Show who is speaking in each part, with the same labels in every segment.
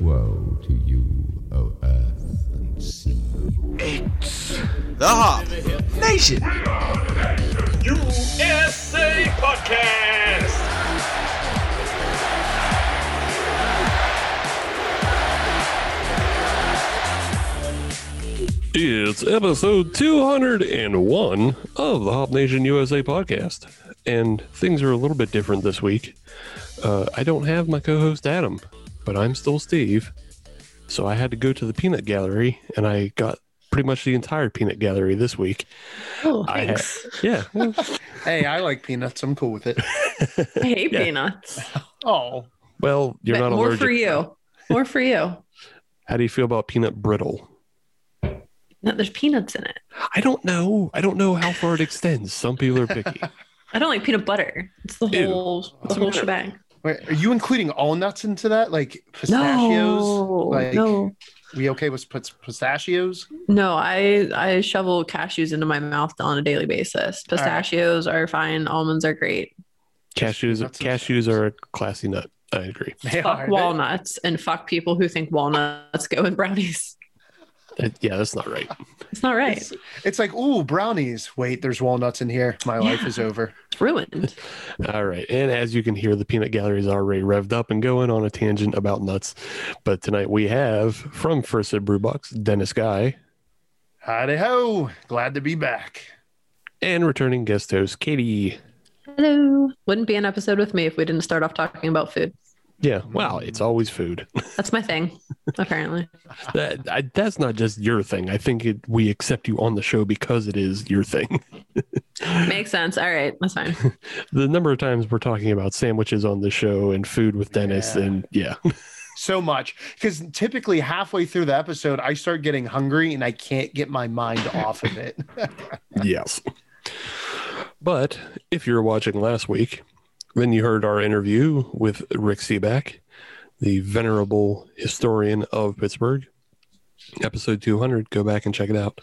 Speaker 1: Woe to you, O earth and sea.
Speaker 2: The Hop Nation.
Speaker 3: USA Podcast.
Speaker 4: It's episode 201 of the Hop Nation USA podcast. And things are a little bit different this week. Uh, I don't have my co host Adam, but I'm still Steve. So I had to go to the peanut gallery and I got pretty much the entire peanut gallery this week.
Speaker 5: Oh,
Speaker 4: I ha-
Speaker 5: thanks.
Speaker 4: Yeah. well,
Speaker 6: Hey, I like peanuts. I'm cool with it.
Speaker 5: I, hate
Speaker 4: Yeah.
Speaker 5: peanuts.
Speaker 6: Oh,
Speaker 4: well, you're
Speaker 5: but
Speaker 4: not
Speaker 5: more
Speaker 4: allergic.
Speaker 5: for you. More for you.
Speaker 4: How do you feel about peanut brittle?
Speaker 5: No, there's peanuts in it.
Speaker 4: I don't know. I don't know how far it extends. Some people are picky.
Speaker 5: I don't like peanut butter. It's the
Speaker 4: Ew.
Speaker 5: whole the
Speaker 6: What's the
Speaker 5: whole
Speaker 6: matter?
Speaker 5: shebang.
Speaker 6: wait, are you including all nuts into that? Like pistachios?
Speaker 5: No,
Speaker 6: like,
Speaker 5: no,
Speaker 6: We okay with pis- pistachios?
Speaker 5: no. I I shovel cashews into my mouth on a daily basis.
Speaker 6: All right.
Speaker 5: Pistachios are fine. Almonds are great.
Speaker 4: Cashews,
Speaker 6: Nuts and
Speaker 4: cashews
Speaker 6: seeds.
Speaker 4: are a classy nut. I agree.
Speaker 6: They
Speaker 5: fuck
Speaker 6: are.
Speaker 5: walnuts and fuck people who think walnuts go in brownies.
Speaker 4: That- Uh, yeah, that's not right.
Speaker 5: It's not right.
Speaker 6: It's, it's like, ooh, brownies. Wait, there's walnuts in here. My life is over.
Speaker 5: It's ruined.
Speaker 4: All right. And as you can hear, the peanut gallery is already revved up and going on a tangent about nuts. But tonight we have from First at Brewbox, Dennis Guy,
Speaker 6: Howdy ho. Glad to be back.
Speaker 4: and returning guest host, Katie.
Speaker 5: Hello. Wouldn't be an episode with me if we didn't start off talking about food.
Speaker 4: Yeah. Wow. It's always food.
Speaker 5: That's my thing, apparently.
Speaker 4: that, I, that's not just your thing. I think it, we accept you on the show because it is your thing.
Speaker 5: Makes sense. All right, that's fine.
Speaker 4: The number of times we're talking about sandwiches on the show and food with Dennis,
Speaker 6: Yeah.
Speaker 4: and yeah.
Speaker 6: So much. Because typically halfway through the episode, I start getting hungry and I can't get my mind off of it.
Speaker 4: yes. But if you were watching last week, then you heard our interview with Rick Seaback, the venerable historian of Pittsburgh. Episode 200, go back and check it out.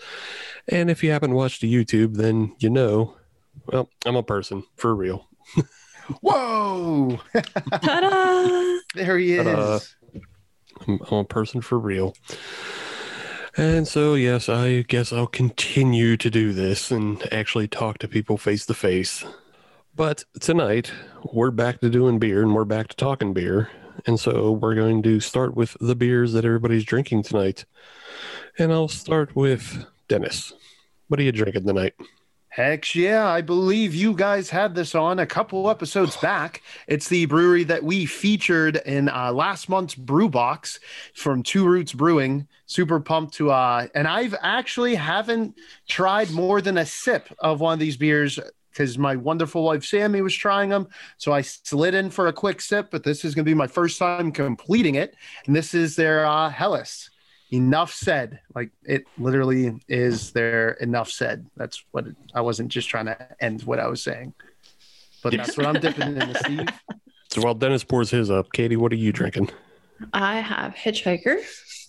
Speaker 4: And if you haven't watched the YouTube, then you know, well, I'm a person for real.
Speaker 6: Whoa.
Speaker 5: Ta-da!
Speaker 6: There he is.
Speaker 4: Ta-da. I'm, I'm a person for real. And so, yes, I guess I'll continue to do this and actually talk to people face to face. But tonight, we're back to doing beer and we're back to talking beer. And so, we're going to start with the beers that everybody's drinking tonight. And I'll start with Dennis. What are you drinking tonight?
Speaker 6: Heck yeah, I believe you guys had this on a couple episodes back. It's the brewery that we featured in uh, last month's brew box from Two Roots Brewing. Super pumped to uh and I've actually haven't tried more than a sip of one of these beers because my wonderful wife Sammy was trying them. So I slid in for a quick sip, but this is gonna be my first time completing it. And this is their uh Hellas. Enough said. Like it literally is their enough said. That's what it, I wasn't just trying to end what I was saying. But that's what I'm dipping in the Steve.
Speaker 4: So, while Dennis pours his up, Katie, what are you drinking?
Speaker 5: I have Hitchhiker,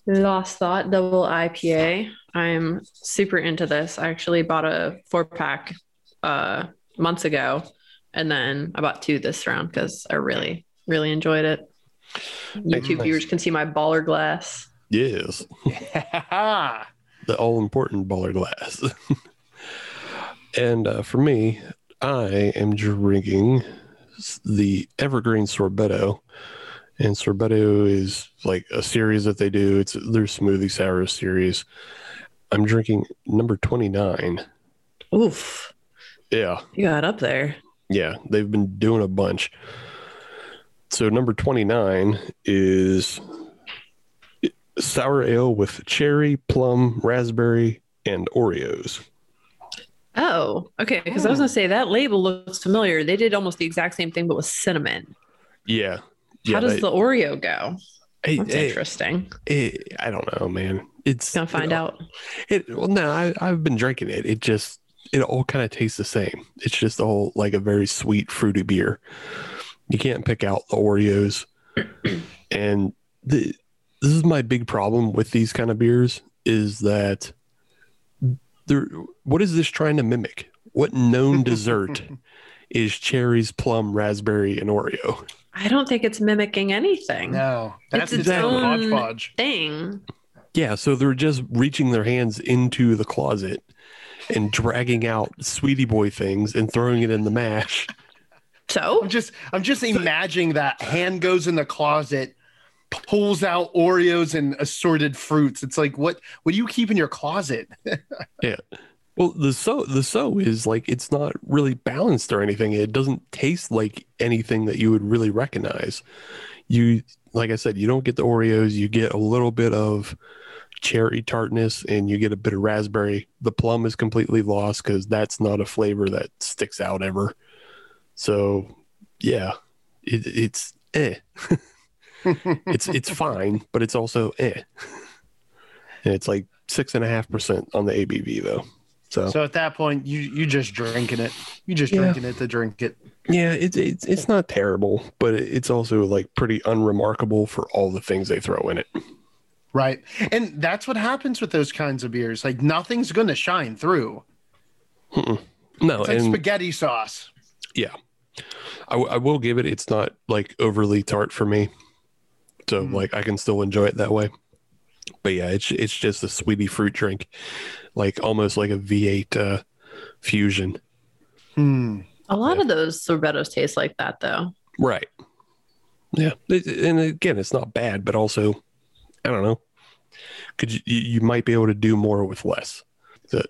Speaker 5: Lost Thought, Double IPA. I'm super into this. I actually bought a four pack uh, months ago, and then I bought two this round because I really, really enjoyed it. YouTube
Speaker 4: Nice.
Speaker 5: viewers can see my baller glass.
Speaker 4: Yes. the all important baller glass. and uh, for me, I am drinking s- the evergreen sorbetto. And sorbetto is like a series that they do. It's their smoothie sour series. I'm drinking number 29.
Speaker 5: Oof,
Speaker 4: Yeah.
Speaker 5: you got up there.
Speaker 4: Yeah. They've been doing a bunch. So number 29 is sour ale with cherry, plum, raspberry, and Oreos.
Speaker 5: Oh, okay. Because I was gonna say that label looks familiar. They did almost the exact same thing, but with cinnamon.
Speaker 4: Yeah. yeah
Speaker 5: How does
Speaker 4: they-
Speaker 5: the Oreo go?
Speaker 4: Hey,
Speaker 5: That's
Speaker 4: hey,
Speaker 5: interesting.
Speaker 4: hey, I don't know, man. It's
Speaker 5: Gonna find
Speaker 4: it,
Speaker 5: out.
Speaker 4: It, well, no, I, I've been drinking it. It just it all kind of tastes the same. It's just all like a very sweet fruity beer. You can't pick out the Oreos, and the, this is my big problem with these kind of beers is that they're what is this trying to mimic? What known dessert is cherries, plum, raspberry, and Oreo?
Speaker 5: I don't think it's mimicking anything.
Speaker 6: No, that's
Speaker 5: its
Speaker 6: its, own
Speaker 5: own-
Speaker 6: hodgepodge.
Speaker 5: Thing.
Speaker 4: Yeah, so they're just reaching their hands into the closet and dragging out sweetie boy things and throwing it in the mash.
Speaker 5: So
Speaker 6: I'm just I'm just imagining that hand goes in the closet, pulls out Oreos and assorted fruits. It's like what what do you keep in your closet?
Speaker 4: Well, the so the so is like it's not really balanced or anything. It doesn't taste like anything that you would really recognize. You like I said, you don't get the Oreos, you get a little bit of cherry tartness and you get a bit of raspberry. The plum is completely lost cuz that's not a flavor that sticks out ever. So, yeah. It, it's eh. it's it's fine, but it's also eh. And it's like six and a half percent on the ABV though. So,
Speaker 6: So at that point, you you just drinking it. You just
Speaker 4: Yeah.
Speaker 6: drinking it to drink it.
Speaker 4: yeah, it's it's it's not terrible, but it- it's also like pretty unremarkable for all the things they throw in it.
Speaker 6: Right. And that's what happens with those kinds of beers. Like nothing's gonna shine through.
Speaker 4: No,
Speaker 6: It's like
Speaker 4: and
Speaker 6: spaghetti sauce.
Speaker 4: I, w- I will give it. It's not like overly tart for me, so
Speaker 6: Mm.
Speaker 4: like I can still enjoy it that way. But yeah, it's it's just a sweetie fruit drink, like almost like a V8 uh, fusion.
Speaker 6: Hmm.
Speaker 5: a lot of those sorbetos taste like that, though.
Speaker 4: Right. Yeah, It- and again, it's not bad, but also, I don't know. Could you, you you might be able to do more with less? So,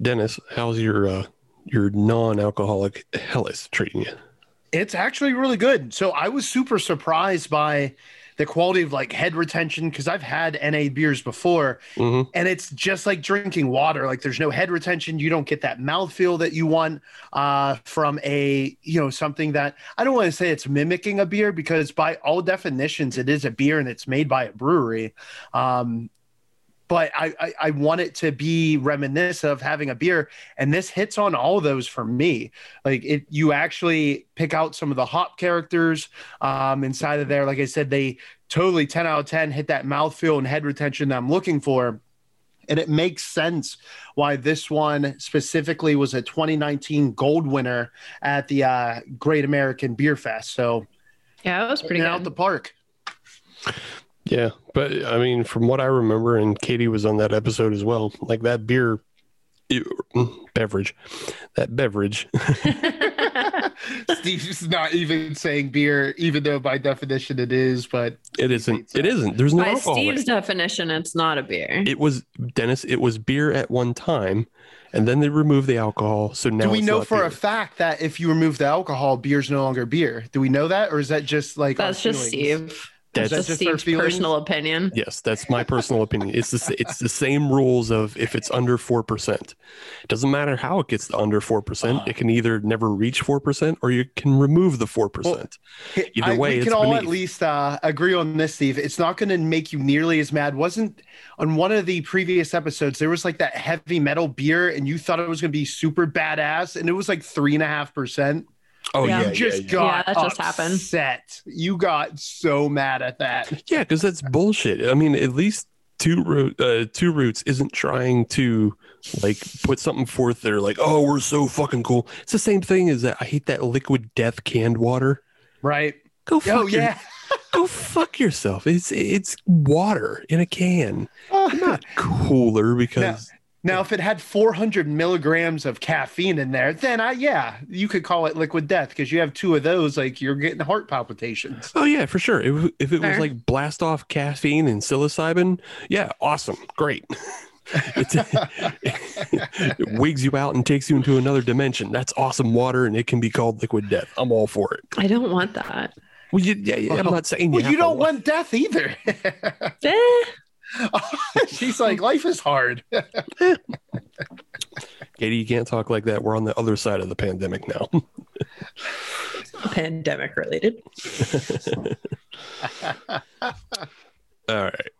Speaker 4: Dennis, how's your uh, your non-alcoholic Hellas treating you?
Speaker 6: It's actually really good. So I was super surprised by the quality of like head retention because I've had NA beers before
Speaker 4: Mm-hmm.
Speaker 6: and it's just like drinking water like there's no head retention you don't get that mouthfeel that you want uh, from a you know something that i don't want to say it's mimicking a beer because by all definitions it is a beer and it's made by a brewery um, but I, I i want it to be reminiscent of having a beer and this hits on all those for me like it you actually pick out some of the hop characters um, inside of there like i said they totally 10 out of 10 hit that mouthfeel and head retention that i'm looking for and it makes sense why this one specifically was a 2019 gold winner at the uh, Great American Beer Fest. So
Speaker 5: Yeah, it was pretty
Speaker 6: hitting it out
Speaker 5: good.
Speaker 6: the park.
Speaker 4: Yeah, but I mean, from what I remember, and Katie was on that episode as well. Like that beer, it- beverage, that beverage
Speaker 6: Steve's not even saying beer, even though by definition it is. But
Speaker 4: It isn't. It isn't. There's no
Speaker 5: By
Speaker 4: alcohol. in
Speaker 5: Steve's
Speaker 4: it.
Speaker 5: definition, it's not a beer.
Speaker 4: It was Dennis. It was beer at one time, and then they removed the alcohol. So now
Speaker 6: do we
Speaker 4: it's
Speaker 6: know
Speaker 4: not
Speaker 6: for
Speaker 4: beer.
Speaker 6: a fact that if you remove the alcohol, beer's no longer beer? Do we know that, or is that just like our
Speaker 5: That's just Steve.
Speaker 6: feelings?
Speaker 4: That's-
Speaker 5: That's
Speaker 6: Is
Speaker 5: just
Speaker 6: that just our
Speaker 5: Steve's
Speaker 6: feelings?
Speaker 5: personal opinion.
Speaker 4: Yes, that's my personal opinion. It's the s- it's the same rules of if it's under four percent, it doesn't matter how it gets to under four
Speaker 6: Ah.
Speaker 4: percent. It can either never reach four percent or you can remove the four percent. Either
Speaker 6: I-
Speaker 4: way,
Speaker 6: we
Speaker 4: it's
Speaker 6: can all at
Speaker 4: beneath.
Speaker 6: least uh, agree on this, Steve. It's not going to make you nearly as mad. Wasn't on one of the previous episodes there was like that heavy metal beer, and you thought it was going to be super badass, and it was like three and a half percent.
Speaker 4: Oh
Speaker 5: Yeah.
Speaker 4: yeah,
Speaker 6: You
Speaker 4: yeah,
Speaker 6: just
Speaker 4: yeah.
Speaker 6: got
Speaker 5: Yeah, that just happened.
Speaker 6: upset. You got so mad at that.
Speaker 4: Yeah, because that's bullshit. I mean, at least two root uh, two roots isn't trying to like put something forth there. Like, oh, we're so fucking cool. It's the same thing as that. I hate that liquid death canned water.
Speaker 6: Right?
Speaker 4: Go fuck
Speaker 6: Oh
Speaker 4: your-
Speaker 6: yeah.
Speaker 4: go fuck yourself. It's it's water in a can. Not cooler because
Speaker 6: Oh, Now, if it had 400 milligrams of caffeine in there, then I yeah, you could call it liquid death because you have two of those, like you're getting heart palpitations.
Speaker 4: oh yeah, for sure. If, if it was
Speaker 5: Fair.
Speaker 4: like blast off caffeine and psilocybin, yeah, awesome, great. It's- it wigs you out and takes you into another dimension. That's awesome water, and it can be called liquid death. I'm all for it.
Speaker 5: I don't want that.
Speaker 4: Well, you, yeah, yeah, I'm
Speaker 6: Well,
Speaker 4: not saying
Speaker 6: Well,
Speaker 4: have
Speaker 6: you
Speaker 4: to
Speaker 6: don't
Speaker 4: like-
Speaker 6: want death either.
Speaker 5: Eh,
Speaker 6: She's like, life is hard.
Speaker 4: Katie. You can't talk like that. We're on the other side of the pandemic now.
Speaker 5: pandemic related.
Speaker 4: All right.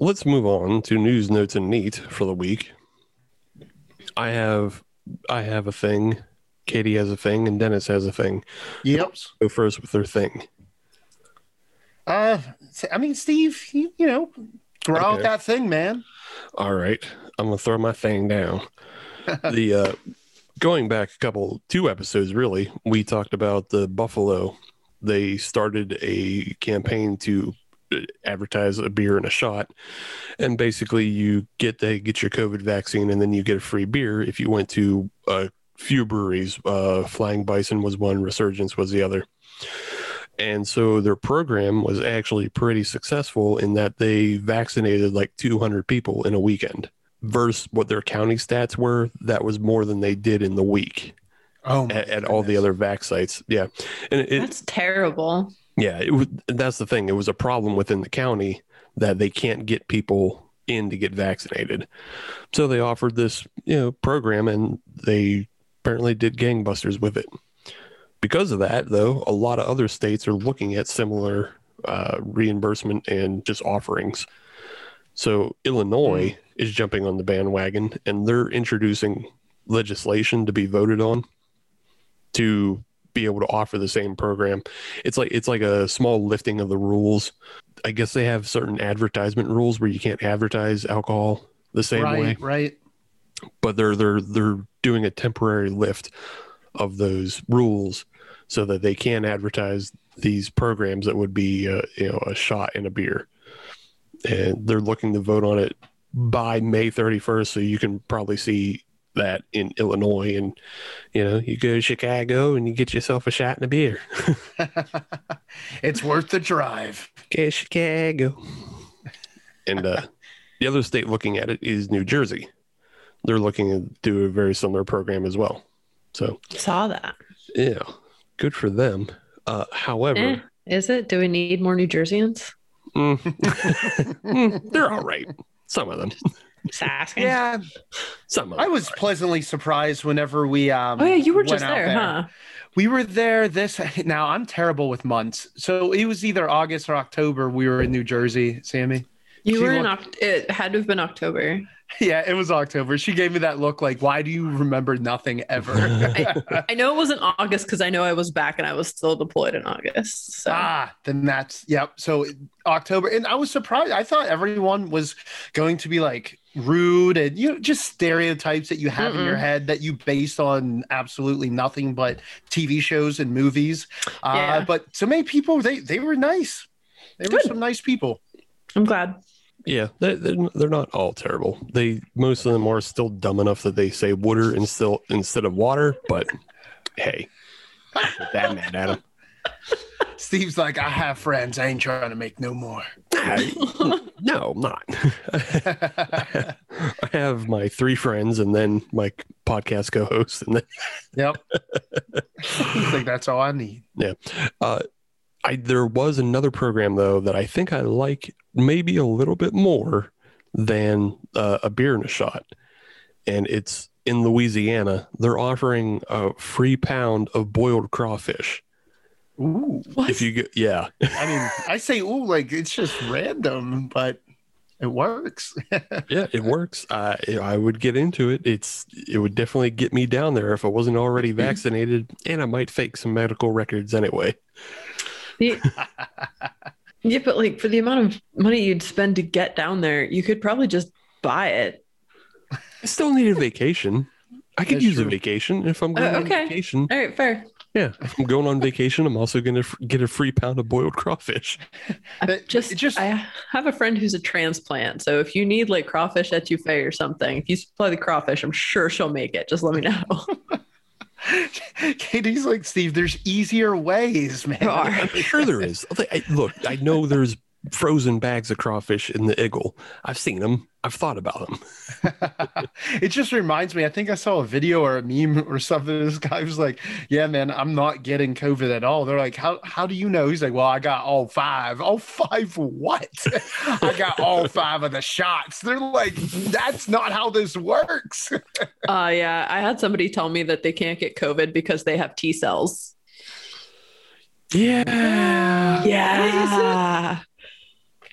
Speaker 4: Let's move on to news, notes, and neat for the week. I have I have a thing. Katie has a thing, and Dennis has a thing.
Speaker 6: Yep.
Speaker 4: Go first with her thing.
Speaker 6: Uh, I mean, Steve, you, you know, throw out
Speaker 4: Okay.
Speaker 6: that thing, man.
Speaker 4: All right. I'm gonna throw my thing down. the uh going back a couple two episodes really, we talked about the Buffalo they started a campaign to uh, advertise a beer and a shot, and basically you get they get your COVID vaccine and then you get a free beer if you went to a few breweries. Uh, Flying Bison was one, Resurgence was the other. And so their program was actually pretty successful in that they vaccinated like 200 people in a weekend versus what their county stats were. That was more than they did in the week
Speaker 6: Oh,
Speaker 4: at, at all the other vac sites. Yeah. And it,
Speaker 5: That's terrible.
Speaker 4: yeah, it was, that's the thing. It was a problem within the county that they can't get people in to get vaccinated. So they offered this, you know, program and they apparently did gangbusters with it. Because of that, though, a lot of other states are looking at similar uh, reimbursement and just offerings. So Illinois is jumping on the bandwagon and they're introducing legislation to be voted on to be able to offer the same program it's like it's like a small lifting of the rules. I guess they have certain advertisement rules where you can't advertise alcohol the same
Speaker 6: right,
Speaker 4: way,
Speaker 6: right.
Speaker 4: but they're they're they're doing a temporary lift of those rules so that they can advertise these programs that would be uh, you know a shot and a beer. And they're looking to vote on it by May 31st so you can probably see that in Illinois and you know you go to Chicago and you get yourself a shot and a beer.
Speaker 6: it's worth the drive.
Speaker 4: Okay, Chicago. And uh, the other state looking at it is New Jersey. They're looking to do a very similar program as well. So,
Speaker 5: Saw that.
Speaker 4: yeah, good for them. Uh, however,
Speaker 5: Eh, is it? Do we need more New Jerseyans?
Speaker 4: mm, mm, they're all right. Some of them.
Speaker 5: Just asking.
Speaker 6: Yeah,
Speaker 4: Some of
Speaker 6: I
Speaker 4: them.
Speaker 6: was pleasantly surprised whenever we. Um,
Speaker 5: Oh yeah, you were
Speaker 6: went
Speaker 5: just
Speaker 6: out
Speaker 5: there, huh?
Speaker 6: We were there this. Now I'm terrible with months, so it was either August or October. We were in New Jersey, Sammy.
Speaker 5: You
Speaker 6: She
Speaker 5: were in. Oct- it had to have been October.
Speaker 6: Yeah, it was October. She gave me that look, like, "Why do you remember nothing ever?"
Speaker 5: I know it wasn't August because I know I was back and I was still deployed in August. So
Speaker 6: ah, then that's yep. So October, and I was surprised. I thought everyone was going to be like rude and you know just stereotypes that you have in
Speaker 5: Mm-mm.
Speaker 6: your head that you based on absolutely nothing but TV shows and movies. Uh,
Speaker 5: Yeah.
Speaker 6: But so many people, they they were nice. They were
Speaker 5: Good.
Speaker 6: some nice people.
Speaker 5: I'm glad.
Speaker 4: Yeah, they, they're, they're not all terrible. They Most of them are still dumb enough that they say water instead, instead of water, but hey, not that mad at 'em.
Speaker 6: Steve's like, I have friends. I ain't trying to make no more.
Speaker 4: No, I'm not. I have my three friends and then my podcast co-host and then
Speaker 6: Yep. He's like, that's all I need.
Speaker 4: I there was another program though that I think I like maybe a little bit more than uh, a beer and a shot. And it's in Louisiana. They're offering a free pound of boiled crawfish.
Speaker 6: Ooh.
Speaker 5: What?
Speaker 4: If you get yeah.
Speaker 6: I mean, I say ooh like it's just random, but it works.
Speaker 4: Yeah, it works. I I would get into it. It's it would definitely get me down there if I wasn't already vaccinated, and I might fake some medical records anyway.
Speaker 5: The- yeah, but like for the amount of money you'd spend to get down there, you could probably just buy it.
Speaker 4: I still need a vacation. I could
Speaker 6: That's
Speaker 4: use a
Speaker 6: true.
Speaker 4: vacation if I'm
Speaker 5: Oh,
Speaker 4: going on
Speaker 5: okay.
Speaker 4: vacation.
Speaker 5: All right, fair.
Speaker 4: Yeah, if I'm going on vacation, I'm also going to f- get a free pound of boiled crawfish.
Speaker 5: I
Speaker 6: But
Speaker 5: just,
Speaker 6: it just-
Speaker 5: I have a friend who's a transplant, so if you need like crawfish etouffee or something, if you supply the crawfish, I'm sure she'll make it. Just let me know.
Speaker 6: Katie's like, Steve, there's easier ways, man.
Speaker 5: There are.
Speaker 4: I'm sure there is. I think- I- Look, I know there's frozen bags of crawfish in the Iggle. I've seen them. I've thought about them.
Speaker 6: it just reminds me. I think I saw a video or a meme or something. This guy was like, "Yeah, man, I'm not getting COVID at all." They're like, "How how do you know?" He's like, "Well, I got all five. All five what? I got all five of the shots." They're like, "That's not how this works."
Speaker 5: Uh, yeah, I had somebody tell me that they can't get COVID because they have T cells.
Speaker 4: Yeah.
Speaker 5: Yeah.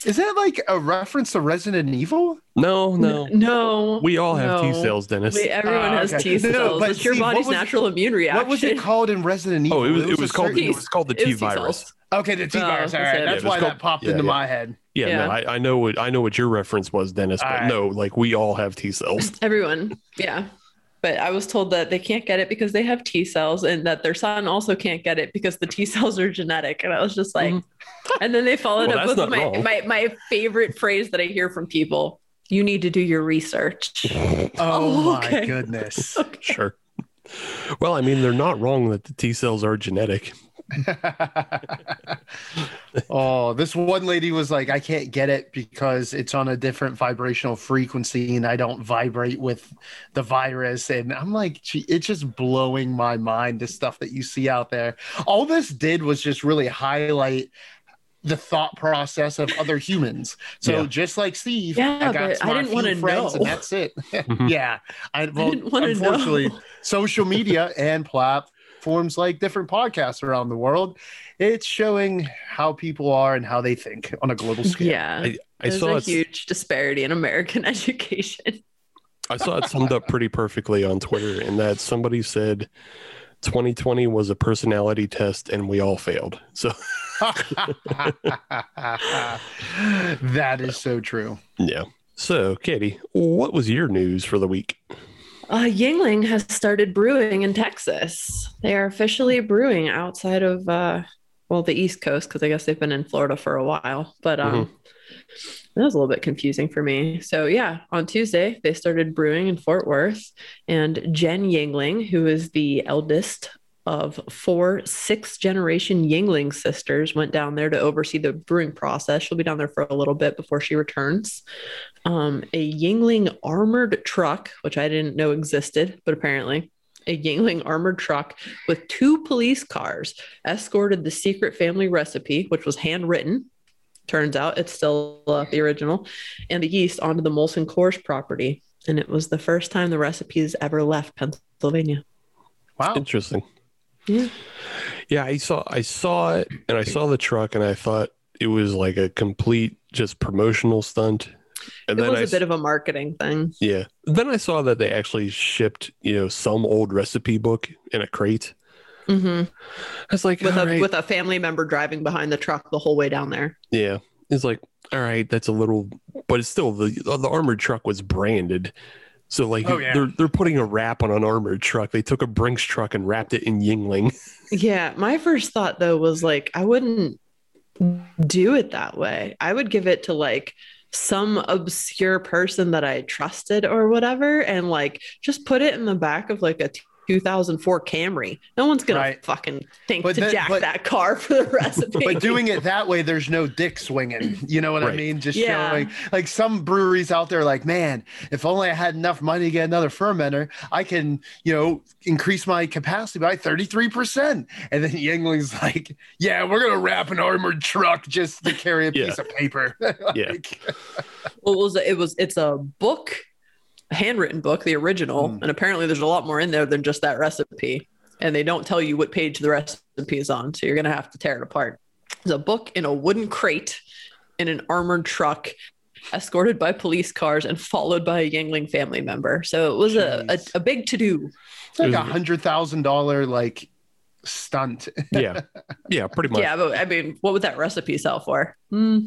Speaker 6: Is that like a reference to Resident Evil?
Speaker 4: No, no.
Speaker 5: No.
Speaker 4: We all have T
Speaker 5: no.
Speaker 4: cells, Dennis.
Speaker 5: Wait, everyone
Speaker 6: Ah,
Speaker 5: has
Speaker 6: okay.
Speaker 5: T
Speaker 6: No,
Speaker 5: cells.
Speaker 6: but
Speaker 5: it's your
Speaker 6: Steve, what
Speaker 5: body's
Speaker 6: was-
Speaker 5: natural immune reaction.
Speaker 6: What was it called in Resident Evil?
Speaker 4: Oh, it was it was
Speaker 6: a
Speaker 4: called
Speaker 6: certain-
Speaker 4: it was called the
Speaker 5: It
Speaker 4: T
Speaker 5: was
Speaker 4: virus.
Speaker 5: T-cells.
Speaker 6: Okay, the T
Speaker 5: Oh,
Speaker 6: virus. All
Speaker 5: that's
Speaker 6: right,
Speaker 5: it.
Speaker 4: Yeah,
Speaker 6: that's
Speaker 4: it was
Speaker 6: why
Speaker 4: called-
Speaker 6: that popped
Speaker 4: yeah,
Speaker 6: into
Speaker 4: yeah.
Speaker 6: my head.
Speaker 4: Yeah,
Speaker 5: Yeah.
Speaker 4: no, I, I know what I know what your reference was, Dennis, but
Speaker 6: Alright.
Speaker 4: no, like we all have T cells.
Speaker 5: Everyone. Yeah. But I was told that they can't get it because they have T cells and that their son also can't get it because the T cells are genetic. And I was just like,
Speaker 4: Mhm.
Speaker 5: and then they followed
Speaker 4: Well,
Speaker 5: up
Speaker 4: that's
Speaker 5: with
Speaker 4: not
Speaker 5: my,
Speaker 4: wrong.
Speaker 5: my, my favorite phrase that I hear from people you need to do your research.
Speaker 6: Oh,
Speaker 5: Oh,
Speaker 6: my
Speaker 5: okay.
Speaker 6: goodness.
Speaker 4: Sure. Well, I mean, they're not wrong that the T cells are genetic.
Speaker 6: oh, this one lady was like, I can't get it because it's on a different vibrational frequency and I don't vibrate with the virus. And I'm like, gee, it's just blowing my mind, the stuff that you see out there. All this did was just really highlight the thought process of other humans. So
Speaker 4: Yeah.
Speaker 6: just like Steve,
Speaker 5: Yeah, but
Speaker 6: some
Speaker 5: I didn't
Speaker 6: few
Speaker 5: wanna
Speaker 6: friends
Speaker 5: know.
Speaker 6: and that's it. yeah. I, well,
Speaker 5: Hmm. didn't wanna
Speaker 6: unfortunately,
Speaker 5: know.
Speaker 6: social media and platforms like different podcasts around the world, it's showing how people are and how they think on a global scale.
Speaker 5: Yeah.
Speaker 4: I
Speaker 5: There's
Speaker 4: saw
Speaker 5: a
Speaker 4: it.
Speaker 5: huge disparity in American education.
Speaker 4: I saw it summed up pretty perfectly on Twitter in that somebody said 2020 was a personality test and we all failed. So
Speaker 6: that is so true.
Speaker 4: yeah. So Katie, what was your news for the week?
Speaker 5: Uh, Yingling has started brewing in Texas. They are officially brewing outside of, uh, well, the East Coast, because I guess they've been in Florida for a while. But um, that was a little bit confusing for me. So, yeah, on Tuesday, they started brewing in Fort Worth. And Jen Yingling, who is the eldest of four sixth generation Yingling sisters, went down there to oversee the brewing process. She'll be down there for a little bit before she returns um, a Yingling armored truck, which I didn't know existed, but apparently a Yingling armored truck with two police cars escorted the secret family recipe, which was handwritten. Turns out it's still uh, the original, and the yeast onto the Molson Coors property. And it was the first time the recipe has ever left Pennsylvania. Oh.
Speaker 6: Wow.
Speaker 4: Interesting.
Speaker 5: Yeah.
Speaker 4: Yeah, I saw I saw it and I saw the truck and I thought it was like a complete just promotional stunt. And
Speaker 5: it was
Speaker 4: I
Speaker 5: a bit of a marketing thing.
Speaker 4: Yeah. Then I saw that they actually shipped, you know, some old recipe book in a crate.
Speaker 5: hmm
Speaker 4: I was like,
Speaker 5: With,
Speaker 4: all
Speaker 5: a,
Speaker 4: right.
Speaker 5: with a family member driving behind the truck the whole way down there.
Speaker 4: yeah. It's like, all right, that's a little, but it's still the the armored truck was branded. So like
Speaker 6: Oh, yeah.
Speaker 4: they're they're putting a wrap on an armored truck. They took a Brinks truck and wrapped it in Yingling.
Speaker 5: Yeah, my first thought though was like, I wouldn't do it that way. I would give it to like some obscure person that I trusted or whatever, and like just put it in the back of like a 2004 Camry. No one's gonna
Speaker 6: Right.
Speaker 5: fucking think
Speaker 6: But
Speaker 5: to
Speaker 6: then-
Speaker 5: jack
Speaker 6: but-
Speaker 5: that car for the recipe.
Speaker 6: But doing it that way, there's no dick swinging. You know what I
Speaker 4: Right.
Speaker 6: mean? Just
Speaker 5: Yeah.
Speaker 6: showing like some breweries out there, like, man, if only I had enough money to get another fermenter, I can, you know, increase my capacity by 33%. And then Yingling's like, yeah, we're going to wrap an armored truck just to carry a
Speaker 4: Yeah.
Speaker 6: piece of paper.
Speaker 4: Yeah.
Speaker 6: Like,
Speaker 5: Well, it was it was it's a book, a handwritten book, the original,
Speaker 6: Mm.
Speaker 5: and apparently there's a lot more in there than just that recipe. And they don't tell you what page the recipe is on, so you're gonna have to tear it apart. It's a book in a wooden crate in an armored truck, escorted by police cars and followed by a Yangling family member. So it was a, a,
Speaker 6: Jeez.
Speaker 5: a big to do.
Speaker 6: It's like
Speaker 4: It
Speaker 6: a
Speaker 4: was-
Speaker 6: hundred thousand dollar like stunt.
Speaker 4: yeah. Yeah, pretty much.
Speaker 5: Yeah, but I mean, what would that recipe sell for? Hmm.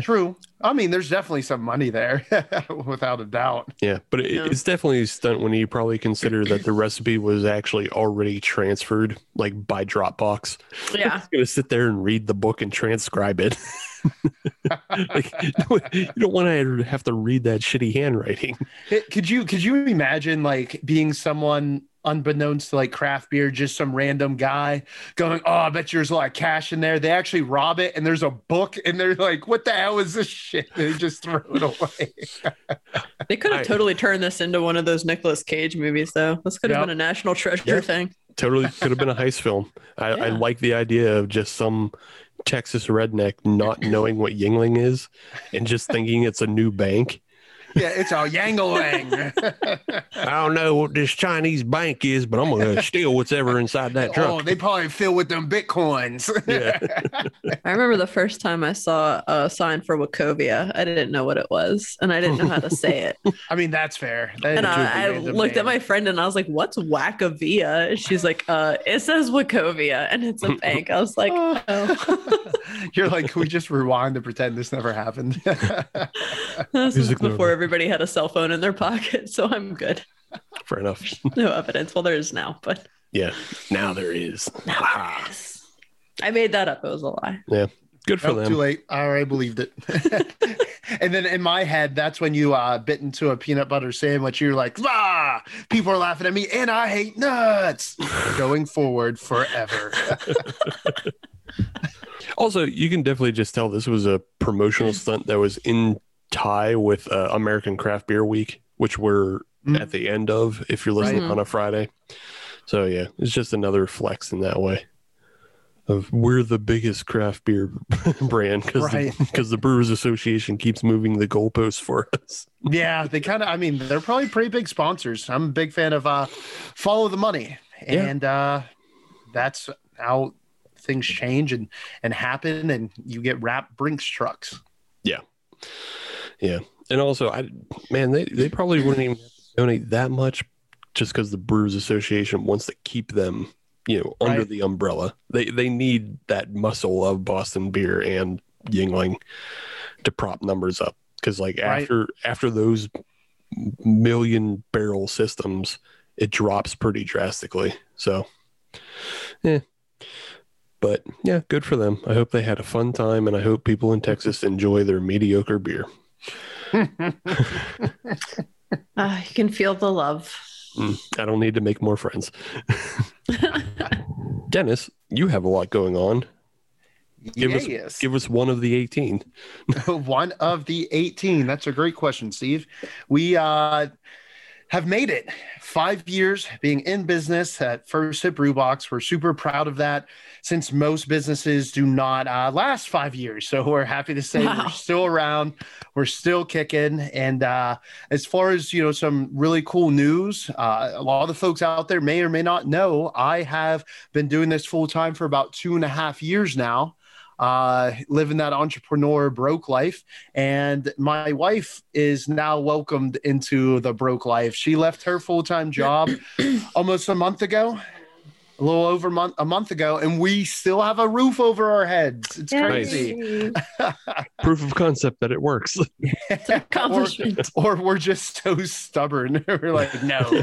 Speaker 6: True. I mean, there's definitely some money there, without a doubt.
Speaker 4: Yeah, but it,
Speaker 5: Yeah.
Speaker 4: it's definitely a stunt when you probably consider that the recipe was actually already transferred, like by Dropbox.
Speaker 5: Yeah,
Speaker 4: You're gonna sit there and read the book and transcribe it. like, you don't- you don't want to have to read that shitty handwriting.
Speaker 6: It- could you could you imagine like being someone unbeknownst to like craft beer, just some random guy going, "Oh, I bet there's a lot of cash in there." They actually rob it, and there's a book, and they're like, "What the hell is this shit?" They just throw it away.
Speaker 5: they could have
Speaker 4: I-
Speaker 5: totally turned this into one of those Nicolas Cage movies, though. This could have
Speaker 6: Yep.
Speaker 5: been a national treasure
Speaker 4: Yeah.
Speaker 5: thing.
Speaker 4: Totally could have been a heist film. I, I
Speaker 5: Yeah.
Speaker 4: like the idea of just some Texas redneck not knowing what Yingling is and just thinking it's a new bank.
Speaker 6: yeah, it's all yangalang.
Speaker 4: I don't know what this Chinese bank is, but I'm gonna steal whatever inside that
Speaker 6: oh, they probably fill with them bitcoins.
Speaker 4: Yeah.
Speaker 5: I remember the first time I saw a sign for Wachovia. I didn't know what it was, and I didn't know how to say it.
Speaker 6: I mean, that's fair. That
Speaker 5: and
Speaker 6: is just a
Speaker 5: I, I
Speaker 6: random
Speaker 5: looked at
Speaker 6: name.
Speaker 5: my friend and I was like, "What's Wachovia?" And she's like, "Uh, it says Wachovia, and it's a bank." I was like, "Oh,
Speaker 6: You're like, can we just rewind to pretend this never happened?
Speaker 5: this was
Speaker 4: Music
Speaker 5: before
Speaker 4: note.
Speaker 5: everybody had a cell phone in their pocket, so I'm good."
Speaker 4: Fair enough.
Speaker 5: No evidence. Well, there is now, but
Speaker 4: Yeah. Now there is.
Speaker 5: now
Speaker 6: Ah.
Speaker 5: there is. I made that up. It was a lie.
Speaker 4: Good for
Speaker 6: Nope,
Speaker 4: them.
Speaker 6: Too late. I already believed it. and then in my head, that's when you uh, bit into a peanut butter sandwich. You're like, ah, people are laughing at me, and I hate nuts. Going forward forever.
Speaker 4: Also, you can definitely just tell this was a promotional stunt that was in tie with uh, American Craft Beer Week, which we're
Speaker 6: Mm.
Speaker 4: at the end of if you're listening
Speaker 5: Right.
Speaker 4: on a Friday. So yeah, it's just another flex in that way. Of we're the biggest craft beer brand because
Speaker 6: Right.
Speaker 4: because the Brewers Association keeps moving the goalposts for us.
Speaker 6: yeah, they kind of. I mean, they're probably pretty big sponsors. I'm a big fan of uh, follow the money,
Speaker 4: Yeah.
Speaker 6: and uh, that's how things change and and happen, and you get wrapped Brinks trucks.
Speaker 4: And also, I man, they they probably wouldn't even donate that much just because the Brewers Association wants to keep them, you know, under
Speaker 6: Right.
Speaker 4: the umbrella. They they need that muscle of Boston beer and Yingling to prop numbers up because like
Speaker 6: Right.
Speaker 4: after after those million barrel systems, it drops pretty drastically. So, yeah. But yeah, good for them. I hope they had a fun time, and I hope people in Texas enjoy their mediocre beer.
Speaker 5: Uh, you can feel the love.
Speaker 4: Mm, I don't need to make more friends. Dennis, you have a lot going on. Give us-
Speaker 6: yes.
Speaker 4: Give us one of the 18.
Speaker 6: one of the 18 that's a great question steve we uh have made it five years being in business at First Hit Brew Box. We're super proud of that since most businesses do not uh, last five years. So we're happy to say
Speaker 5: Wow.
Speaker 6: we're still around, we're still kicking. And uh, as far as you know, some really cool news. Uh, a lot of the folks out there may or may not know. I have been doing this full time for about two and a half years now. Uh, living that entrepreneur broke life, and my wife is now welcomed into the broke life. She left her full time job almost a month ago, a little over a month, a month ago, and we still have a roof over our heads. It's
Speaker 5: Yay.
Speaker 6: crazy.
Speaker 4: Proof of concept that it works.
Speaker 5: It's an accomplishment.
Speaker 6: Or we're just so stubborn. we're like, no,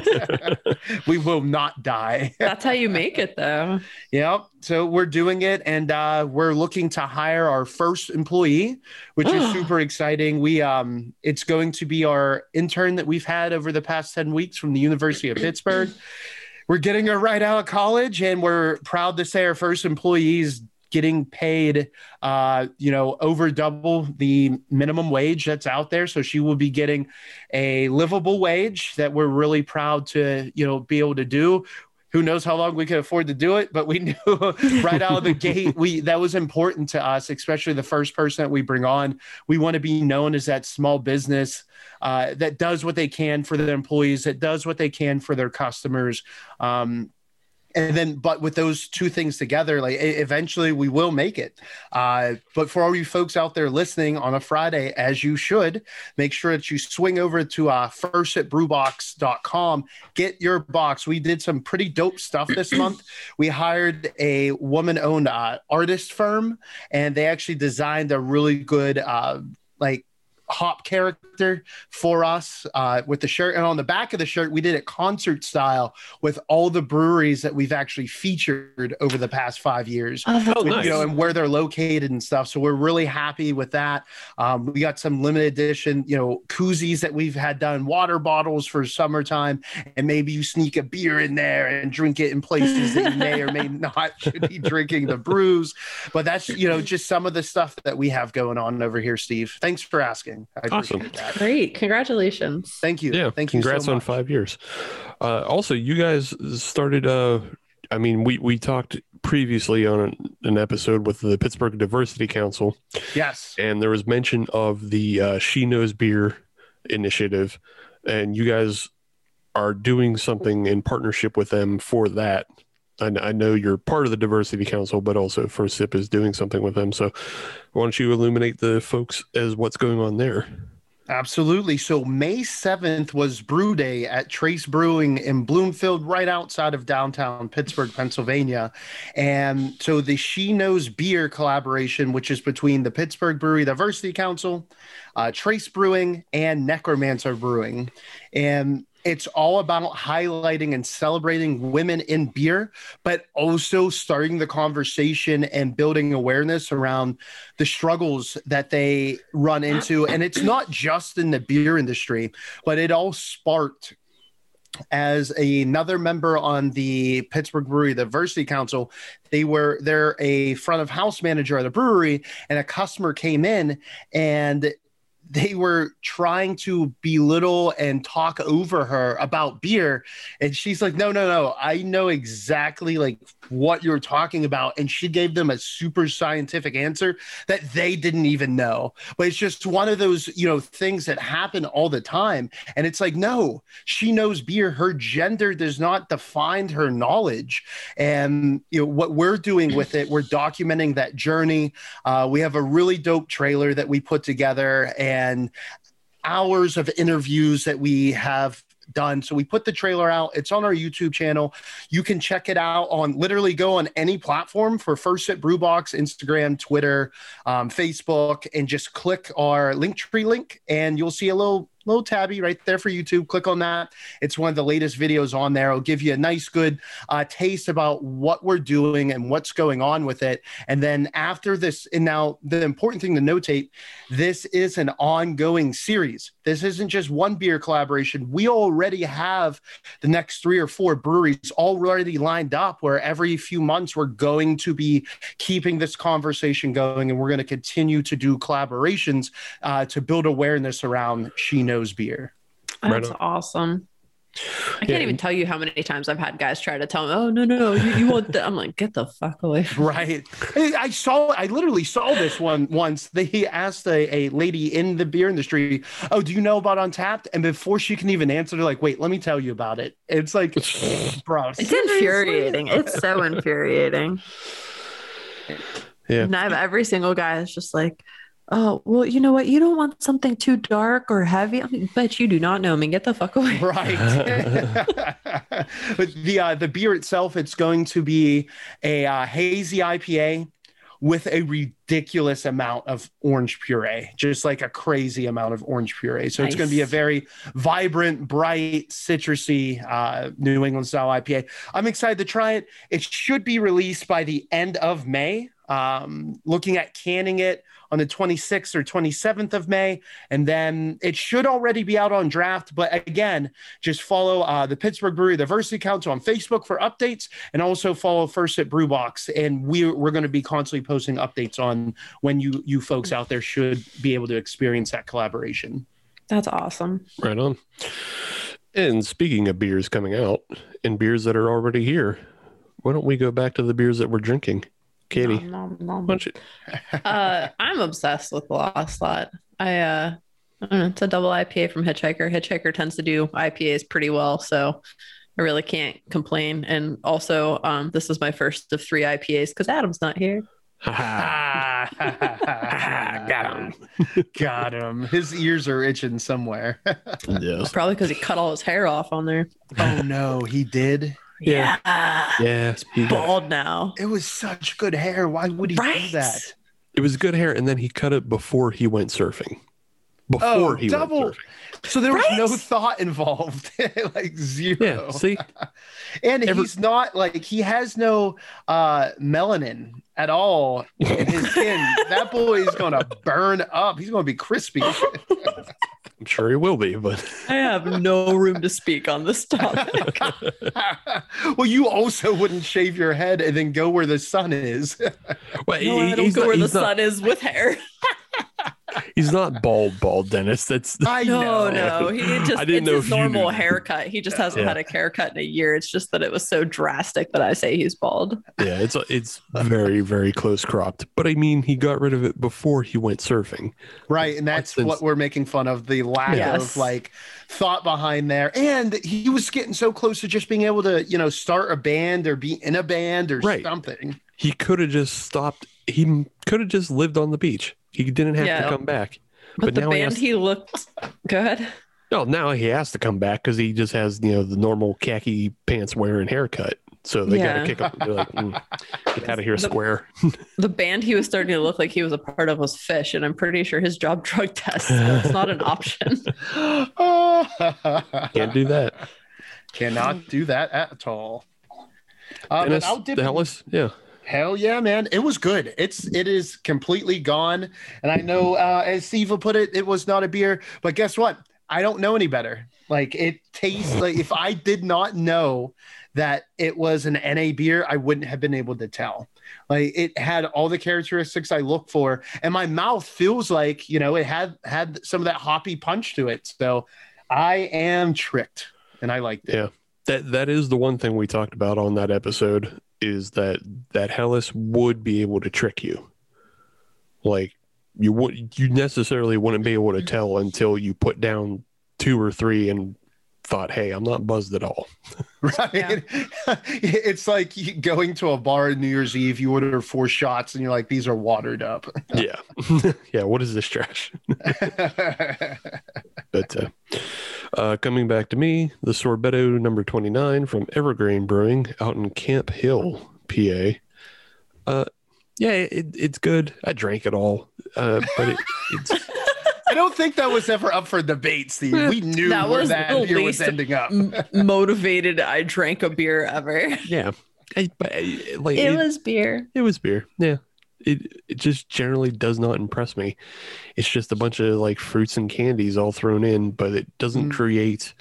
Speaker 6: we will not die.
Speaker 5: That's how you make it, though.
Speaker 6: Yep. So we're doing it, and uh, we're looking to hire our first employee, which is super exciting. We um, it's going to be our intern that we've had over the past ten weeks from the University of Pittsburgh. We're getting her right out of college, and we're proud to say our first employee is getting paid, uh, you know, over double the minimum wage that's out there. So she will be getting a livable wage that we're really proud to, you know, be able to do who knows how long we could afford to do it but we knew right out of the gate we that was important to us especially the first person that we bring on we want to be known as that small business uh, that does what they can for their employees that does what they can for their customers um, and then but with those two things together like e- eventually we will make it uh, but for all you folks out there listening on a friday as you should make sure that you swing over to uh, first at brewbox.com get your box. We did some pretty dope stuff this month. We hired a woman owned uh, artist firm, and they actually designed a really good, uh, like, hop character for us uh, with the shirt. And on the back of the shirt, we did it concert style with all the breweries that we've actually featured over the past five years
Speaker 4: oh,
Speaker 6: with,
Speaker 4: nice.
Speaker 6: you know, and where they're located and stuff. So we're really happy with that. Um, we got some limited edition, you know, koozies that we've had done, water bottles for summertime, and maybe you sneak a beer in there and drink it in places that you may or may not should be drinking the brews. But that's you know just some of the stuff that we have going on over here, Steve. Thanks for asking. I
Speaker 4: Awesome.
Speaker 6: appreciate that.
Speaker 5: Great. Congratulations.
Speaker 6: Thank you.
Speaker 4: yeah.
Speaker 6: Thank you.
Speaker 4: Congrats
Speaker 6: so
Speaker 4: on
Speaker 6: much.
Speaker 4: five years. Uh, also, you guys started, uh, I mean, we, we talked previously on an, an episode with the Pittsburgh Diversity Council,
Speaker 6: Yes.
Speaker 4: and there was mention of the uh, She Knows Beer initiative, and you guys are doing something in partnership with them for that. I, kn- I know you're part of the diversity council, but also First Sip is doing something with them. So, why don't you illuminate the folks as what's going on there?
Speaker 6: Absolutely. So May 7th was Brew Day at Trace Brewing in Bloomfield, right outside of downtown Pittsburgh, Pennsylvania. And so the She Knows Beer collaboration, which is between the Pittsburgh Brewery Diversity Council, uh, Trace Brewing, and Necromancer Brewing. And It's all about highlighting and celebrating women in beer, but also starting the conversation and building awareness around the struggles that they run into. And it's not just in the beer industry, but it all sparked as another member on the Pittsburgh Brewery Diversity Council. They were they're a front of house manager at a brewery, and a customer came in and they were trying to belittle and talk over her about beer and she's like no no no i know exactly like what you're talking about and she gave them a super scientific answer that they didn't even know but it's just one of those you know things that happen all the time and it's like no she knows beer her gender does not define her knowledge and you know what we're doing with it we're documenting that journey uh, we have a really dope trailer that we put together and hours of interviews that we have done. So we put the trailer out. It's on our YouTube channel. You can check it out on literally go on any platform for First Sip Brewbox, Instagram, Twitter, um, Facebook, and just click our Linktree link, and you'll see a little little tabby right there for YouTube. Click on that. It's one of the latest videos on there. It'll give you a nice, good uh, taste about what we're doing and what's going on with it. And then after this, and now the important thing to notate this is an ongoing series. This isn't just one beer collaboration. We already have the next three or four breweries already lined up where every few months we're going to be keeping this conversation going and we're going to continue to do collaborations uh, to build awareness around She Knows Beer.
Speaker 4: Right
Speaker 5: That's
Speaker 4: on.
Speaker 5: awesome. I
Speaker 4: Yeah,
Speaker 5: can't even
Speaker 4: and-
Speaker 5: tell you how many times I've had guys try to tell me, "Oh no, no, no, you, you want that?" I'm like, "Get the fuck away!" from
Speaker 6: Right. I I saw, I literally saw this one once. They asked a, a lady in the beer industry, Oh, do you know about Untapped? And before she can even answer, they're like, Wait, let me tell you about it. It's like, bro,
Speaker 5: It's infuriating. It's so infuriating.
Speaker 4: Yeah.
Speaker 5: And I have every single guy is just like, oh, well, you know what? You don't want something too dark or heavy. I mean, but you do not know me. Get the fuck away.
Speaker 6: right. but the uh, the beer itself, it's going to be a uh, hazy IPA with a ridiculous amount of orange puree, just like a crazy amount of orange puree. So it's going to be a
Speaker 5: Nice.
Speaker 6: very vibrant, bright, citrusy uh, New England style IPA. I'm excited to try it. It should be released by the end of May. Um, looking at canning it on the 26th or 27th of May, and then it should already be out on draft. But again, just follow uh, the Pittsburgh Brewery Diversity Council on Facebook for updates, and also follow First at Brewbox. And we we're going to be constantly posting updates on when you you folks out there should be able to experience that collaboration.
Speaker 5: That's awesome.
Speaker 4: Right on. And speaking of beers coming out and beers that are already here, why don't we go back to the beers that we're drinking? Katie, why
Speaker 5: Nom, nom, nom.
Speaker 4: don't you?
Speaker 5: Uh, I'm obsessed with the Lost Lot. I, uh, I don't know, it's a double IPA from Hitchhiker. Hitchhiker tends to do IPAs pretty well, so I really can't complain. And also, um, this is my first of three IPAs because Adam's not here.
Speaker 4: Ha-ha.
Speaker 6: Ah. Got him. Got him. His ears are itching somewhere.
Speaker 4: yes.
Speaker 5: Probably because he cut all his hair off on there.
Speaker 6: oh no, he did.
Speaker 4: Yeah. Yeah. he got-
Speaker 5: bald now.
Speaker 6: It was such good hair. Why would he
Speaker 5: Right.
Speaker 6: do that?
Speaker 4: It was good hair, and then he cut it before he went surfing. Before
Speaker 6: Oh,
Speaker 4: he
Speaker 6: double.
Speaker 4: went surfing.
Speaker 6: So there was
Speaker 5: Right?
Speaker 6: no thought involved, like zero.
Speaker 4: Yeah.
Speaker 5: Oh.
Speaker 4: See,
Speaker 6: and
Speaker 4: every-
Speaker 6: he's not like he has no uh, melanin at all in his skin. that boy is gonna burn up. He's gonna be crispy.
Speaker 4: I'm sure he will be, but
Speaker 5: I have no room to speak on this topic.
Speaker 6: well, you also wouldn't shave your head and then go where the sun is.
Speaker 4: well,
Speaker 5: No, I
Speaker 4: he-
Speaker 5: don't
Speaker 4: he's,
Speaker 5: go
Speaker 4: not,
Speaker 5: where the
Speaker 4: he's, not,
Speaker 5: sun is with hair.
Speaker 4: he's not bald, bald, Dennis. That's
Speaker 6: I
Speaker 5: No,
Speaker 6: know.
Speaker 5: no, he just
Speaker 4: I didn't
Speaker 5: it's
Speaker 4: know
Speaker 5: his
Speaker 4: if you
Speaker 5: normal
Speaker 4: knew.
Speaker 5: haircut. He just hasn't
Speaker 4: Yeah.
Speaker 5: had a haircut in a year. It's just that it was so drastic that I say he's bald.
Speaker 4: yeah. It's it's very very close cropped, but I mean, he got rid of it before he went surfing.
Speaker 6: Right. And that's
Speaker 4: Watson's-
Speaker 6: what we're making fun of the lack
Speaker 5: Yes.
Speaker 6: of like thought behind there. And he was getting so close to just being able to, you know, start a band or be in a band or
Speaker 4: Right.
Speaker 6: something.
Speaker 4: He could have just stopped. He could have just lived on the beach. He didn't have
Speaker 5: Yeah.
Speaker 4: to come back.
Speaker 5: But,
Speaker 4: But
Speaker 5: the
Speaker 4: now he
Speaker 5: band
Speaker 4: has-
Speaker 5: he, looked good.
Speaker 4: No, now he has to come back because he just has you know the normal khaki pants wearing haircut. So they got
Speaker 5: Yeah.
Speaker 4: to kick them. They're like, "Mm, get out of here,
Speaker 5: The-
Speaker 4: square.
Speaker 5: The band he was starting to look like he was a part of was Fish, and I'm pretty sure his job drug test. So it's not an option.
Speaker 4: Can't do that.
Speaker 6: Cannot do that at all. Uh, but
Speaker 4: Dennis,
Speaker 6: I'll dip
Speaker 4: the Hellas, yeah.
Speaker 6: Hell yeah, man! It was good. It's it is completely gone, and I know uh, as Steve put it, it was not a beer. But guess what? I don't know any better. Like it tastes like if I did not know that it was an NA beer, I wouldn't have been able to tell. Like it had all the characteristics I look for, and my mouth feels like you know it had had some of that hoppy punch to it. So I am tricked, and I liked it.
Speaker 4: Yeah. That that is the one thing we talked about on that episode is that that Hellas would be able to trick you. Like you would you necessarily wouldn't be able to tell until you put down two or three and thought, "Hey, I'm not buzzed at all."
Speaker 6: Right.
Speaker 5: Yeah.
Speaker 6: it's like you- going to a bar on New Year's Eve, you order four shots and you're like, these are watered up.
Speaker 4: yeah. yeah, what is this trash? But uh, uh, coming back to me, the Sorbetto number 29 from Evergreen Brewing out in Camp Hill, PA. Uh, yeah, it, it's good. I drank it all, uh, but it, it's
Speaker 6: I don't think that was ever up for debate, Steve. We knew
Speaker 5: That
Speaker 6: where
Speaker 5: was
Speaker 6: that
Speaker 5: the
Speaker 6: beer was
Speaker 5: least-
Speaker 6: ending up.
Speaker 5: M- motivated, I drank a beer ever.
Speaker 4: yeah, I, but I, like
Speaker 5: It was beer.
Speaker 4: it was beer. Yeah, it it just generally does not impress me. It's just a bunch of like fruits and candies all thrown in, but it doesn't
Speaker 6: Mm.
Speaker 4: create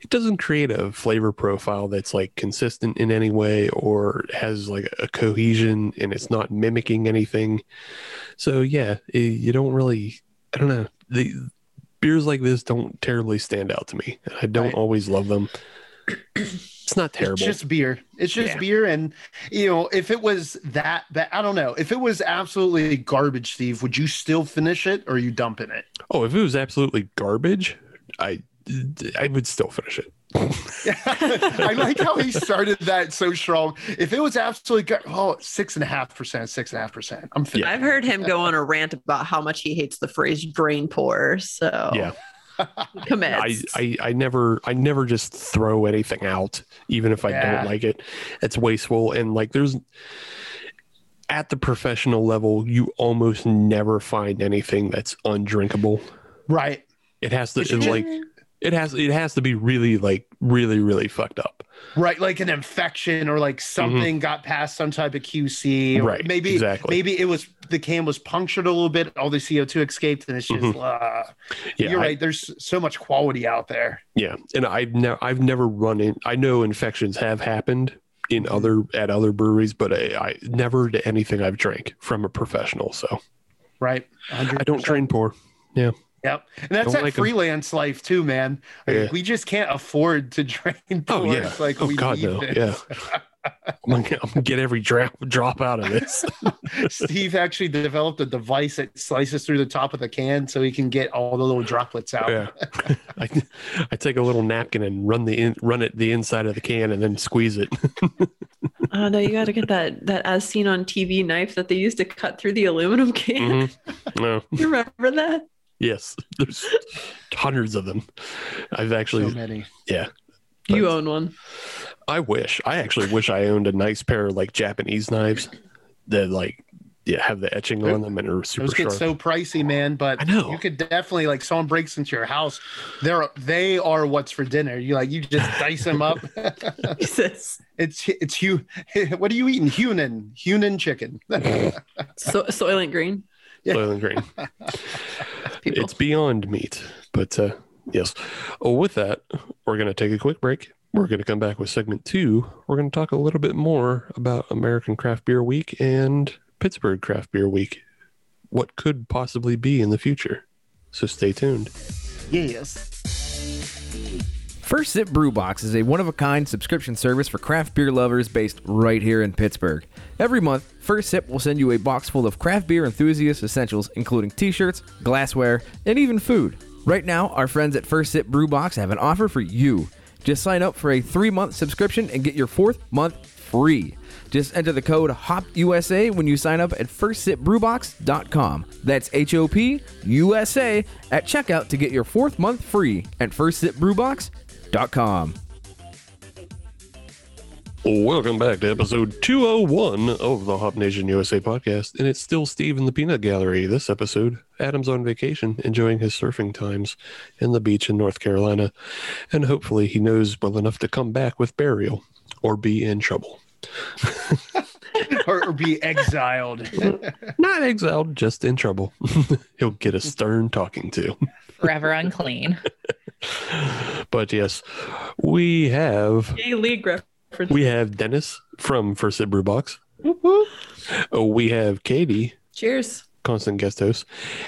Speaker 4: it doesn't create a flavor profile that's like consistent in any way or has like a cohesion and it's not mimicking anything. So yeah, i- you don't really I don't know the beers like this don't terribly stand out to me. I don't
Speaker 6: Right.
Speaker 4: always love them. It's not terrible.
Speaker 6: It's just beer. It's just
Speaker 4: Yeah.
Speaker 6: beer. And, you know, if it was that bad, I don't know. If it was absolutely garbage, Steve, would you still finish it or are you dumping it?
Speaker 4: Oh, if it was absolutely garbage, I I would still finish it.
Speaker 6: I like how he started that so strong. If it was absolutely, gar- oh, six and a half percent, six and a half percent. I'm finished.
Speaker 5: I've heard him go on a rant about how much he hates the phrase drain pour. So
Speaker 6: Oh,
Speaker 4: Yeah,
Speaker 5: commit.
Speaker 4: I, I I never I never just throw anything out, even if I
Speaker 6: Yeah.
Speaker 4: don't like it. It's wasteful and like there's at the professional level, you almost never find anything that's undrinkable.
Speaker 6: Right.
Speaker 4: It has to
Speaker 6: It's just-
Speaker 4: like it has it has to be really like really really fucked up.
Speaker 6: Right. Like an infection or like something got past some type of QC. Or
Speaker 4: Mm-hmm. Right,
Speaker 6: Maybe
Speaker 4: exactly.
Speaker 6: maybe it was the can was punctured a little bit, all the CO2 escaped, and it's just uh,
Speaker 4: Mm-hmm. Yeah,
Speaker 6: you're
Speaker 4: I-
Speaker 6: right. There's so much quality out there.
Speaker 4: Yeah, and I've never I've never run in. I know infections have happened in
Speaker 6: Mm-hmm.
Speaker 4: other at other breweries, but I, I never to anything I've drank from a professional. So
Speaker 6: Right. 100%.
Speaker 4: I don't drain pour.
Speaker 6: Yep. And that's
Speaker 4: Don't
Speaker 6: that
Speaker 4: like 'em.
Speaker 6: freelance life too, man. Like,
Speaker 4: Yeah.
Speaker 6: We just can't afford to drain
Speaker 4: Oh
Speaker 6: pores.
Speaker 4: yeah,
Speaker 6: Like
Speaker 4: oh
Speaker 6: we
Speaker 4: god
Speaker 6: need
Speaker 4: no,
Speaker 6: this.
Speaker 4: yeah. I'm gonna, I'm gonna get every drop drop out of this.
Speaker 6: Steve actually developed a device that slices through the top of the can so he can get all the little droplets out.
Speaker 4: yeah, I, I take a little napkin and run the in, run it the inside of the can and then squeeze it.
Speaker 5: Oh no, you got to get that that as seen on TV knife that they used to cut through the aluminum can.
Speaker 4: Mhm. No,
Speaker 5: You remember that?
Speaker 4: yes, there's hundreds of them. I've
Speaker 6: So
Speaker 4: actually
Speaker 6: many.
Speaker 5: You own one.
Speaker 4: I wish. I actually wish I owned a nice pair of like Japanese knives that like yeah, have the etching on them and are super
Speaker 6: Those get
Speaker 4: sharp.
Speaker 6: so pricy, man. But
Speaker 4: I know.
Speaker 6: you could definitely like someone breaks into your house. They're they are what's for dinner. You like you just dice them up.
Speaker 5: Jesus.
Speaker 6: it's it's you. What are you eating? Hunan Hunan chicken.
Speaker 5: So, Soylent Green.
Speaker 6: yeah.
Speaker 4: Soylent green.
Speaker 5: People.
Speaker 4: It's beyond meat. But uh yes. Oh, with that, we're gonna take a quick break. We're gonna come back with segment two. We're gonna talk a little bit more about American Craft Beer Week and Pittsburgh Craft Beer Week. What could possibly be in the future? So stay tuned.
Speaker 6: yes.
Speaker 7: First Sip Brew Box is a one of a kind subscription service for craft beer lovers based right here in Pittsburgh. Every month, First Sip will send you a box full of craft beer enthusiast essentials, including t shirts, glassware, and even food. Right now, our friends at First Sip Brew Box have an offer for you. Just sign up for a three month subscription and get your fourth month free. Just enter the code HOPUSA when you sign up at firstsipbrewbox.com. That's H O P U S A at checkout to get your fourth month free at firstsipbrewbox.com.
Speaker 4: Welcome back to episode 201 of the Hop Nation USA podcast. And it's still Steve in the Peanut Gallery this episode. Adam's on vacation, enjoying his surfing times in the beach in North Carolina. And hopefully he knows well enough to come back with burial or be in trouble.
Speaker 6: or, or be exiled.
Speaker 4: Not exiled, just in trouble. He'll get a stern talking to.
Speaker 8: Forever unclean.
Speaker 4: But yes, we have
Speaker 5: Yay, league reference.
Speaker 4: we have Dennis from First Sip Brew Box. Oh, we have Katie
Speaker 5: Cheers.
Speaker 4: constant guest host.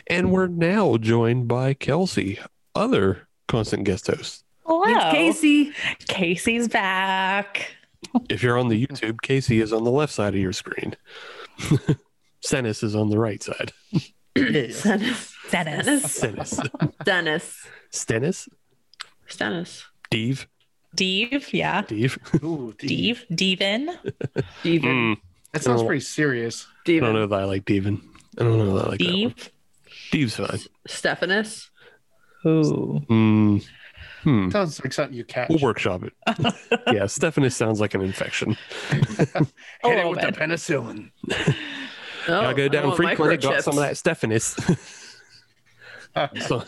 Speaker 4: And we're now joined by Kelsey, other constant guest host.
Speaker 8: Hello.
Speaker 9: Casey.
Speaker 8: Casey's back.
Speaker 4: If you're on the YouTube, Casey is on the left side of your screen. Senis is on the right side.
Speaker 5: Dennis.
Speaker 8: Dennis.
Speaker 4: Senis.
Speaker 5: Dennis.
Speaker 4: Stennis?
Speaker 5: Where's Dennis?
Speaker 4: Dave?
Speaker 8: Deve. Yeah.
Speaker 4: Dave?
Speaker 6: Ooh, Steve.
Speaker 8: Deve. Devin.
Speaker 5: Steven.
Speaker 4: Mm,
Speaker 6: That sounds
Speaker 4: Oh.
Speaker 6: pretty serious.
Speaker 4: I don't know
Speaker 5: Steven.
Speaker 4: that I like Devin. I don't know that I like that one.
Speaker 8: Deve.
Speaker 4: Dave's fine.
Speaker 5: Stephanus.
Speaker 8: Who?
Speaker 4: Mm, hmm.
Speaker 6: Sounds like something you catch.
Speaker 4: We'll workshop it. yeah, Stephanus sounds like an infection.
Speaker 8: A
Speaker 6: Hit it
Speaker 8: little
Speaker 6: with
Speaker 8: bit.
Speaker 6: the penicillin.
Speaker 5: Oh,
Speaker 4: Gotta
Speaker 5: I
Speaker 4: go down
Speaker 5: want
Speaker 4: frequently. Got
Speaker 5: microchips.
Speaker 4: some of that Stephanus. So-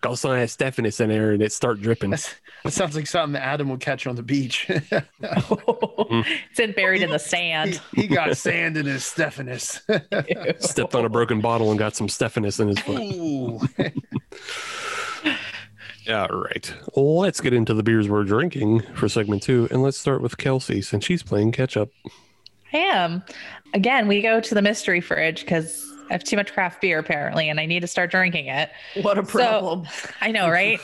Speaker 4: got some of that Stephanus in there and it start dripping.
Speaker 6: That's, that sounds like something that Adam would catch on the beach.
Speaker 8: it's in buried in
Speaker 6: he,
Speaker 8: the sand.
Speaker 6: he got sand in his Stephanus.
Speaker 4: Stepped on a broken bottle and got some Stephanus in his foot.
Speaker 6: Ooh.
Speaker 4: All right. Let's get into the beers we're drinking for segment two. And let's start with Kelsey since she's playing catch up.
Speaker 8: I am. Again, we go to the mystery fridge because I have too much craft beer apparently, and I need to start drinking it.
Speaker 5: What a problem.
Speaker 8: I know, right?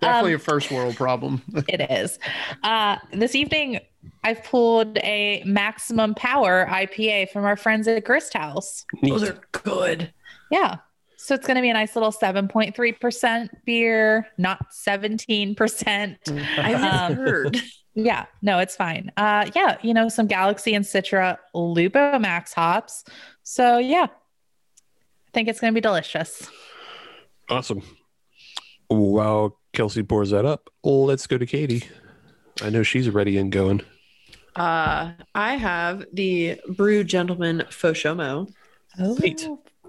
Speaker 6: Definitely a first world problem.
Speaker 8: it is. Uh, this evening, I've pulled a maximum power IPA from our friends at Grist House.
Speaker 5: Those are good.
Speaker 8: Yeah. So it's going to be a nice little 7.3% beer, not 17%.
Speaker 5: I
Speaker 8: Um,
Speaker 5: misheard.
Speaker 8: Yeah, no, it's fine. Uh, yeah, you know, some Galaxy and Citra Lubo Max hops. So yeah, I think it's going to be delicious.
Speaker 4: Awesome. While Kelsey pours that up, let's go to Katie. I know she's ready and going.
Speaker 5: Uh, I have the Brew Gentleman Foshomo
Speaker 8: Oh,
Speaker 4: Sweet.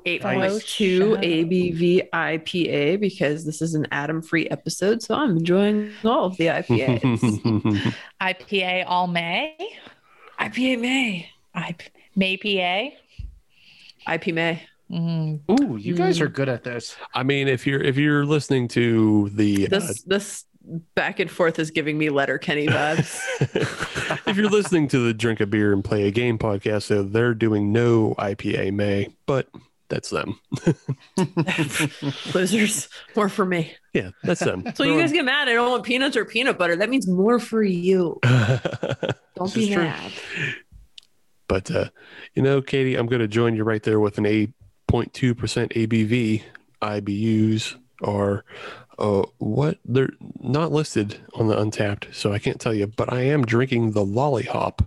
Speaker 5: 8.02 ABV IPA because this is an atom free episode. So I'm enjoying all of the IPAs.
Speaker 8: IPA all May,
Speaker 5: IPA May.
Speaker 8: IP, May PA.
Speaker 5: IP May.
Speaker 8: Mm,
Speaker 6: Ooh, you guys are good at this.
Speaker 4: I mean, if you're if you're listening to the uh,
Speaker 5: This, this back and forth is giving me letter Kenny vibes.
Speaker 4: if you're listening to the Drink a Beer and Play a Game podcast, so they're doing no IPA May, but that's them.
Speaker 5: Losers. More for me.
Speaker 4: Yeah, that's them.
Speaker 5: So you guys get mad. I don't want peanuts or peanut butter. That means more for you. Don't
Speaker 6: This is
Speaker 5: be
Speaker 6: true.
Speaker 5: mad.
Speaker 4: but uh, you know, Katie, I'm going to join you right there with an 8.2% ABV. IBUs are uh, what they're not listed on the Untapped, so I can't tell you. But I am drinking the Lollipop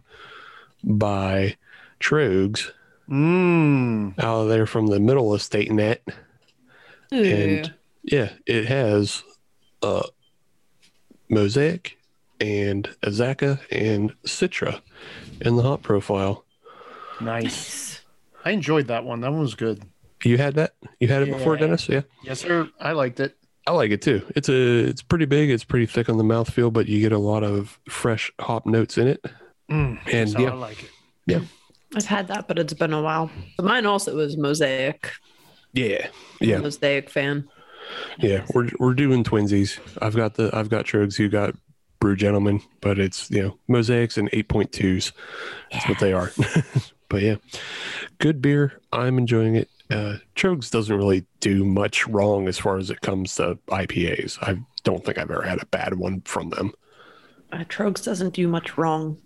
Speaker 4: by Trogs
Speaker 6: Mmm.
Speaker 4: out there from the middle of state net. and yeah, it has uh, Mosaic and Azaka and Citra in the hot profile.
Speaker 6: Nice. I enjoyed that one. That one was good.
Speaker 4: You had that? You had it before, Dennis? Yeah,
Speaker 6: Yes, sir. I liked it.
Speaker 4: I like it too. It's a it's pretty big. It's pretty thick on the mouthfeel, but you get a lot of fresh hop notes in it.
Speaker 6: Mm.
Speaker 4: And
Speaker 6: So I
Speaker 4: yeah,
Speaker 6: like it.
Speaker 5: I've had that, but it's been a while. But mine also was mosaic.
Speaker 4: yeah, yeah,
Speaker 5: Mosaic fan.
Speaker 4: yeah. We're we're doing twinsies. I've got the I've got Trogs. You got Brew Gentleman, but it's you know mosaics and eight point twos. That's what they are. but yeah, good beer. I'm enjoying it. Uh, Trogs doesn't really do much wrong as far as it comes to IPAs. I don't think I've ever had a bad one from them.
Speaker 5: Uh, Trogs doesn't do much wrong.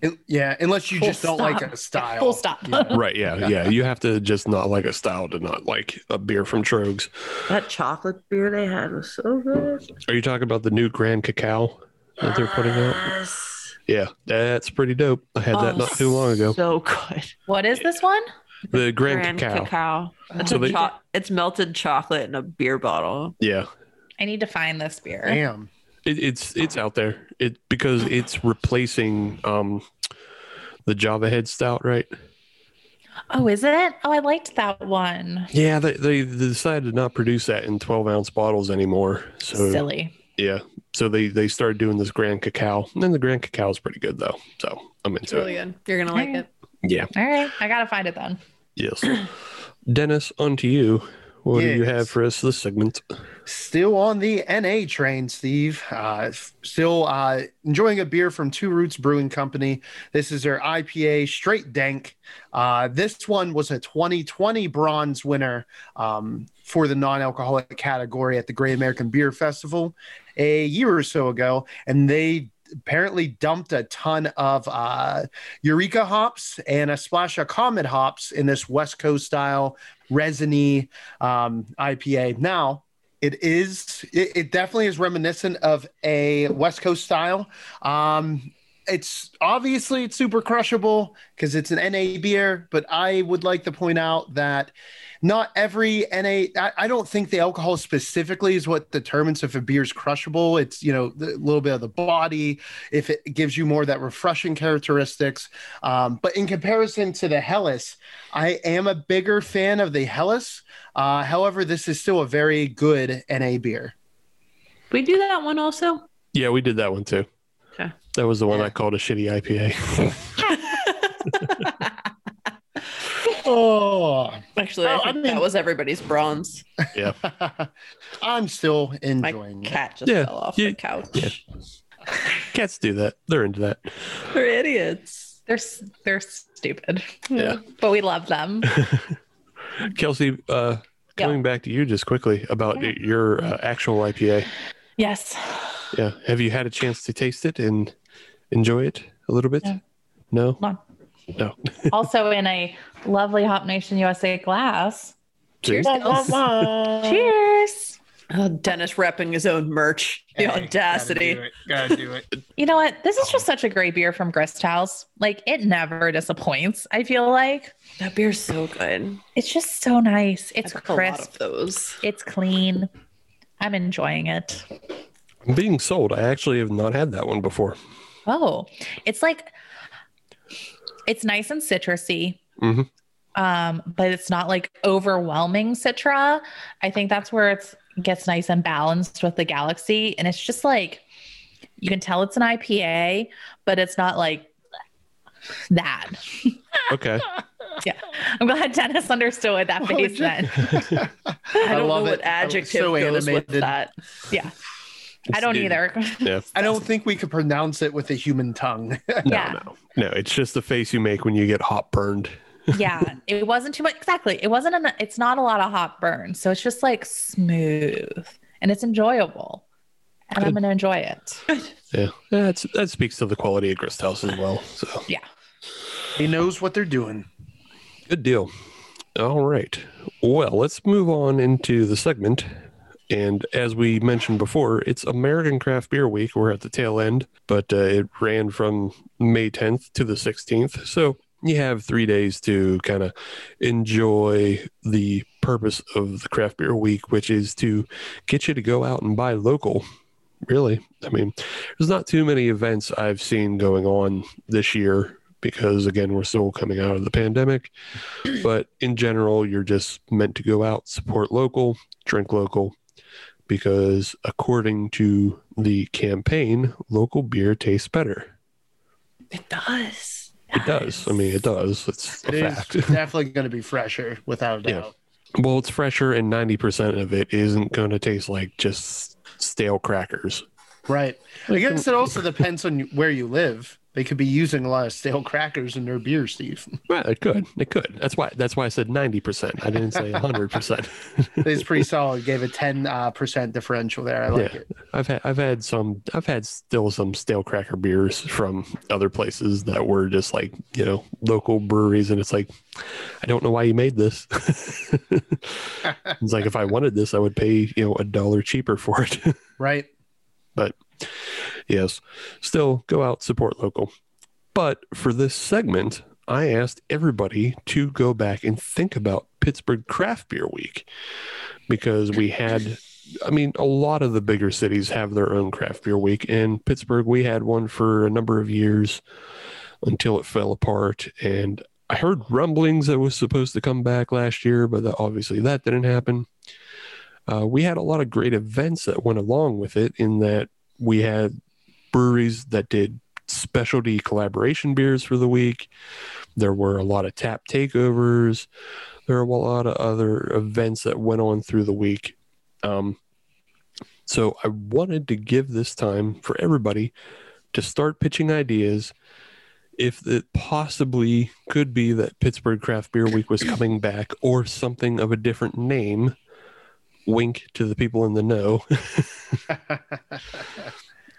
Speaker 6: It- yeah, unless you
Speaker 8: Full
Speaker 6: just don't like
Speaker 8: stop.
Speaker 6: a style.
Speaker 8: Full stop.
Speaker 6: Yeah.
Speaker 4: Right? Yeah, yeah. You have to just not like a style to not like a beer from Trogs.
Speaker 5: That chocolate beer they had was so good.
Speaker 4: Are you talking about the new Grand Cacao that they're putting out?
Speaker 5: Yes.
Speaker 4: Yeah, that's pretty dope. I had that
Speaker 5: Oh,
Speaker 4: not too long ago.
Speaker 5: So good.
Speaker 8: what is this one?
Speaker 4: The Grand, Cacao.
Speaker 5: It's,
Speaker 4: So
Speaker 5: a
Speaker 4: they-
Speaker 5: cho- it's melted chocolate in a beer bottle.
Speaker 4: Yeah,
Speaker 8: I need to find this beer.
Speaker 6: Damn.
Speaker 4: it, it's it's out there. It because it's replacing um the Java Head Stout, right?
Speaker 8: Oh, is it? Oh, I liked that one.
Speaker 4: Yeah, they, they they decided to not produce that in 12 ounce bottles anymore. So
Speaker 8: Silly.
Speaker 4: yeah, so they they started doing this Grand Cacao, and then the Grand Cacao is pretty good though. So I'm
Speaker 5: It's
Speaker 4: into
Speaker 5: really good. You're gonna like it.
Speaker 4: it. Yeah,
Speaker 8: All right. I got to find it then.
Speaker 4: yes. Dennis, onto you. What do you have
Speaker 6: Yes.
Speaker 4: for us this segment?
Speaker 6: Still on the NA train, Steve. Uh, f- still uh, enjoying a beer from Two Roots Brewing Company. This is their IPA, straight dank. Uh, this one was a 2020 bronze winner um, for the non alcoholic category at the Great American Beer Festival a year or so ago. And they apparently dumped a ton of uh, Eureka hops and a splash of Comet hops in this West Coast style resiny um, IPA. Now, it is. It, it definitely is reminiscent of a West Coast style. Um, it's obviously it's super crushable because it's an NA beer, but I would like to point out that not every NA. I, I don't think the alcohol specifically is what determines if a beer's crushable. It's you know a little bit of the body, if it gives you more of that refreshing characteristics. Um, but in comparison to the Hellas, I am a bigger fan of the Hellas. Uh, however, this is still a very good NA beer.
Speaker 5: We do that one also.
Speaker 4: Yeah, we did that one too.
Speaker 5: Okay.
Speaker 4: That was the one
Speaker 6: Yeah.
Speaker 4: I called a shitty IPA.
Speaker 6: Oh,
Speaker 5: Actually,
Speaker 6: Oh,
Speaker 5: I
Speaker 6: I
Speaker 5: think
Speaker 6: mean-
Speaker 5: that was everybody's bronze.
Speaker 6: I'm still
Speaker 5: My
Speaker 6: enjoying it.
Speaker 5: cat just
Speaker 4: Yeah,
Speaker 5: fell off
Speaker 4: yeah,
Speaker 5: the couch.
Speaker 4: yeah. Cats do that. They're into that.
Speaker 5: We're idiots.
Speaker 8: They're s- they're stupid.
Speaker 4: Yeah.
Speaker 8: But we love them.
Speaker 4: Kelsey, uh,
Speaker 8: Yeah.
Speaker 4: coming back to you just quickly about y- your uh, actual IPA.
Speaker 8: yes.
Speaker 4: Yeah. Have you had a chance to taste it and enjoy it a little bit?
Speaker 8: No.
Speaker 4: No.
Speaker 8: Come
Speaker 4: No.
Speaker 8: Also in a lovely Hop Nation USA glass.
Speaker 4: Cheers.
Speaker 8: Cheers.
Speaker 5: Oh, Dennis repping his own merch. The audacity.
Speaker 8: You know what? This is just such a great beer from Grist House. Like it never disappoints. I feel like
Speaker 5: That beer's so good.
Speaker 8: it's just so nice. It's
Speaker 5: It's a lot
Speaker 8: crisp.
Speaker 5: of those.
Speaker 8: It's clean. I'm enjoying it.
Speaker 4: I'm being sold. I actually have not had that one before.
Speaker 8: Oh, it's like it's nice and citrusy.
Speaker 4: Mhm.
Speaker 8: Um, but it's not like overwhelming citra. I think that's where it's gets nice and balanced with the galaxy. And it's just like you can tell it's an IPA, but it's not like that.
Speaker 4: Okay.
Speaker 8: I'm glad Dennis understood that
Speaker 6: Well,
Speaker 8: face
Speaker 6: it
Speaker 8: then.
Speaker 6: just-
Speaker 5: I don't
Speaker 6: love
Speaker 5: know
Speaker 6: it.
Speaker 5: what
Speaker 6: I was
Speaker 5: adjective
Speaker 6: so
Speaker 5: goes with
Speaker 6: animated.
Speaker 5: that.
Speaker 8: Yeah. I don't
Speaker 4: It's-
Speaker 8: either.
Speaker 4: Yeah.
Speaker 6: I don't think we could pronounce it with a human tongue.
Speaker 4: No,
Speaker 8: Yeah.
Speaker 4: no, no. It's just the face you make when you get hot burned.
Speaker 8: yeah. It wasn't too much exactly. It wasn't an it's not a lot of hot burn. So it's just like smooth and it's enjoyable. And I'm gonna enjoy it.
Speaker 4: Yeah. That's that speaks to the quality of Grist House as well. So
Speaker 6: he knows what they're doing.
Speaker 4: Good deal. All right. Well, let's move on into the segment. And as we mentioned before, it's American Craft Beer Week. We're at the tail end, but uh, it ran from May 10th to the 16th. So you have three days to kind of enjoy the purpose of the Craft Beer Week, which is to get you to go out and buy local. Really. I mean, there's not too many events I've seen going on this year because, again, we're still coming out of the pandemic but in general you're just meant to go out support local drink local because according to the campaign local beer tastes better
Speaker 5: It does.
Speaker 4: it does i mean it does it's
Speaker 6: It
Speaker 4: a
Speaker 6: is
Speaker 4: fact
Speaker 6: definitely going to be fresher, without a
Speaker 4: Yeah.
Speaker 6: doubt.
Speaker 4: well it's fresher and 90% of it isn't going to taste like just stale crackers
Speaker 6: Right. I guess it also depends on where you live. They could be using a lot of stale crackers in their beer, Steve.
Speaker 4: well it could it could that's why that's why i said 90% i didn't say 100%
Speaker 6: It's pretty solid. Gave a 10% uh, percent differential there. I like
Speaker 4: Yeah.
Speaker 6: it.
Speaker 4: I've had I've had some I've had still some stale cracker beers from other places that were just like you know local breweries, and it's like I don't know why you made this. it's like if I wanted this, I would pay you know a dollar cheaper for it.
Speaker 6: Right.
Speaker 4: yes, still go out support local. But for this segment, I asked everybody to go back and think about Pittsburgh Craft Beer Week because we had, I mean, a lot of the bigger cities have their own craft beer week. In Pittsburgh, we had one for a number of years. until it fell apart. And I heard rumblings that it was supposed to come back last year, but that, obviously that didn't happen. Uh, we had a lot of great events that went along with it, in that we had breweries that did specialty collaboration beers for the week. There were a lot of tap takeovers. There were a lot of other events that went on through the week. Um, so I wanted to give this time for everybody to start pitching ideas. If it possibly could be that Pittsburgh Craft Beer Week was coming back or something of a different name, wink to the people in the know.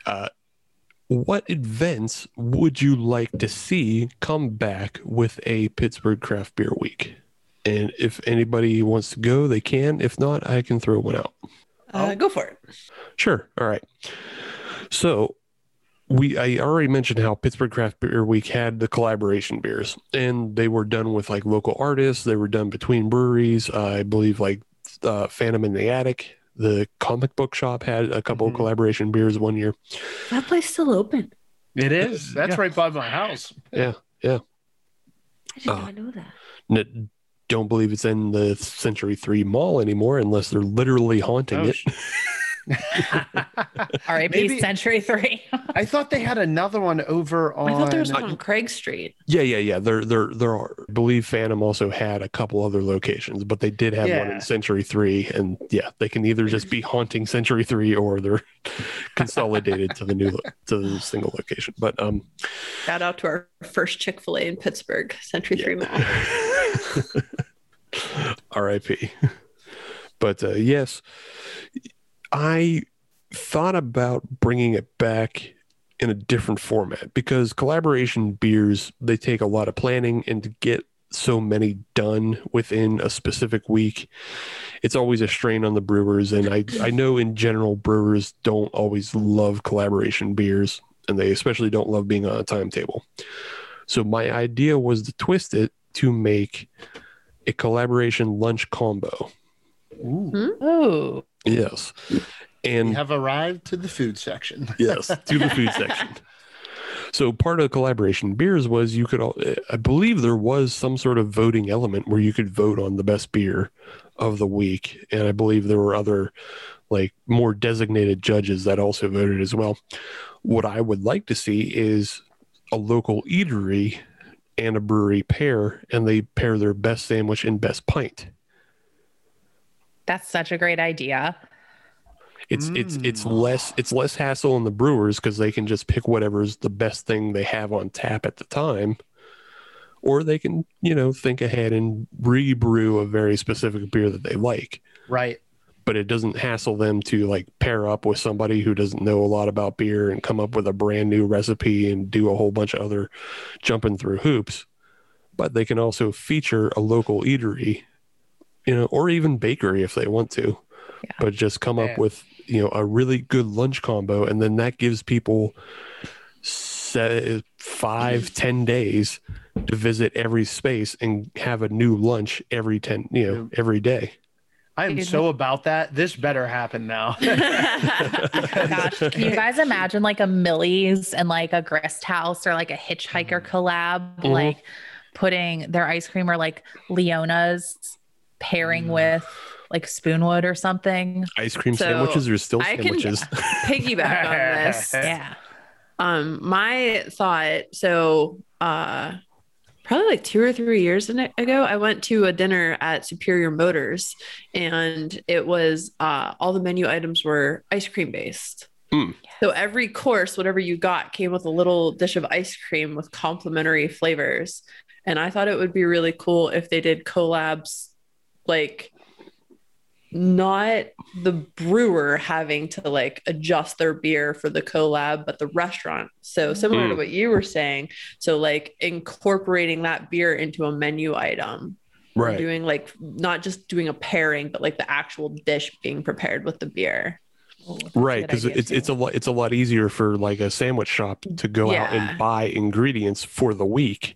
Speaker 4: uh, what events would you like to see come back with a Pittsburgh Craft Beer Week? And if anybody wants to go, they can. If not, I can throw one out.
Speaker 5: Uh, go for it.
Speaker 4: Sure. All right. So we I already mentioned how Pittsburgh Craft Beer Week had the collaboration beers, and they were done with like local artists. They were done between breweries. I believe like uh, Phantom in the Attic, the comic book shop had a couple
Speaker 6: Mhm.
Speaker 4: of collaboration beers one year.
Speaker 5: That place still open.
Speaker 6: It is. That's
Speaker 4: Yeah.
Speaker 6: right by my house.
Speaker 4: Yeah.
Speaker 5: I did
Speaker 4: Uh,
Speaker 5: not know that.
Speaker 4: N- don't believe it's in the Century Three Mall anymore, unless they're literally haunting
Speaker 6: Oh,
Speaker 4: it.
Speaker 6: sh-
Speaker 8: RAP
Speaker 6: Maybe-
Speaker 8: Century 3.
Speaker 6: I thought they had another one over on.
Speaker 5: I thought there was one on Craig Street.
Speaker 4: Yeah, yeah, yeah. There, there, there are. I believe Phantom also had a couple other locations, but they did have one
Speaker 6: Yeah.
Speaker 4: in Century Three, and yeah, they can either just be haunting Century Three or they're consolidated to the new to the single location. But um,
Speaker 5: Shout out to our first Chick Fil A in Pittsburgh, Century Three Mall.
Speaker 4: R.I.P. But uh, yes, I thought about bringing it back in a different format because collaboration beers they take a lot of planning and to get so many done within a specific week it's always a strain on the brewers and I I know in general brewers don't always love collaboration beers and they especially don't love being on a timetable so my idea was to twist it to make a collaboration lunch combo
Speaker 6: Ooh,
Speaker 8: Ooh.
Speaker 4: yes and
Speaker 6: we have arrived to the food section.
Speaker 4: yes to the food section so part of collaboration beers was you could all i believe there was some sort of voting element where you could vote on the best beer of the week and i believe there were other like more designated judges that also voted as well what i would like to see is a local eatery and a brewery pair and they pair their best sandwich and best pint
Speaker 8: That's such a great idea.
Speaker 4: It's it's it's
Speaker 6: Mm.
Speaker 4: less it's less hassle on the brewers because they can just pick whatever's the best thing they have on tap at the time, or they can you know think ahead and rebrew a very specific beer that they like.
Speaker 6: Right.
Speaker 4: But it doesn't hassle them to like pair up with somebody who doesn't know a lot about beer and come up with a brand new recipe and do a whole bunch of other jumping through hoops. But they can also feature a local eatery, you know, or even bakery if they want to but just come
Speaker 6: Yeah.
Speaker 4: up with you know a really good lunch combo and then that gives people se- five ten days to visit every space and have a new lunch every ten you know every day
Speaker 6: I am
Speaker 8: Dude.
Speaker 6: so about that. This better happen now.
Speaker 8: Gosh, can you guys imagine like a Millie's and like a grist house or like a hitchhiker collab,
Speaker 4: Mhm.
Speaker 8: like putting their ice cream or like Leona's pairing
Speaker 4: Mm.
Speaker 8: with like Spoonwood or something?
Speaker 4: ice cream
Speaker 5: So,
Speaker 4: sandwiches are still
Speaker 5: I can-
Speaker 4: sandwiches
Speaker 5: Piggyback on
Speaker 4: Eh.
Speaker 5: this.
Speaker 8: Yeah.
Speaker 5: Um, my thought, so uh probably like two or three years in- ago, I went to a dinner at Superior Motors and it was uh all the menu items were ice cream based.
Speaker 4: Mm.
Speaker 5: So every course, whatever you got, came with a little dish of ice cream with complimentary flavors. And I thought it would be really cool if they did collabs like not the brewer having to like adjust their beer for the collab, but the restaurant. So similar to
Speaker 4: Mm.
Speaker 5: what you were saying. So like incorporating that beer into a menu item. or
Speaker 4: right
Speaker 5: Doing like not just doing a pairing, but like the actual dish being prepared with the beer.
Speaker 8: Ooh, that's a
Speaker 4: right
Speaker 8: good
Speaker 4: because
Speaker 8: idea,
Speaker 4: it's
Speaker 8: too.
Speaker 4: it's a lot it's a lot easier for like a sandwich shop to go out
Speaker 5: Yeah.
Speaker 4: and buy ingredients for the week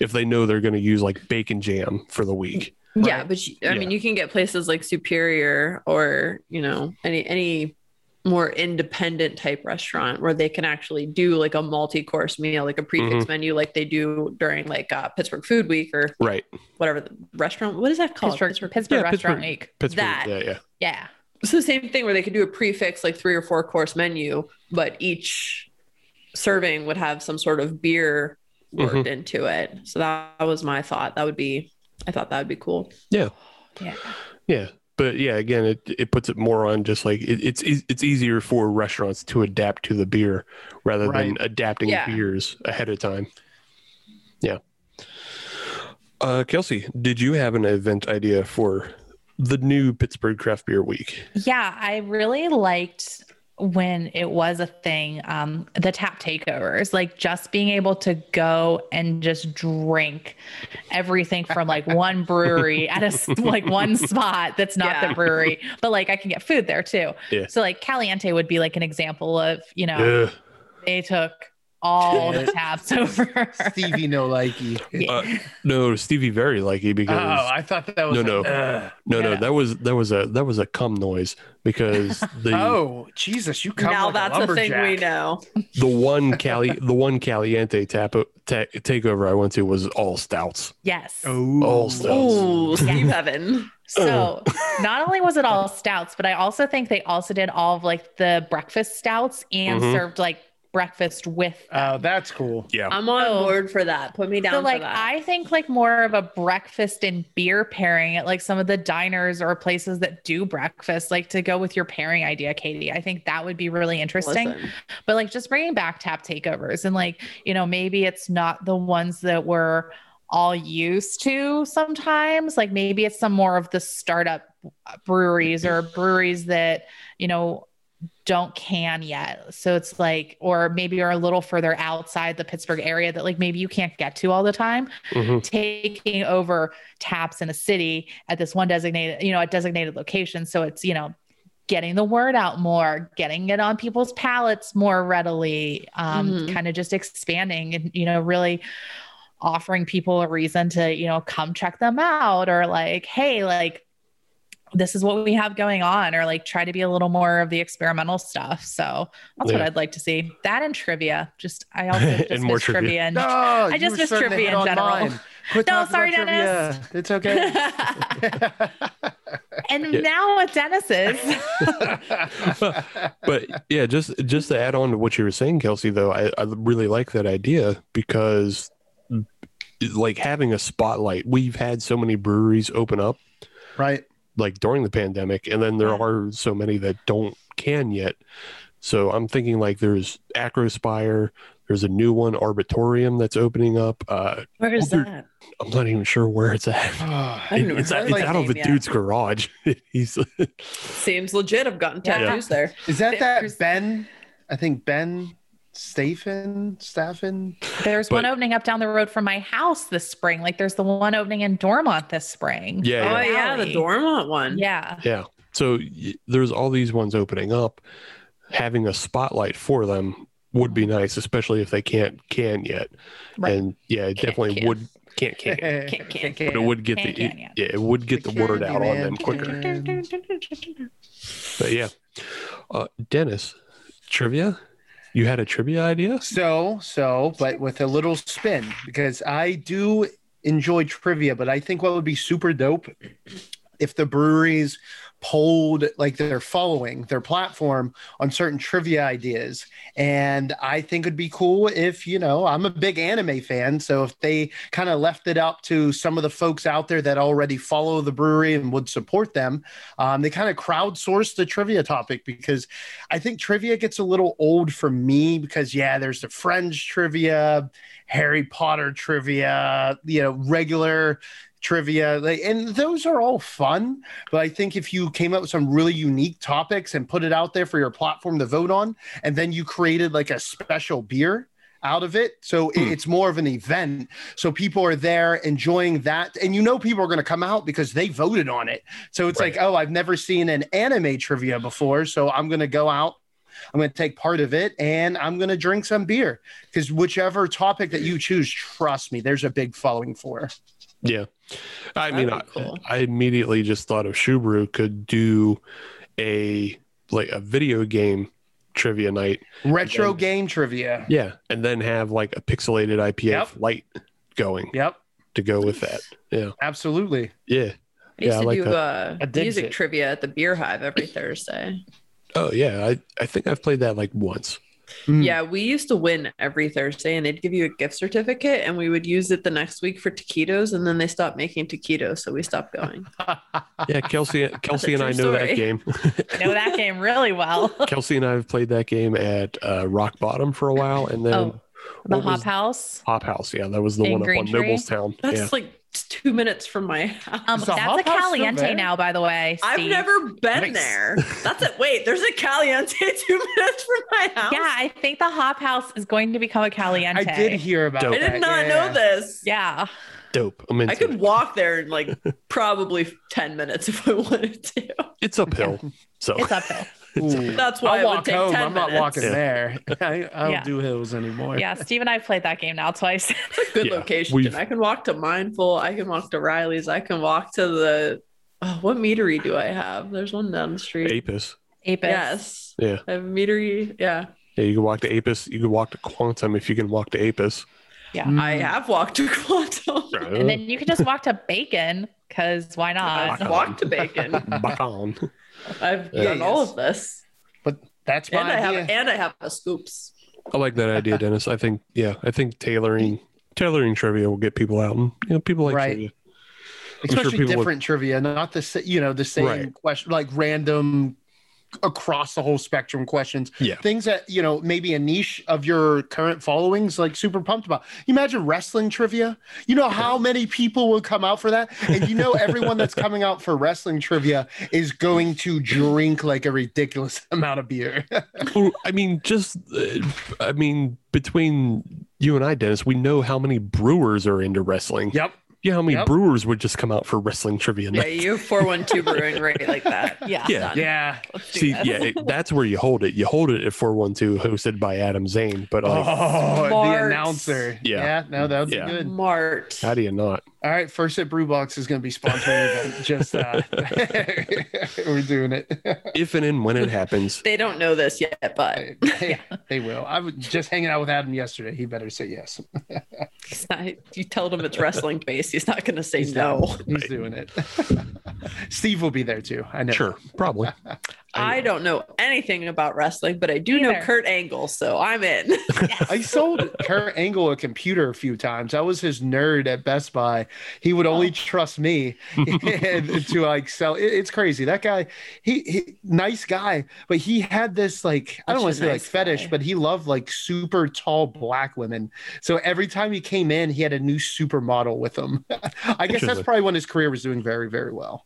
Speaker 4: if they know they're going to use like bacon jam for the week
Speaker 5: Yeah, but you, I
Speaker 4: Yeah.
Speaker 5: mean, you can get places like Superior or you know any any more independent type restaurant where they can actually do like a multi-course meal, like a prefix menu, like they do during like uh, Pittsburgh Food Week or
Speaker 4: Right.
Speaker 5: whatever the restaurant. What is that called?
Speaker 8: Pittsburgh, Pittsburgh, Restaurant
Speaker 4: Pittsburgh.
Speaker 8: Week.
Speaker 4: Pittsburgh.
Speaker 5: That.
Speaker 4: Yeah, yeah.
Speaker 8: Yeah.
Speaker 5: It's the same thing where they could do a prefix, like three or four course menu, but each serving would have some sort of beer worked
Speaker 4: Mhm.
Speaker 5: into it. So that was my thought. That would be, I thought that would be cool.
Speaker 8: Yeah.
Speaker 4: Yeah. But yeah, again, it, it puts it more on just like it, it's eas- it's easier for restaurants to adapt to the beer rather than
Speaker 6: Right.
Speaker 4: adapting
Speaker 5: Yeah.
Speaker 4: beers ahead of time. Yeah. Uh, Kelsey, did you have an event idea for the new Pittsburgh Craft Beer Week?
Speaker 8: Yeah. I really liked when it was a thing, um, the tap takeovers, like just being able to go and just drink everything from like one brewery at a s- like one spot that's not
Speaker 5: Yeah.
Speaker 8: the brewery, but like I can get food there too.
Speaker 4: Yeah.
Speaker 8: So like Caliente would be like an example of, you know,
Speaker 4: Ugh.
Speaker 8: they took all the taps over.
Speaker 6: Stevie no likey.
Speaker 8: Yeah.
Speaker 4: Uh, no, Stevie very likely
Speaker 6: Oh,
Speaker 4: because
Speaker 6: I thought that was
Speaker 4: No, no.
Speaker 6: like, uh.
Speaker 4: no, no,
Speaker 8: yeah.
Speaker 4: that was that was a that was a cum noise because the
Speaker 6: Oh, Jesus, you come
Speaker 5: now
Speaker 6: like
Speaker 5: that's
Speaker 6: a
Speaker 5: a thing we
Speaker 6: lumberjack.
Speaker 5: know.
Speaker 4: the one Cali the one Caliente tap ta- takeover I went to was all stouts.
Speaker 8: Yes.
Speaker 6: Oh,
Speaker 4: All stouts.
Speaker 5: Ooh, Steve Heaven.
Speaker 8: So not only was it all stouts, but I also think they also did all of like the breakfast stouts and
Speaker 4: Mhm.
Speaker 8: served like breakfast with.
Speaker 6: Oh, that's cool.
Speaker 4: Yeah.
Speaker 5: I'm on
Speaker 8: Oh.
Speaker 5: board for that. Put me down
Speaker 8: So
Speaker 5: for
Speaker 8: like
Speaker 5: that.
Speaker 8: I think like more of a breakfast and beer pairing at like some of the diners or places that do breakfast, like to go with your pairing idea, Katie. I think that would be really interesting.
Speaker 5: Listen.
Speaker 8: but like just bringing back tap takeovers and like you know maybe it's not the ones that we're all used to sometimes like maybe it's some more of the startup breweries or breweries that you know don't can yet so it's like or maybe are a little further outside the pittsburgh area that like maybe you can't get to all the time
Speaker 4: Mhm.
Speaker 8: taking over taps in a city at this one designated, you know, a designated location. So it's, you know, getting the word out more, getting it on people's palates more readily, um,
Speaker 5: Mhm.
Speaker 8: kind of just expanding and, you know, really offering people a reason to, you know, come check them out or like, hey, like, this is what we have going on, or like try to be a little more of the experimental stuff. So that's what
Speaker 4: Yeah.
Speaker 8: I'd like to see. That and trivia. Just I also
Speaker 4: And
Speaker 8: just miss
Speaker 4: more trivia.
Speaker 8: trivia. and
Speaker 6: No, I
Speaker 8: just miss trivia in general.
Speaker 6: Quit
Speaker 8: No,
Speaker 6: talking
Speaker 8: sorry,
Speaker 6: about
Speaker 8: Dennis.
Speaker 6: trivia. It's okay.
Speaker 8: and
Speaker 4: Yeah.
Speaker 8: now with Dennis's.
Speaker 4: but yeah, just just to add on to what you were saying, Kelsey, though, I, I really like that idea because like having a spotlight, we've had so many breweries open up
Speaker 6: right.
Speaker 4: like during the pandemic, and then there
Speaker 5: Mm.
Speaker 4: are so many that don't can yet. So I'm thinking like there's Acrospire, there's a new one, Arbitorium that's opening up. Uh,
Speaker 5: Where is
Speaker 4: Well,
Speaker 5: that?
Speaker 4: I'm not even sure where it's at.
Speaker 6: Ah,
Speaker 5: I've
Speaker 4: It-
Speaker 5: never
Speaker 4: it's
Speaker 5: heard
Speaker 4: it's
Speaker 5: that
Speaker 4: out of a
Speaker 5: name yet.
Speaker 4: dude's garage. He's
Speaker 5: Seems legit. I've gotten
Speaker 8: Yeah.
Speaker 5: tattoos there.
Speaker 6: Is that
Speaker 8: There's-
Speaker 6: that Ben? I think Ben Staffen? Staffen?
Speaker 8: There's
Speaker 4: But-
Speaker 8: one opening up down the road from my house this spring. Like there's the one opening in Dormont this spring.
Speaker 4: yeah,
Speaker 5: Oh
Speaker 4: yeah.
Speaker 5: yeah, the
Speaker 8: Alley.
Speaker 5: Dormont one.
Speaker 8: Yeah.
Speaker 4: Yeah. So y- there's all these ones opening up. Having a spotlight for them would be nice, especially if they can't can yet.
Speaker 8: Right.
Speaker 4: And yeah, it
Speaker 8: Can't
Speaker 4: definitely
Speaker 8: can.
Speaker 4: would can't can.
Speaker 8: Can't- can't-
Speaker 4: But it would get
Speaker 8: Can't
Speaker 4: the
Speaker 8: can yet.
Speaker 4: yeah, it would get the, word out on them quicker. But yeah. Uh, Dennis, trivia? You had a trivia idea?
Speaker 6: So, so, but with a little spin because I do enjoy trivia, but I think what would be super dope if the breweries polled like their following, their platform on certain trivia ideas. And I think it'd be cool if, you know, I'm a big anime fan. So if they kind of left it up to some of the folks out there that already follow the brewery and would support them, um, they kind of crowdsourced the trivia topic because I think trivia gets a little old for me because yeah, there's the Friends trivia, Harry Potter trivia, you know, regular trivia, like, and those are all fun. But I think if you came up with some really unique topics and put it out there for your platform to vote on, and then you created like a special beer out of it so it- it's more of an event so people are there enjoying that and you know people are going to come out because they voted on it so it's
Speaker 4: Right.
Speaker 6: like, oh, I've never seen an anime trivia before. So I'm going to go out, I'm going to take part of it, and I'm going to drink some beer. Because whichever topic that you choose, trust me, there's a big following for.
Speaker 4: Yeah. I
Speaker 5: That'd
Speaker 4: mean,
Speaker 5: be
Speaker 4: I,
Speaker 5: cool.
Speaker 4: I immediately just thought of Shubru could do a like a video game trivia night.
Speaker 6: Retro
Speaker 4: Again.
Speaker 6: game trivia.
Speaker 4: Yeah, and then have like a pixelated IPA
Speaker 6: Yep.
Speaker 4: light going
Speaker 6: Yep,
Speaker 4: to go with that. Yeah,
Speaker 6: absolutely.
Speaker 4: yeah.
Speaker 5: I used
Speaker 4: Yeah, I
Speaker 5: to
Speaker 4: like
Speaker 5: do uh,
Speaker 6: I dig
Speaker 5: music
Speaker 6: it.
Speaker 5: trivia at the Beer Hive every Thursday.
Speaker 4: Oh yeah, I I think I've played that like once.
Speaker 6: Mm.
Speaker 5: Yeah, we used to win every Thursday, and they'd give you a gift certificate, and we would use it the next week for taquitos, and then they stopped making taquitos, so we stopped going.
Speaker 4: Yeah, Kelsey Kelsey and I
Speaker 5: true
Speaker 4: know that
Speaker 5: story.
Speaker 4: game.
Speaker 8: know that game really well.
Speaker 4: Kelsey and I have played that game at uh, Rock Bottom for a while, and then
Speaker 8: Oh, the
Speaker 4: what
Speaker 8: Hop
Speaker 4: was-
Speaker 8: House.
Speaker 4: Hop House. Yeah, that was the
Speaker 8: In
Speaker 4: one up
Speaker 8: Green
Speaker 4: on
Speaker 8: Tree?
Speaker 4: Noblestown.
Speaker 5: That's
Speaker 4: yeah.
Speaker 5: like two minutes from my house.
Speaker 8: Um,
Speaker 6: Is
Speaker 8: that's
Speaker 6: the Hop
Speaker 8: a
Speaker 6: House still
Speaker 8: Caliente
Speaker 6: there?
Speaker 8: now, by the way.
Speaker 5: I've
Speaker 8: Steve.
Speaker 5: never been
Speaker 6: Nice.
Speaker 5: there. That's it. Wait, there's a Caliente two minutes from my house.
Speaker 8: Yeah, I think the Hop House is going to become a Caliente.
Speaker 6: I did hear about.
Speaker 4: Dope.
Speaker 5: I
Speaker 6: that,
Speaker 5: did not
Speaker 6: yeah.
Speaker 5: know this.
Speaker 8: Yeah.
Speaker 4: dope. I'm into
Speaker 5: I
Speaker 4: it.
Speaker 5: could walk there in like probably 10 minutes if I wanted to.
Speaker 4: It's uphill, so
Speaker 8: It's uphill.
Speaker 6: Ooh.
Speaker 5: That's why
Speaker 6: I'll
Speaker 5: it would
Speaker 6: walk
Speaker 5: take
Speaker 6: home.
Speaker 5: 10
Speaker 6: I'm not
Speaker 5: minutes.
Speaker 6: walking there. I, I don't
Speaker 8: Yeah.
Speaker 6: do hills anymore.
Speaker 8: Yeah, Steve and I played that game now twice.
Speaker 5: It's a good
Speaker 4: Yeah,
Speaker 5: location.
Speaker 4: we've-
Speaker 5: I can walk to Mindful. I can walk to Riley's. I can walk to the. Oh, what meadery do I have? There's one down the street.
Speaker 4: Apis.
Speaker 8: Apis.
Speaker 5: Yes.
Speaker 4: Yeah.
Speaker 5: I have meadery. Yeah.
Speaker 4: Yeah, you can walk to Apis. You can walk to Quantum if you can walk to Apis.
Speaker 8: Yeah.
Speaker 4: Mm-hmm.
Speaker 6: Mm,
Speaker 5: I have walked to Quantum.
Speaker 8: And then you can just walk to Bacon because why not?
Speaker 5: I've walked to Bacon.
Speaker 4: Back on.
Speaker 5: I've
Speaker 4: Yeah.
Speaker 5: done all of this.
Speaker 6: But that's my
Speaker 5: And I have
Speaker 6: idea.
Speaker 5: and I have a scoops.
Speaker 4: I like that idea, Dennis. I think yeah, I think tailoring tailoring trivia will get people out, and you know people like
Speaker 6: Right.
Speaker 4: trivia. I'm sure
Speaker 6: Especially
Speaker 4: people would-
Speaker 6: different trivia, not the sa- you know the same
Speaker 4: Right.
Speaker 6: question, like random across the whole spectrum questions.
Speaker 4: Yeah.
Speaker 6: things that you know maybe a niche of your current followings like super pumped about. You imagine wrestling trivia. You know how many people will come out for that, and you know everyone that's coming out for wrestling trivia is going to drink like a ridiculous amount of beer.
Speaker 4: Well, I mean, just uh, I mean between you and I, Dennis, we know how many brewers are into wrestling.
Speaker 6: yep.
Speaker 4: Yeah, how many
Speaker 6: Yep.
Speaker 4: brewers would just come out for wrestling trivia?
Speaker 5: Yeah,
Speaker 4: night?
Speaker 5: you 412 brewing rate like that.
Speaker 8: Yeah.
Speaker 4: Yeah.
Speaker 5: Done.
Speaker 6: Yeah.
Speaker 5: Let's do
Speaker 4: See,
Speaker 5: this.
Speaker 4: yeah, it- that's where you hold it. You hold it at 412, hosted by Adam Zane. But like,
Speaker 6: Oh,
Speaker 5: Smart.
Speaker 6: the announcer.
Speaker 4: Yeah.
Speaker 6: no, that would
Speaker 4: Yeah.
Speaker 6: be good.
Speaker 5: Mart.
Speaker 4: how do you not?
Speaker 6: All right, first at Brewbox is going to be sponsored event. Just uh, we're doing it.
Speaker 4: If and in when it happens,
Speaker 5: They don't know this yet, but
Speaker 6: they, they will. I was just hanging out with Adam yesterday. He better say yes.
Speaker 5: he's not, you told him it's wrestling based. He's not going to say
Speaker 6: He's
Speaker 5: no.
Speaker 6: down. He's doing it. Steve will be there too. I know.
Speaker 4: sure, probably.
Speaker 5: I don't know anything about wrestling, but I do know
Speaker 8: Neither.
Speaker 5: Kurt Angle, so I'm in.
Speaker 6: I sold Kurt Angle a computer a few times. I was his nerd at Best Buy. He would only trust me to like sell. it- it's crazy. That guy, he, he nice guy, but he had this like I don't
Speaker 5: Such
Speaker 6: want
Speaker 5: a
Speaker 6: to say like
Speaker 5: nice
Speaker 6: fetish,
Speaker 5: guy.
Speaker 6: but he loved like super tall black women. So every time he came in, he had a new supermodel with him. I guess that's
Speaker 4: Interesting.
Speaker 6: probably when his career was doing very very well.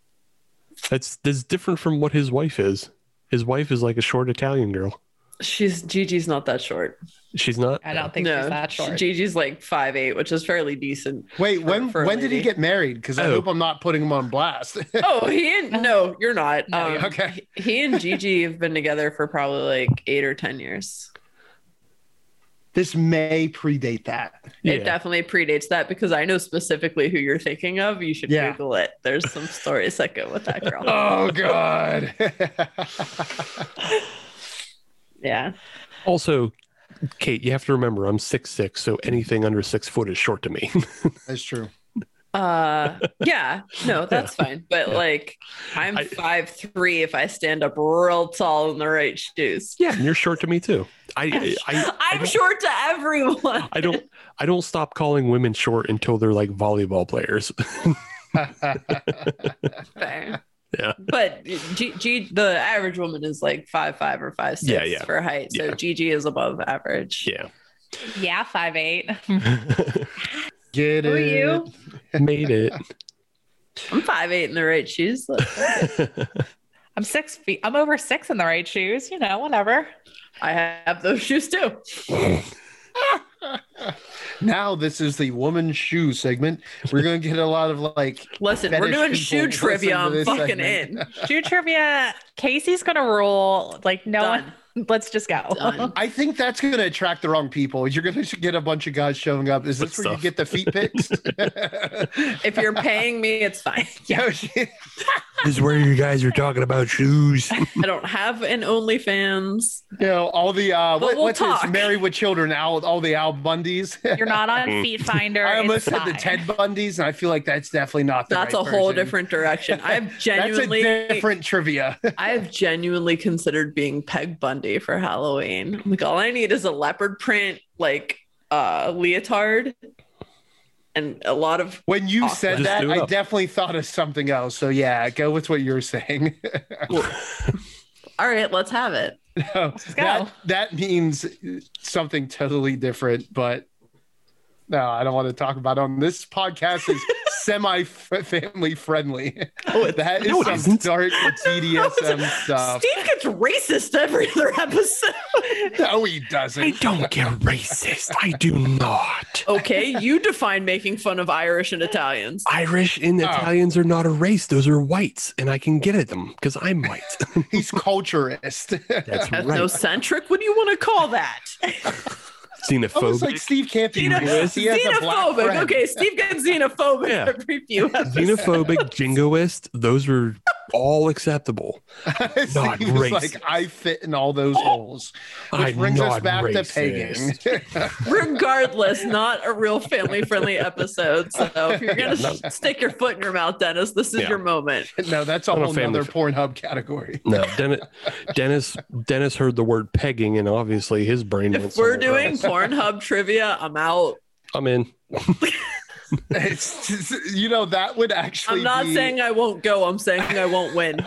Speaker 4: That's that's different from what his wife is. His wife is like a short Italian girl.
Speaker 5: She's Gigi's not that short.
Speaker 4: She's not.
Speaker 8: I don't think
Speaker 5: no,
Speaker 8: she's that short.
Speaker 5: Gigi's like five eight, which is fairly decent.
Speaker 6: Wait,
Speaker 5: For-
Speaker 6: when
Speaker 5: for a
Speaker 6: when did he
Speaker 5: lady.
Speaker 6: get married? Because I
Speaker 4: Oh.
Speaker 6: hope I'm not putting him on blast.
Speaker 5: Oh, he and no, you're not.
Speaker 8: No,
Speaker 5: um,
Speaker 8: you're-
Speaker 6: okay.
Speaker 5: He and Gigi have been together for probably like eight or ten years.
Speaker 6: This may predate that.
Speaker 5: It definitely predates that because I know specifically who you're thinking of. You should
Speaker 6: Yeah.
Speaker 5: Google it. There's some stories that go with that girl.
Speaker 6: Oh God.
Speaker 5: Yeah.
Speaker 4: Also, Kate, you have to remember I'm six six, so anything under six foot is short to me.
Speaker 6: That's true.
Speaker 5: Uh yeah, no, that's fine. But like I'm
Speaker 4: I-
Speaker 5: five three if I stand up real tall in the right shoes.
Speaker 4: yeah, and you're short to me too. I I, I,
Speaker 5: I'm
Speaker 4: don't,
Speaker 5: short to everyone.
Speaker 4: I don't I don't stop calling women short until they're like volleyball players.
Speaker 5: Fair.
Speaker 4: Yeah.
Speaker 5: But G, G the average woman is like five five or five six
Speaker 4: Yeah, yeah.
Speaker 5: for height. So
Speaker 4: Yeah.
Speaker 5: Gigi is above average.
Speaker 4: yeah,
Speaker 8: yeah, five eight.
Speaker 6: Get
Speaker 5: Who are
Speaker 6: it.
Speaker 5: you?
Speaker 4: made it.
Speaker 5: I'm five eight in the right shoes. Look,
Speaker 8: I'm six feet. I'm over six in the right shoes. You know, whatever.
Speaker 5: I have those shoes too.
Speaker 6: Now this is the woman's shoe segment. We're gonna get a lot of like
Speaker 5: Listen, we're
Speaker 6: Fetish
Speaker 5: doing
Speaker 6: people
Speaker 5: shoe
Speaker 6: listen
Speaker 5: trivia.
Speaker 6: to
Speaker 5: I'm
Speaker 6: this
Speaker 5: fucking
Speaker 6: segment.
Speaker 5: in.
Speaker 8: Shoe trivia. Casey's gonna rule. Like no
Speaker 5: Done.
Speaker 8: one, Let's just go.
Speaker 5: Done.
Speaker 6: I think that's going to attract the wrong people. You're going to get a bunch of guys showing up. Is this
Speaker 4: With
Speaker 6: where you
Speaker 4: stuff.
Speaker 6: get the feet pics?
Speaker 5: If you're paying me, it's fine.
Speaker 6: yeah. she-
Speaker 4: This is where you guys are talking about shoes.
Speaker 5: I don't have an OnlyFans.
Speaker 6: You know, all the uh, what,
Speaker 5: we'll
Speaker 6: what's
Speaker 5: talk.
Speaker 6: his Married with Children? Al, all the Al Bundys.
Speaker 8: You're not on Feet Finder.
Speaker 6: I almost
Speaker 8: it's
Speaker 6: said the
Speaker 8: fine.
Speaker 6: Ted Bundys, and I feel like that's definitely not. The
Speaker 5: That's a
Speaker 6: right
Speaker 5: whole
Speaker 6: version.
Speaker 5: different direction. I've genuinely,
Speaker 6: That's a different trivia.
Speaker 5: I've genuinely considered being Peg Bundy for Halloween. I'm like, all I need is a leopard print, like uh, leotard, and a lot of
Speaker 6: When you
Speaker 5: Awesome.
Speaker 6: said
Speaker 4: Just
Speaker 6: that,
Speaker 4: do it
Speaker 6: I
Speaker 4: up.
Speaker 6: definitely thought of something else. So yeah, go with what you're saying.
Speaker 5: all right, let's have it.
Speaker 6: No,
Speaker 8: go.
Speaker 6: that, that means something totally different, but no, I don't want to talk about it on this podcast is semi family friendly.
Speaker 5: Oh, it's-
Speaker 6: That is
Speaker 4: No, it
Speaker 6: some
Speaker 4: isn't.
Speaker 6: dark BDSM stuff.
Speaker 5: Steve gets racist every other episode.
Speaker 6: No, he doesn't.
Speaker 4: I don't get racist. I do not.
Speaker 5: okay, you define making fun of Irish and Italians.
Speaker 4: Irish
Speaker 5: Oh.
Speaker 4: and Italians are not a race. Those are whites, and I can get at them because I'm white.
Speaker 6: He's culturist.
Speaker 4: That's right.
Speaker 5: Ethnocentric? What do you want to call that?
Speaker 6: Almost
Speaker 4: Xenophobic.
Speaker 6: like Steve can't be
Speaker 5: Xeno-
Speaker 6: racist. He has a black
Speaker 5: xenophobic.
Speaker 6: friend.
Speaker 5: Okay, Steve gets xenophobic
Speaker 4: Yeah.
Speaker 5: every few episodes.
Speaker 4: xenophobic, jingoist. Those are all acceptable. Not
Speaker 6: Steve was
Speaker 4: racist.
Speaker 6: like, I fit in all
Speaker 5: Oh.
Speaker 6: those holes. Which
Speaker 4: I'm
Speaker 6: brings us
Speaker 4: not
Speaker 6: back
Speaker 4: racist.
Speaker 6: to pagan.
Speaker 5: Regardless, not a real family friendly episode. So if you're going to
Speaker 4: Yeah, no.
Speaker 5: stick your foot in your mouth, Dennis, this is
Speaker 4: Yeah.
Speaker 5: your moment.
Speaker 6: no, that's a
Speaker 4: Not a
Speaker 6: whole
Speaker 4: family
Speaker 6: nother Pornhub category.
Speaker 4: No, Dennis, Dennis. Dennis heard the word pegging, and obviously his brain. went
Speaker 5: If we're
Speaker 4: somewhere
Speaker 5: doing
Speaker 4: else.
Speaker 5: Pornhub trivia, I'm out.
Speaker 4: I'm in.
Speaker 6: It's just- you know, that would actually
Speaker 5: I'm not
Speaker 6: be-
Speaker 5: saying I won't go. I'm saying I won't win.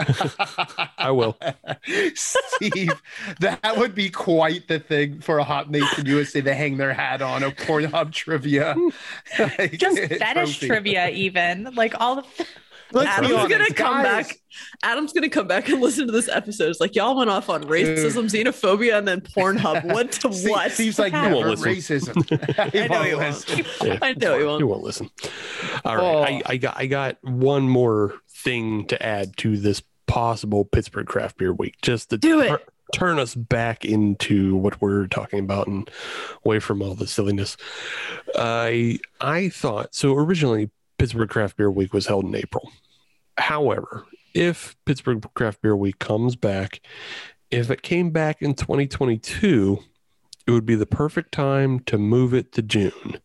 Speaker 4: I will.
Speaker 6: Steve, that would be quite the thing for a hot nation USA to hang their hat on a Pornhub trivia. Like,
Speaker 8: Just fetish
Speaker 6: trophy.
Speaker 8: trivia, even like all the.
Speaker 6: Let's be
Speaker 5: Adam's
Speaker 6: honest,
Speaker 5: gonna come
Speaker 6: guys,
Speaker 5: back. Adam's gonna come back and listen to this episode. It's like y'all went off on racism, xenophobia, and then Pornhub. What to
Speaker 6: Steve-
Speaker 5: what?
Speaker 6: Steve's like
Speaker 8: You
Speaker 6: never
Speaker 4: won't
Speaker 6: racism.
Speaker 5: I know he won't.
Speaker 4: Yeah,
Speaker 5: I know he won't. Oh.
Speaker 4: You won't listen. All right, I, I got I got one more thing to add to this possible Pittsburgh craft beer week, just to
Speaker 5: Do it.
Speaker 4: tur- turn us back into what we're talking about and away from all the silliness. I I thought so originally Pittsburgh craft beer week was held in April. However, if Pittsburgh craft beer week comes back, if it came back in 2022, it would be the perfect time to move it to June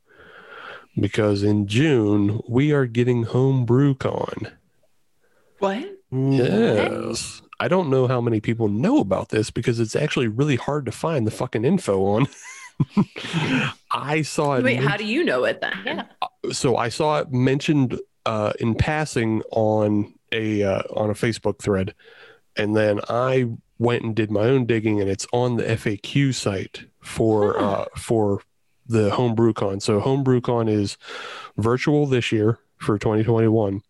Speaker 4: because in June we are getting HomebrewCon.
Speaker 5: What?
Speaker 4: Yes. I don't know how many people know about this because it's actually really hard to find the fucking info on. I saw it.
Speaker 5: Wait, how do you know it then?
Speaker 8: Yeah.
Speaker 4: so I saw it mentioned uh, in passing on a uh, on a Facebook thread, and then I went and did my own digging, and it's on the FAQ site for uh, for the HomebrewCon. So HomebrewCon is virtual this year for 2021,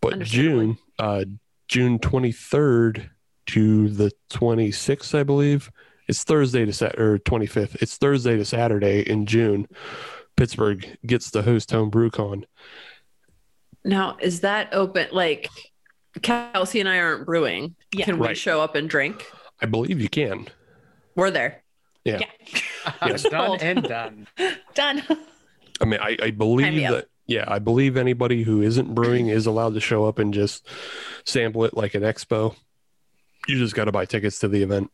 Speaker 4: but
Speaker 5: Understandably.
Speaker 4: June uh, June 23rd to the 26th, I believe. It's Thursday to Sat or 25th. It's Thursday to Saturday in June. Pittsburgh gets the host home brewcon.
Speaker 5: Now, is that open? Like, Kelsey and I aren't brewing.
Speaker 8: Yeah.
Speaker 5: Can we
Speaker 4: Right.
Speaker 5: show up and drink?
Speaker 4: I believe you can.
Speaker 5: We're there.
Speaker 4: Yes.
Speaker 6: Done and done.
Speaker 8: Done.
Speaker 4: I mean, I, I believe
Speaker 5: me up.
Speaker 4: that. Yeah, I believe anybody who isn't brewing is allowed to show up and just sample it like an expo. You just got to buy tickets to the event,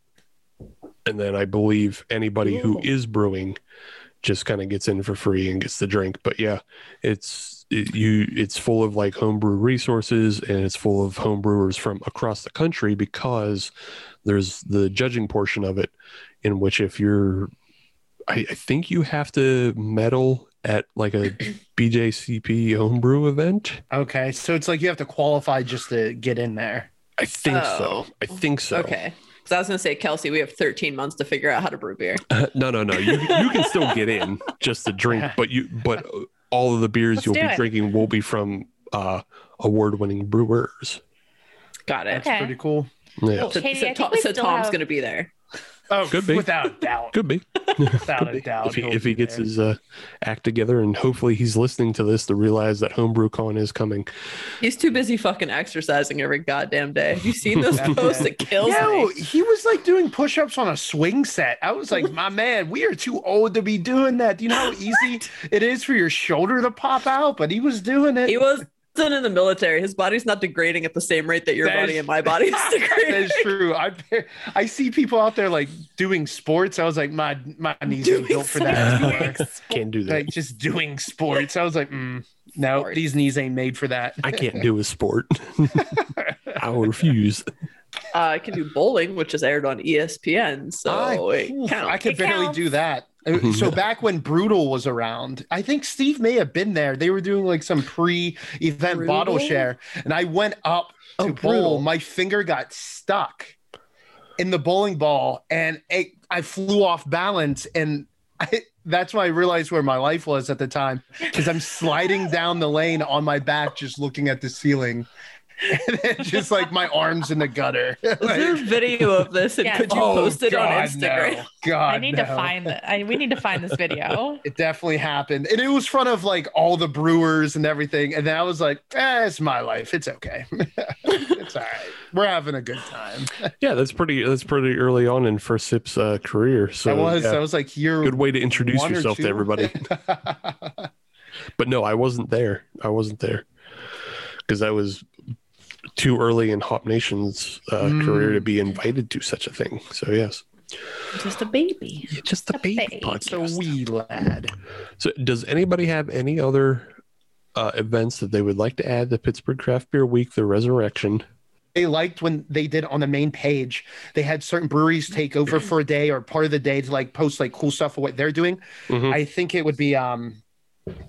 Speaker 4: and then I believe anybody who is brewing just kind of gets in for free and gets the drink. But yeah, it's it, you. It's full of like homebrew resources, and it's full of homebrewers from across the country because there's the judging portion of it, in which if you're I, I think you have to medal at like a BJCP homebrew event.
Speaker 6: Okay, so it's like you have to qualify just to get in there.
Speaker 4: I think
Speaker 5: Oh.
Speaker 4: so. I think so.
Speaker 5: Okay. Because I was gonna say, Kelsey, we have 13 months to figure out how to brew beer.
Speaker 4: no, no, no. You you can still get in just to drink, but you but all of the beers
Speaker 8: Let's
Speaker 4: you'll
Speaker 8: do
Speaker 4: be
Speaker 8: it.
Speaker 4: drinking will be from uh, award-winning brewers.
Speaker 5: Got it.
Speaker 6: That's
Speaker 8: Okay.
Speaker 6: pretty cool.
Speaker 4: Yeah.
Speaker 8: Well,
Speaker 5: So, so
Speaker 8: Katie, I think
Speaker 5: Tom-
Speaker 8: we
Speaker 5: so
Speaker 8: still
Speaker 5: Tom's
Speaker 8: have-
Speaker 5: gonna be there.
Speaker 9: Oh,
Speaker 4: Could be.
Speaker 9: without a doubt.
Speaker 4: Could be.
Speaker 9: Without
Speaker 4: Could
Speaker 9: a
Speaker 4: be.
Speaker 9: doubt,
Speaker 4: If he,
Speaker 9: he'll
Speaker 4: if he
Speaker 9: be
Speaker 4: gets
Speaker 9: there.
Speaker 4: his uh, act together, and hopefully he's listening to this to realize that HomebrewCon is coming.
Speaker 5: He's too busy fucking exercising every goddamn day. Have you seen those posts? It kills
Speaker 6: No,
Speaker 5: me.
Speaker 6: he was like doing push-ups on a swing set. I was like, my man, we are too old to be doing that. Do you know how easy it is for your shoulder to pop out? But he was doing it.
Speaker 5: He wasn't in the military. His body's not degrading at the same rate that your
Speaker 6: That
Speaker 5: body
Speaker 6: is-
Speaker 5: and my body is degrading.
Speaker 6: That is true. I I see people out there like doing sports. I was like, my my knees ain't
Speaker 5: Doing
Speaker 6: built for that.
Speaker 5: sports.
Speaker 6: anymore.
Speaker 4: Can't do that.
Speaker 6: like just doing sports. I was like, mm, no, these knees ain't made for that.
Speaker 4: I can't do a sport. I refuse.
Speaker 5: Uh, I can do bowling, which is aired on E ESPN. So it
Speaker 6: oof,
Speaker 5: counts.
Speaker 6: I could
Speaker 8: It
Speaker 6: barely
Speaker 8: counts.
Speaker 6: do that. Uh, So back when Brutal was around, I think Steve may have been there. They were doing like some pre-event bottle
Speaker 5: Brutal?
Speaker 6: share, and I went up to
Speaker 5: Oh,
Speaker 6: bowl.
Speaker 5: Brutal.
Speaker 6: My finger got stuck in the bowling ball, and it, I flew off balance. And I, that's when I realized where my life was at the time, because I'm sliding down the lane on my back, just looking at the ceiling, and then just like my arms in the gutter.
Speaker 5: Is there a video of this? And
Speaker 8: Yeah.
Speaker 5: could you
Speaker 6: Oh,
Speaker 5: post it on
Speaker 6: God,
Speaker 5: Instagram?
Speaker 6: no. God,
Speaker 8: I need to
Speaker 6: Oh, no.
Speaker 8: find the, I, we need to find this video.
Speaker 6: It definitely happened. And it was front of like all the brewers and everything. And then I was like, eh, it's my life. It's okay. it's all right. We're having a good time.
Speaker 4: Yeah, that's pretty. That's pretty early on in First Sip's uh, career. So
Speaker 6: I was
Speaker 4: yeah,
Speaker 6: I was like, you're
Speaker 4: good way to introduce
Speaker 6: one or
Speaker 4: yourself to
Speaker 6: two.
Speaker 4: everybody. But no, I wasn't there. I wasn't there because I was too early in Hop Nation's uh,
Speaker 6: Mm.
Speaker 4: career to be invited to such a thing. So yes,
Speaker 8: Just a baby.
Speaker 4: just the
Speaker 8: baby
Speaker 4: baby
Speaker 8: baby.
Speaker 6: it's a wee lad.
Speaker 4: So, does anybody have any other uh, events that they would like to add to Pittsburgh Craft Beer Week, the Resurrection?
Speaker 6: They liked when they did on the main page, they had certain breweries take over for a day or part of the day to like post like cool stuff of what they're doing.
Speaker 4: Mhm.
Speaker 6: I think it would be um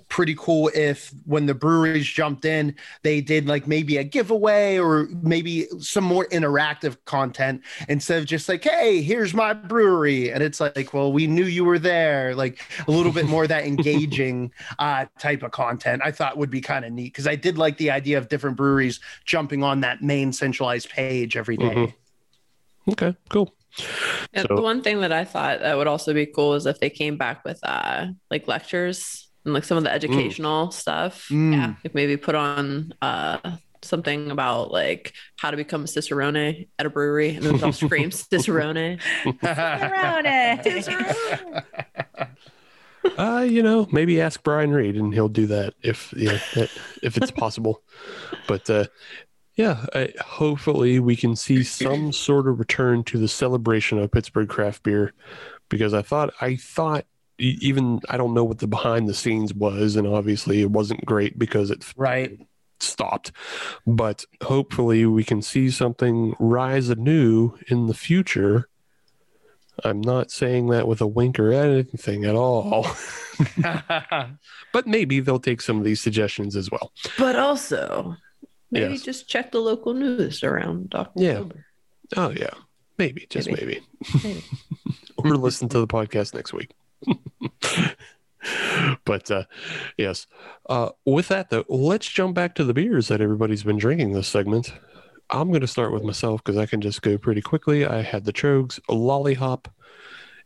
Speaker 6: pretty cool if when the breweries jumped in, they did like maybe a giveaway or maybe some more interactive content instead of just like, hey, here's my brewery. And it's like, well, we knew you were there. Like a little bit more of that engaging uh type of content I thought would be kind of neat. Cause I did like the idea of different breweries jumping on that main centralized page every day.
Speaker 4: Mhm. Okay, cool.
Speaker 5: And
Speaker 4: So-
Speaker 5: the one thing that I thought that would also be cool is if they came back with uh like lectures and like some
Speaker 4: Mm.
Speaker 5: of the educational stuff.
Speaker 6: Mm.
Speaker 8: Yeah.
Speaker 5: Like maybe put on uh something about like how to become a cicerone at a brewery and then they all scream cicerone.
Speaker 8: Cicerone.
Speaker 4: Uh, you know, maybe ask Brian Reed, and he'll do that if yeah, that, if it's possible. But uh, yeah, I, hopefully we can see some sort of return to the celebration of Pittsburgh craft beer, because I thought I thought e- even I don't know what the behind the scenes was, and obviously it wasn't great because it
Speaker 6: right.
Speaker 4: stopped. But hopefully, we can see something rise anew in the future. I'm not saying that with a wink or anything at all, but maybe they'll take some of these suggestions as well.
Speaker 5: But also maybe
Speaker 4: Yes.
Speaker 5: just check the local news around Dr.
Speaker 4: Yeah. Oh, yeah. Maybe, just maybe.
Speaker 5: Maybe.
Speaker 4: or listen to the podcast next week. but uh, yes, uh, with that, though, let's jump back to the beers that everybody's been drinking this segment. I'm going to start with myself because I can just go pretty quickly. I had the Trogs Lollipop.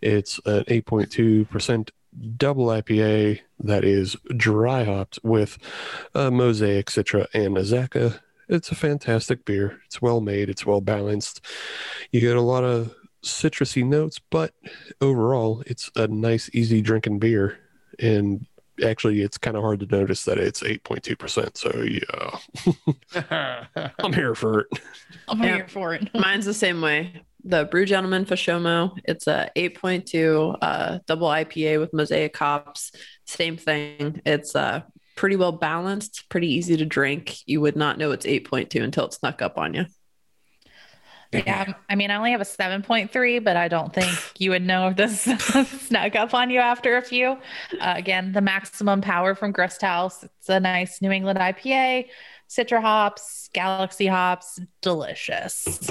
Speaker 4: It's an 8.2% double IPA that is dry hopped with uh, Mosaic, Citra, and Azaka. It's a fantastic beer. It's well made, it's well balanced. You get a lot of citrusy notes, but overall, it's a nice, easy drinking beer. And actually, it's kind of hard to notice that it's 8.2%. So, yeah, I'm here for it.
Speaker 8: I'm
Speaker 5: Yeah.
Speaker 8: here for it.
Speaker 5: Mine's the same way. The Brew Gentleman Fashomo. It's a 8.2 uh, double IPA with mosaic hops. Same thing. It's uh, pretty well balanced, pretty easy to drink. You would not know it's 8.2 until it snuck up on you.
Speaker 8: Yeah, I mean, I only have a 7.3, but I don't think you would know if this snuck up on you after a few. Uh, again, the maximum power from Grist House. It's a nice New England IPA, Citra hops, Galaxy hops, delicious.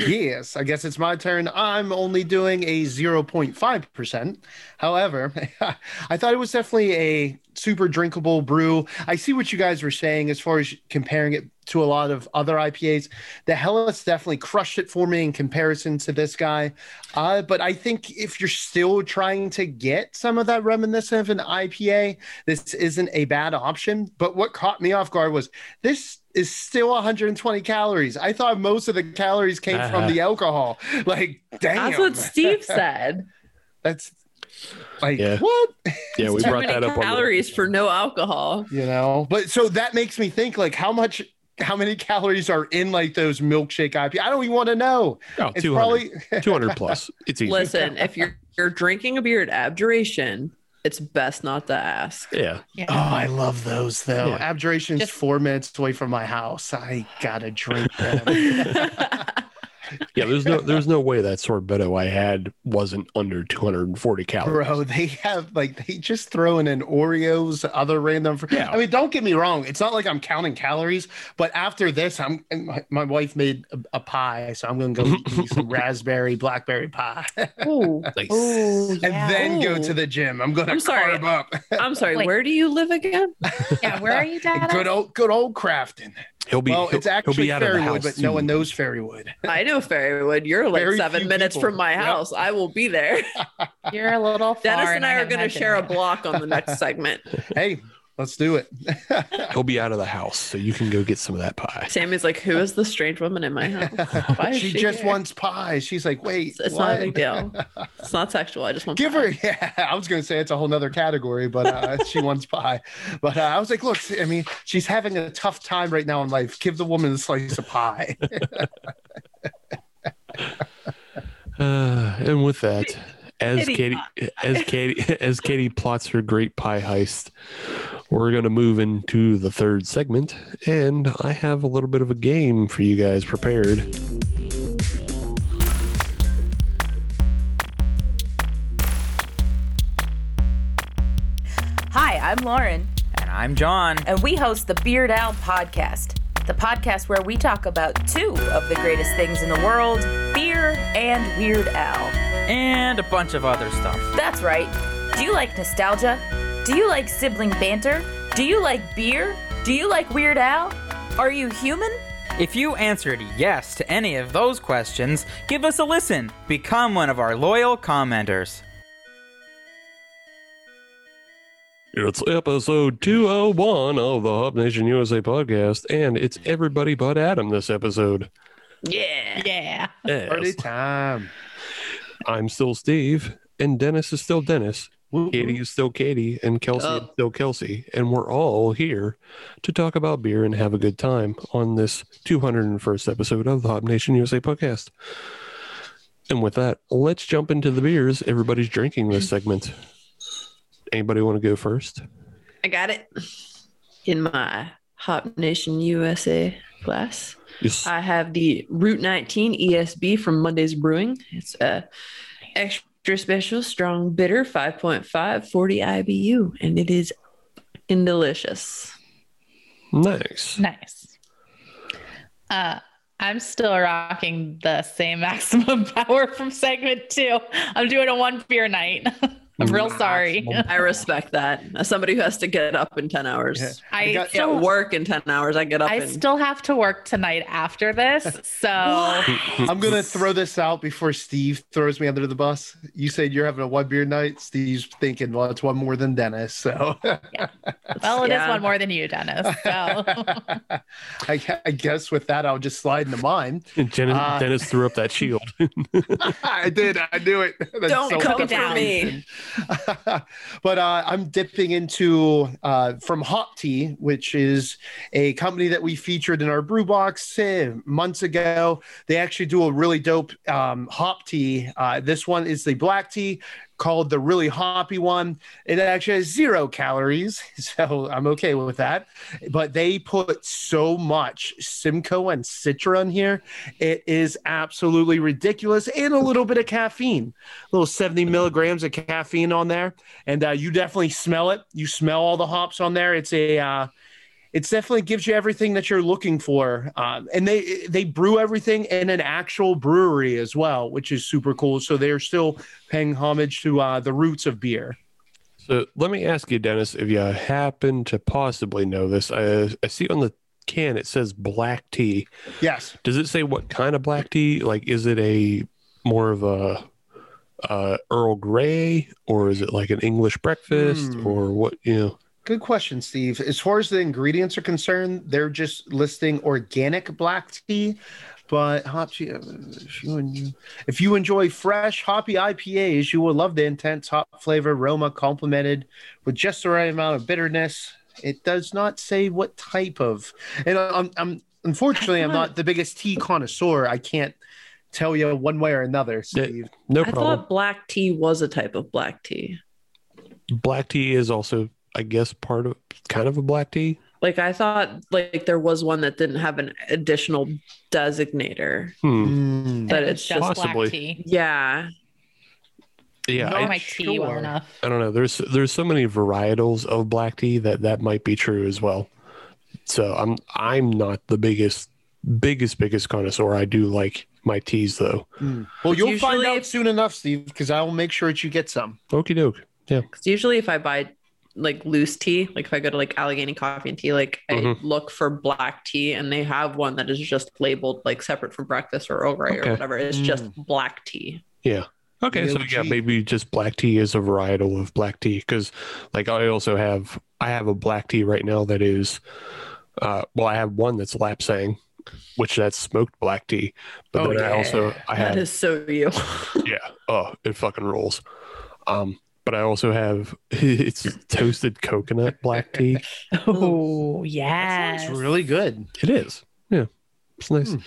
Speaker 6: Yes, I guess it's my turn. I'm only doing a 0.5%. However, I thought it was definitely a super drinkable brew. I see what you guys were saying as far as comparing it to a lot of other IPAs. The Hellas definitely crushed it for me in comparison to this guy. Uh, but I think if you're still trying to get some of that reminiscent of an IPA, this isn't a bad option. But what caught me off guard was this is still 120 calories. I thought most of the calories came from the alcohol. Like, damn.
Speaker 8: That's what Steve said.
Speaker 6: That's like,
Speaker 4: Yeah.
Speaker 6: what?
Speaker 4: Yeah, we
Speaker 5: Too
Speaker 4: brought
Speaker 5: many
Speaker 4: that up. On the,
Speaker 5: calories for no alcohol.
Speaker 6: you know but so that makes me think like how much how many calories are in like those milkshake IP? I don't even want to know.
Speaker 4: oh,
Speaker 6: It's
Speaker 4: 200,
Speaker 6: probably
Speaker 4: 200 plus. It's easy.
Speaker 5: Listen, if you're you're drinking a beer at abjuration, it's best not to ask.
Speaker 4: yeah.
Speaker 8: Yeah.
Speaker 6: Oh, I love those though.
Speaker 4: Yeah.
Speaker 6: Abjuration's
Speaker 8: Just-
Speaker 6: four minutes away from my house. I gotta drink them.
Speaker 5: I
Speaker 4: Yeah, there's no there's no way that sorbetto I had wasn't under 240 calories.
Speaker 6: Bro, they have like they just throwing in Oreos, other random. Fr-
Speaker 4: Yeah.
Speaker 6: I mean, don't get me wrong. It's not like I'm counting calories, but after this, I'm and my, my wife made a, a pie, so I'm gonna go eat me some raspberry blackberry pie,
Speaker 8: Ooh.
Speaker 4: Nice.
Speaker 8: Ooh,
Speaker 6: and
Speaker 8: yeah.
Speaker 6: then go
Speaker 5: Ooh.
Speaker 6: to the gym. I'm gonna
Speaker 5: I'm sorry.
Speaker 6: carb up.
Speaker 5: I'm sorry.
Speaker 8: Wait.
Speaker 5: Where do you live again?
Speaker 8: yeah, where are you, Dad?
Speaker 6: good old good old crafting.
Speaker 4: He'll be
Speaker 6: Well,
Speaker 4: he'll,
Speaker 6: it's actually
Speaker 4: he'll be out of the house
Speaker 6: Fairywood, but no one
Speaker 4: soon.
Speaker 6: knows Fairywood.
Speaker 5: I know Fairywood. You're like
Speaker 6: Very
Speaker 5: seven
Speaker 6: few
Speaker 5: minutes
Speaker 6: people.
Speaker 5: from my
Speaker 6: Yep.
Speaker 5: house. I will be there.
Speaker 8: You're a little far.
Speaker 5: Dennis and I are
Speaker 8: haven't
Speaker 5: going to
Speaker 8: had
Speaker 5: share a
Speaker 8: dinner yet.
Speaker 5: block on the next segment.
Speaker 6: Hey, let's do it.
Speaker 4: He'll be out of the house, so you can go get some of that pie.
Speaker 5: Sammy's like, "Who is the strange woman in my house? Why is
Speaker 6: she, just
Speaker 5: here?"
Speaker 6: wants pie. She's like, wait,
Speaker 5: It's, it's not a
Speaker 6: what?
Speaker 5: big deal. It's not sexual. I just want
Speaker 6: Give
Speaker 5: pie.
Speaker 6: her, yeah. I was gonna say it's a whole nother category, but uh, she wants pie. But uh, I was like, look, I mean, she's having a tough time right now in life. Give the woman a slice of pie.
Speaker 4: Uh, and with that, as
Speaker 5: Kitty
Speaker 4: Katie, as Katie as Katie plots her great pie heist, we're going to move into the third segment, and I have a little bit of a game for you guys prepared.
Speaker 9: Hi, I'm Lauren,
Speaker 10: And I'm John.
Speaker 9: and we host the Beard Owl Podcast, the podcast where we talk about two of the greatest things in the world beer and Weird Al.
Speaker 10: And a bunch of other stuff.
Speaker 9: That's right. Do you like nostalgia? Do you like sibling banter? Do you like beer? Do you like Weird Al? Are you human?
Speaker 10: If you answered yes to any of those questions, give us a listen. Become one of our loyal commenters.
Speaker 4: It's episode 201 of the Hop Nation USA podcast, and it's everybody but Adam this episode.
Speaker 5: Yeah.
Speaker 8: Yeah.
Speaker 6: Party
Speaker 4: Yes,
Speaker 6: time.
Speaker 4: I'm still Steve, and Dennis is still Dennis. Katie is still Katie, and Kelsey is
Speaker 5: Oh.
Speaker 4: still Kelsey, and we're all here to talk about beer and have a good time on this 201st episode of the Hop Nation USA podcast. And with that, let's jump into the beers everybody's drinking this segment. Anybody want to go first?
Speaker 5: I got it in my Hop Nation USA glass.
Speaker 4: Yes.
Speaker 5: I have the Route 19 ESB from Monday's Brewing. It's a extra special strong bitter 5.5 40 IBU and it is fucking delicious.
Speaker 4: Nice.
Speaker 8: Nice. Uh, I'm still rocking the same maximum power from segment two. I'm doing a one beer night. I'm real sorry.
Speaker 5: I respect that. As somebody who has to get up in 10 hours.
Speaker 6: Yeah.
Speaker 8: I
Speaker 5: I
Speaker 6: got-
Speaker 5: don't
Speaker 8: still,
Speaker 5: work in 10 hours. I get up
Speaker 8: I
Speaker 5: and
Speaker 8: still have to work tonight after this. So
Speaker 6: I'm gonna throw this out before Steve throws me under the bus. You said you're having a one beer night. Steve's thinking, well, it's one more than Dennis. So
Speaker 8: well, it is
Speaker 5: Yeah.
Speaker 8: one more than you, Dennis. So
Speaker 6: I, I guess with that, I'll just slide into mine.
Speaker 4: Jen-
Speaker 6: Uh,
Speaker 4: Dennis threw up that shield.
Speaker 6: I did. I knew it. That's
Speaker 5: don't
Speaker 6: so
Speaker 5: come
Speaker 8: different.
Speaker 5: for me.
Speaker 6: but uh, I'm dipping into uh, from Hot Tea, which is a company that we featured in our brew box eh, months ago. They actually do a really dope um, hop tea. Uh, this one is the black tea called the really hoppy one. It actually has zero calories, so I'm okay with that. But they put so much Simcoe and Citra in here. It is absolutely ridiculous and a little bit of caffeine, a little 70 milligrams of caffeine on there. And uh, you definitely smell it. You smell all the hops on there. It's a, uh, it's definitely gives you everything that you're looking for. Um, and they, they brew everything in an actual brewery as well, which is super cool. So they're still paying homage to uh, the roots of beer.
Speaker 4: So let me ask you, Dennis, if you happen to possibly know this. I, I see on the can it says black tea.
Speaker 6: Yes.
Speaker 4: Does it say what kind of black tea? Like, is it a more of a uh, Earl Grey, or is it like an English breakfast,
Speaker 6: Hmm.
Speaker 4: or what? You know,
Speaker 6: Good question, Steve. As far as the ingredients are concerned, they're just listing organic black tea. But hop tea, if you, enjoy, if you enjoy fresh hoppy IPAs, you will love the intense hop flavor aroma complemented with just the right amount of bitterness. It does not say what type of, and I'm, I'm unfortunately I'm not the biggest tea connoisseur. I can't tell you one way or another,
Speaker 4: Yeah.
Speaker 6: Steve.
Speaker 4: no
Speaker 5: I
Speaker 4: problem.
Speaker 5: thought black tea was a type of black tea.
Speaker 4: Black tea is also, I guess, part of kind of a black tea.
Speaker 5: Like I thought like there was one that didn't have an additional designator.
Speaker 4: Hmm.
Speaker 6: Hmm.
Speaker 5: But
Speaker 8: And
Speaker 5: it's
Speaker 8: just
Speaker 4: Possibly.
Speaker 8: black tea.
Speaker 5: Yeah.
Speaker 4: Yeah,
Speaker 8: Nor
Speaker 4: I-
Speaker 8: my tea well
Speaker 6: sure.
Speaker 8: enough.
Speaker 4: I don't know. There's there's so many varietals of black tea that that might be true as well. So I'm I'm not the biggest biggest biggest connoisseur. I do like my teas though.
Speaker 6: Well, you'll find
Speaker 5: Usually
Speaker 6: out
Speaker 5: if-
Speaker 6: soon enough, Steve, because I will make sure that you get some.
Speaker 4: Okie doke.
Speaker 5: Cause usually if I buy like loose tea, like if I go to like Allegheny Coffee and Tea, like
Speaker 4: Mhm.
Speaker 5: I look for black tea and they have one that is just labeled like separate from breakfast or Earl Grey
Speaker 4: Okay. Mm.
Speaker 5: or whatever. It's just black tea.
Speaker 4: Yeah. Okay. So yeah,
Speaker 6: BLG.
Speaker 4: maybe just black tea is a varietal of black tea because like I also have I have a black tea right now that is uh well I have one that's lapsang, which that's smoked black tea. But
Speaker 6: Oh,
Speaker 4: then I also I have
Speaker 5: That is so you.
Speaker 4: Yeah. Oh, it fucking rules. Um, but I also have it's toasted coconut black tea.
Speaker 8: Oh
Speaker 6: That
Speaker 8: yes.
Speaker 6: sounds really good.
Speaker 4: It is. Yeah. It's nice.
Speaker 6: Hmm.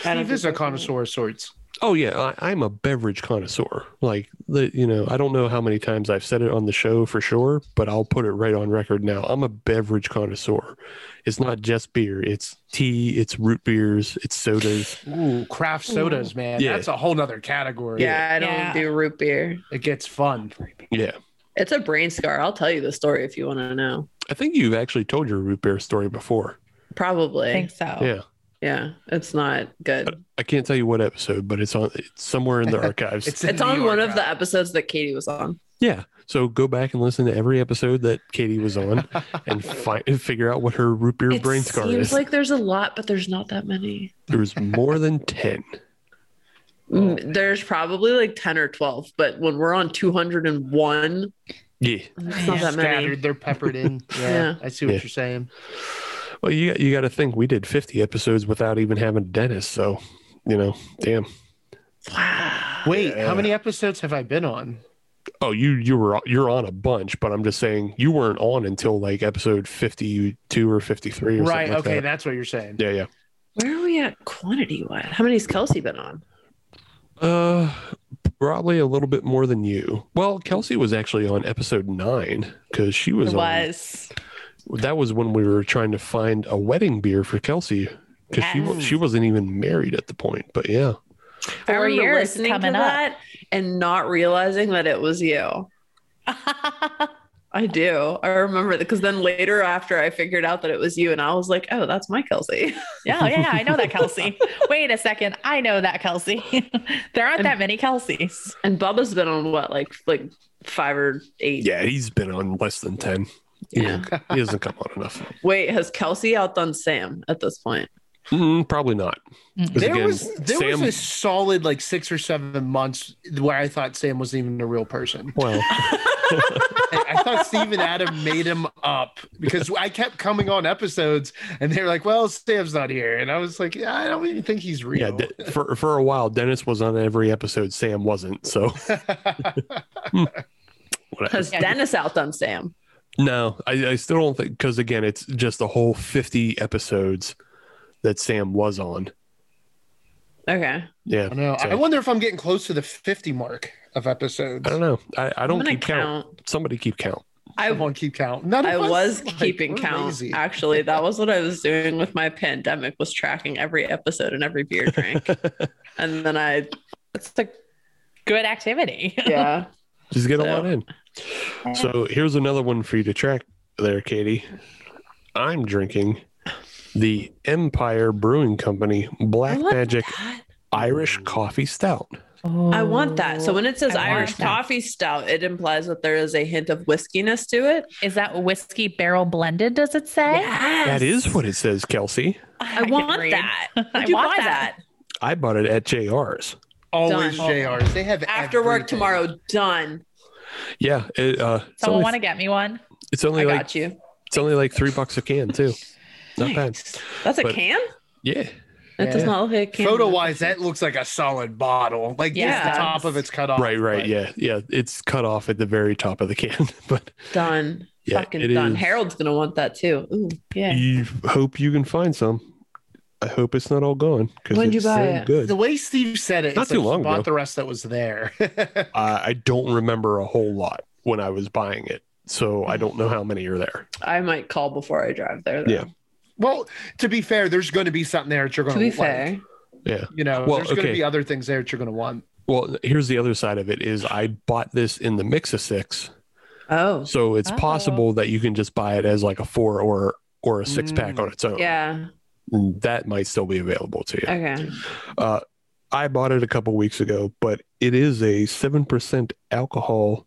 Speaker 6: Steve is a connoisseur of sorts.
Speaker 4: Oh yeah, I, I'm a beverage connoisseur. Like the, you know, I don't know how many times I've said it on the show for sure, but I'll put it right on record now. I'm a beverage connoisseur. It's not just beer. It's tea. It's root beers. It's sodas.
Speaker 6: Ooh, craft sodas, man.
Speaker 4: Yeah.
Speaker 6: That's a whole nother category.
Speaker 5: Yeah, I don't
Speaker 8: Yeah.
Speaker 5: do root beer.
Speaker 6: It gets fun.
Speaker 4: Yeah.
Speaker 5: It's a brain scar. I'll tell you the story if you want to know.
Speaker 4: I think you've actually told your root beer story before.
Speaker 5: Probably.
Speaker 8: I think so.
Speaker 4: Yeah.
Speaker 5: Yeah, it's not good.
Speaker 4: But I can't tell you what episode, but it's on it's somewhere in the archives.
Speaker 6: in
Speaker 5: it's
Speaker 6: the
Speaker 5: on one of the
Speaker 6: archive.
Speaker 5: episodes that Katie was on.
Speaker 4: Yeah. So go back and listen to every episode that Katie was on and find and figure out what her root beer
Speaker 8: It
Speaker 4: brain scar
Speaker 5: Seems
Speaker 4: is.
Speaker 5: like there's a lot, but there's not that many.
Speaker 4: There's more than 10.
Speaker 5: Mm, there's probably like 10 or 12, but when we're on 201,
Speaker 4: Yeah.
Speaker 5: it's not that many.
Speaker 6: Scattered, they're peppered in. Yeah,
Speaker 5: Yeah.
Speaker 6: I see what
Speaker 4: Yeah.
Speaker 6: you're saying.
Speaker 4: Well, you, you got to think we did 50 episodes without even having a dentist. So, you know, damn.
Speaker 5: Wow.
Speaker 6: Wait, how many episodes have I been on?
Speaker 4: Oh, you you were you're on a bunch, but I'm just saying you weren't on until like episode 52 or 53 or
Speaker 6: Right.
Speaker 4: something like
Speaker 6: okay,
Speaker 4: that.
Speaker 6: that's what you're saying.
Speaker 4: Yeah, yeah.
Speaker 5: Where are we at quantity wise? How many's Kelsey been on?
Speaker 4: Uh, probably a little bit more than you. Well, Kelsey was actually on episode 9 cuz she was
Speaker 8: It
Speaker 4: on
Speaker 8: was.
Speaker 4: that was when we were trying to find a wedding beer for Kelsey because she wa-
Speaker 8: Yes.
Speaker 4: she wasn't even married at the point. But yeah,
Speaker 5: I
Speaker 8: Four
Speaker 5: remember
Speaker 8: years
Speaker 5: listening
Speaker 8: coming
Speaker 5: to
Speaker 8: up.
Speaker 5: that and not realizing that it was you. I do. I remember that because then later after I figured out that it was you, and I was like, "Oh, that's my Kelsey."
Speaker 8: yeah, Oh, yeah, I know that Kelsey. Wait a second. I know that Kelsey. there aren't that many Kelseys.
Speaker 5: And Bubba's been on what, like, like five or eight?
Speaker 4: yeah, he's been on less than ten. He
Speaker 5: Yeah.
Speaker 4: hasn't- he hasn't come on enough.
Speaker 5: Wait, has Kelsey outdone Sam at this point?
Speaker 4: Mm, probably not. 'Cause
Speaker 6: There
Speaker 4: again,
Speaker 6: was there
Speaker 4: Sam.
Speaker 6: was a solid like six or seven months where I thought Sam wasn't even a real person.
Speaker 4: well,
Speaker 6: I, I thought Steve and Adam made him up because I kept coming on episodes and they were like, "Well, Sam's not here," and I was like, yeah, "I don't even think he's
Speaker 4: yeah,
Speaker 6: real."
Speaker 4: De- for for a while, Dennis was on every episode. Sam wasn't. So whatever.
Speaker 5: Has Dennis outdone Sam?
Speaker 4: No, I, I still don't think because again, it's just the whole fifty episodes that Sam was on.
Speaker 5: Okay,
Speaker 4: Yeah,
Speaker 6: I know.
Speaker 4: So-
Speaker 6: I wonder if I'm getting close to the 50 mark of episodes.
Speaker 4: I don't know. I, I
Speaker 5: I'm
Speaker 4: don't
Speaker 5: gonna
Speaker 4: keep count. Somebody keep count.
Speaker 6: I
Speaker 5: I
Speaker 6: won't keep count. None of
Speaker 5: I
Speaker 6: us,
Speaker 5: was
Speaker 6: like,
Speaker 5: keeping
Speaker 6: we're
Speaker 5: count.
Speaker 6: lazy.
Speaker 5: Actually, that was what I was doing with my pandemic was tracking every episode and every beer drink, and then I
Speaker 8: It's a good activity.
Speaker 5: yeah.
Speaker 4: Just get a
Speaker 5: So-
Speaker 4: lot in. So here's another one for you to track there, Katie. I'm drinking the Empire Brewing Company Black
Speaker 5: What
Speaker 4: Magic
Speaker 5: the-
Speaker 4: Irish coffee stout.
Speaker 5: I want that. So when it says
Speaker 8: I want
Speaker 5: Irish
Speaker 8: that.
Speaker 5: coffee stout, it implies that there is a hint of whiskiness to it.
Speaker 8: Is that whiskey barrel blended? Does it say?
Speaker 4: That is what it says, Kelsey.
Speaker 5: I,
Speaker 8: can
Speaker 5: want
Speaker 8: read.
Speaker 5: that.
Speaker 8: I
Speaker 5: Would you
Speaker 8: want
Speaker 5: buy
Speaker 8: that.
Speaker 5: that?
Speaker 4: I bought it at JR's.
Speaker 6: Always
Speaker 5: Done.
Speaker 6: JRs. They have
Speaker 5: After work
Speaker 6: everything.
Speaker 5: tomorrow, done.
Speaker 4: Yeah, it, uh, it's
Speaker 8: Someone
Speaker 4: only,
Speaker 8: want to get me one?
Speaker 4: it's
Speaker 5: I
Speaker 4: only like
Speaker 5: got you.
Speaker 4: it's only like three bucks a can too. Not bad.
Speaker 5: Nice. That's a
Speaker 4: But-
Speaker 5: can?
Speaker 4: Yeah,
Speaker 5: That
Speaker 6: Yeah.
Speaker 5: does not look like a can.
Speaker 6: Photo wise, that looks like a solid bottle. Like yeah.
Speaker 5: Yeah.
Speaker 6: the top of it's cut off.
Speaker 4: right, right.
Speaker 6: but-
Speaker 4: Yeah, yeah. It's cut off at the very top of the can, but
Speaker 5: Done.
Speaker 4: yeah,
Speaker 5: Fucking
Speaker 4: it
Speaker 5: done.
Speaker 4: is-
Speaker 5: Harold's gonna want that too. Ooh, yeah.
Speaker 4: You hope you can find some. I hope it's not all gone because
Speaker 5: When'd
Speaker 4: it's
Speaker 5: you buy
Speaker 4: so
Speaker 5: it?
Speaker 4: good.
Speaker 6: The way Steve said it,
Speaker 4: Not
Speaker 6: it's
Speaker 4: too
Speaker 6: like
Speaker 4: long
Speaker 6: he bought
Speaker 4: ago.
Speaker 6: the rest that was there.
Speaker 4: I I don't remember a whole lot when I was buying it, so I don't know how many are there.
Speaker 5: I might call before I drive there. Though.
Speaker 4: Yeah.
Speaker 6: well, to be fair, there's going to be something there that you're going
Speaker 5: To
Speaker 6: to
Speaker 5: be
Speaker 6: like.
Speaker 5: fair,
Speaker 4: Yeah.
Speaker 6: You know,
Speaker 4: Well,
Speaker 6: there's going
Speaker 4: okay.
Speaker 6: to be other things there that you're going to want.
Speaker 4: Well, here's the other side of it: is I bought this in the mix of six,
Speaker 5: oh
Speaker 4: so it's
Speaker 8: Oh.
Speaker 4: possible that you can just buy it as like a four or or a six pack
Speaker 6: Mm.
Speaker 4: on its own.
Speaker 5: yeah,
Speaker 4: that might still be available to you.
Speaker 5: okay.
Speaker 4: Uh, I bought it a couple weeks ago, but it is a seven percent alcohol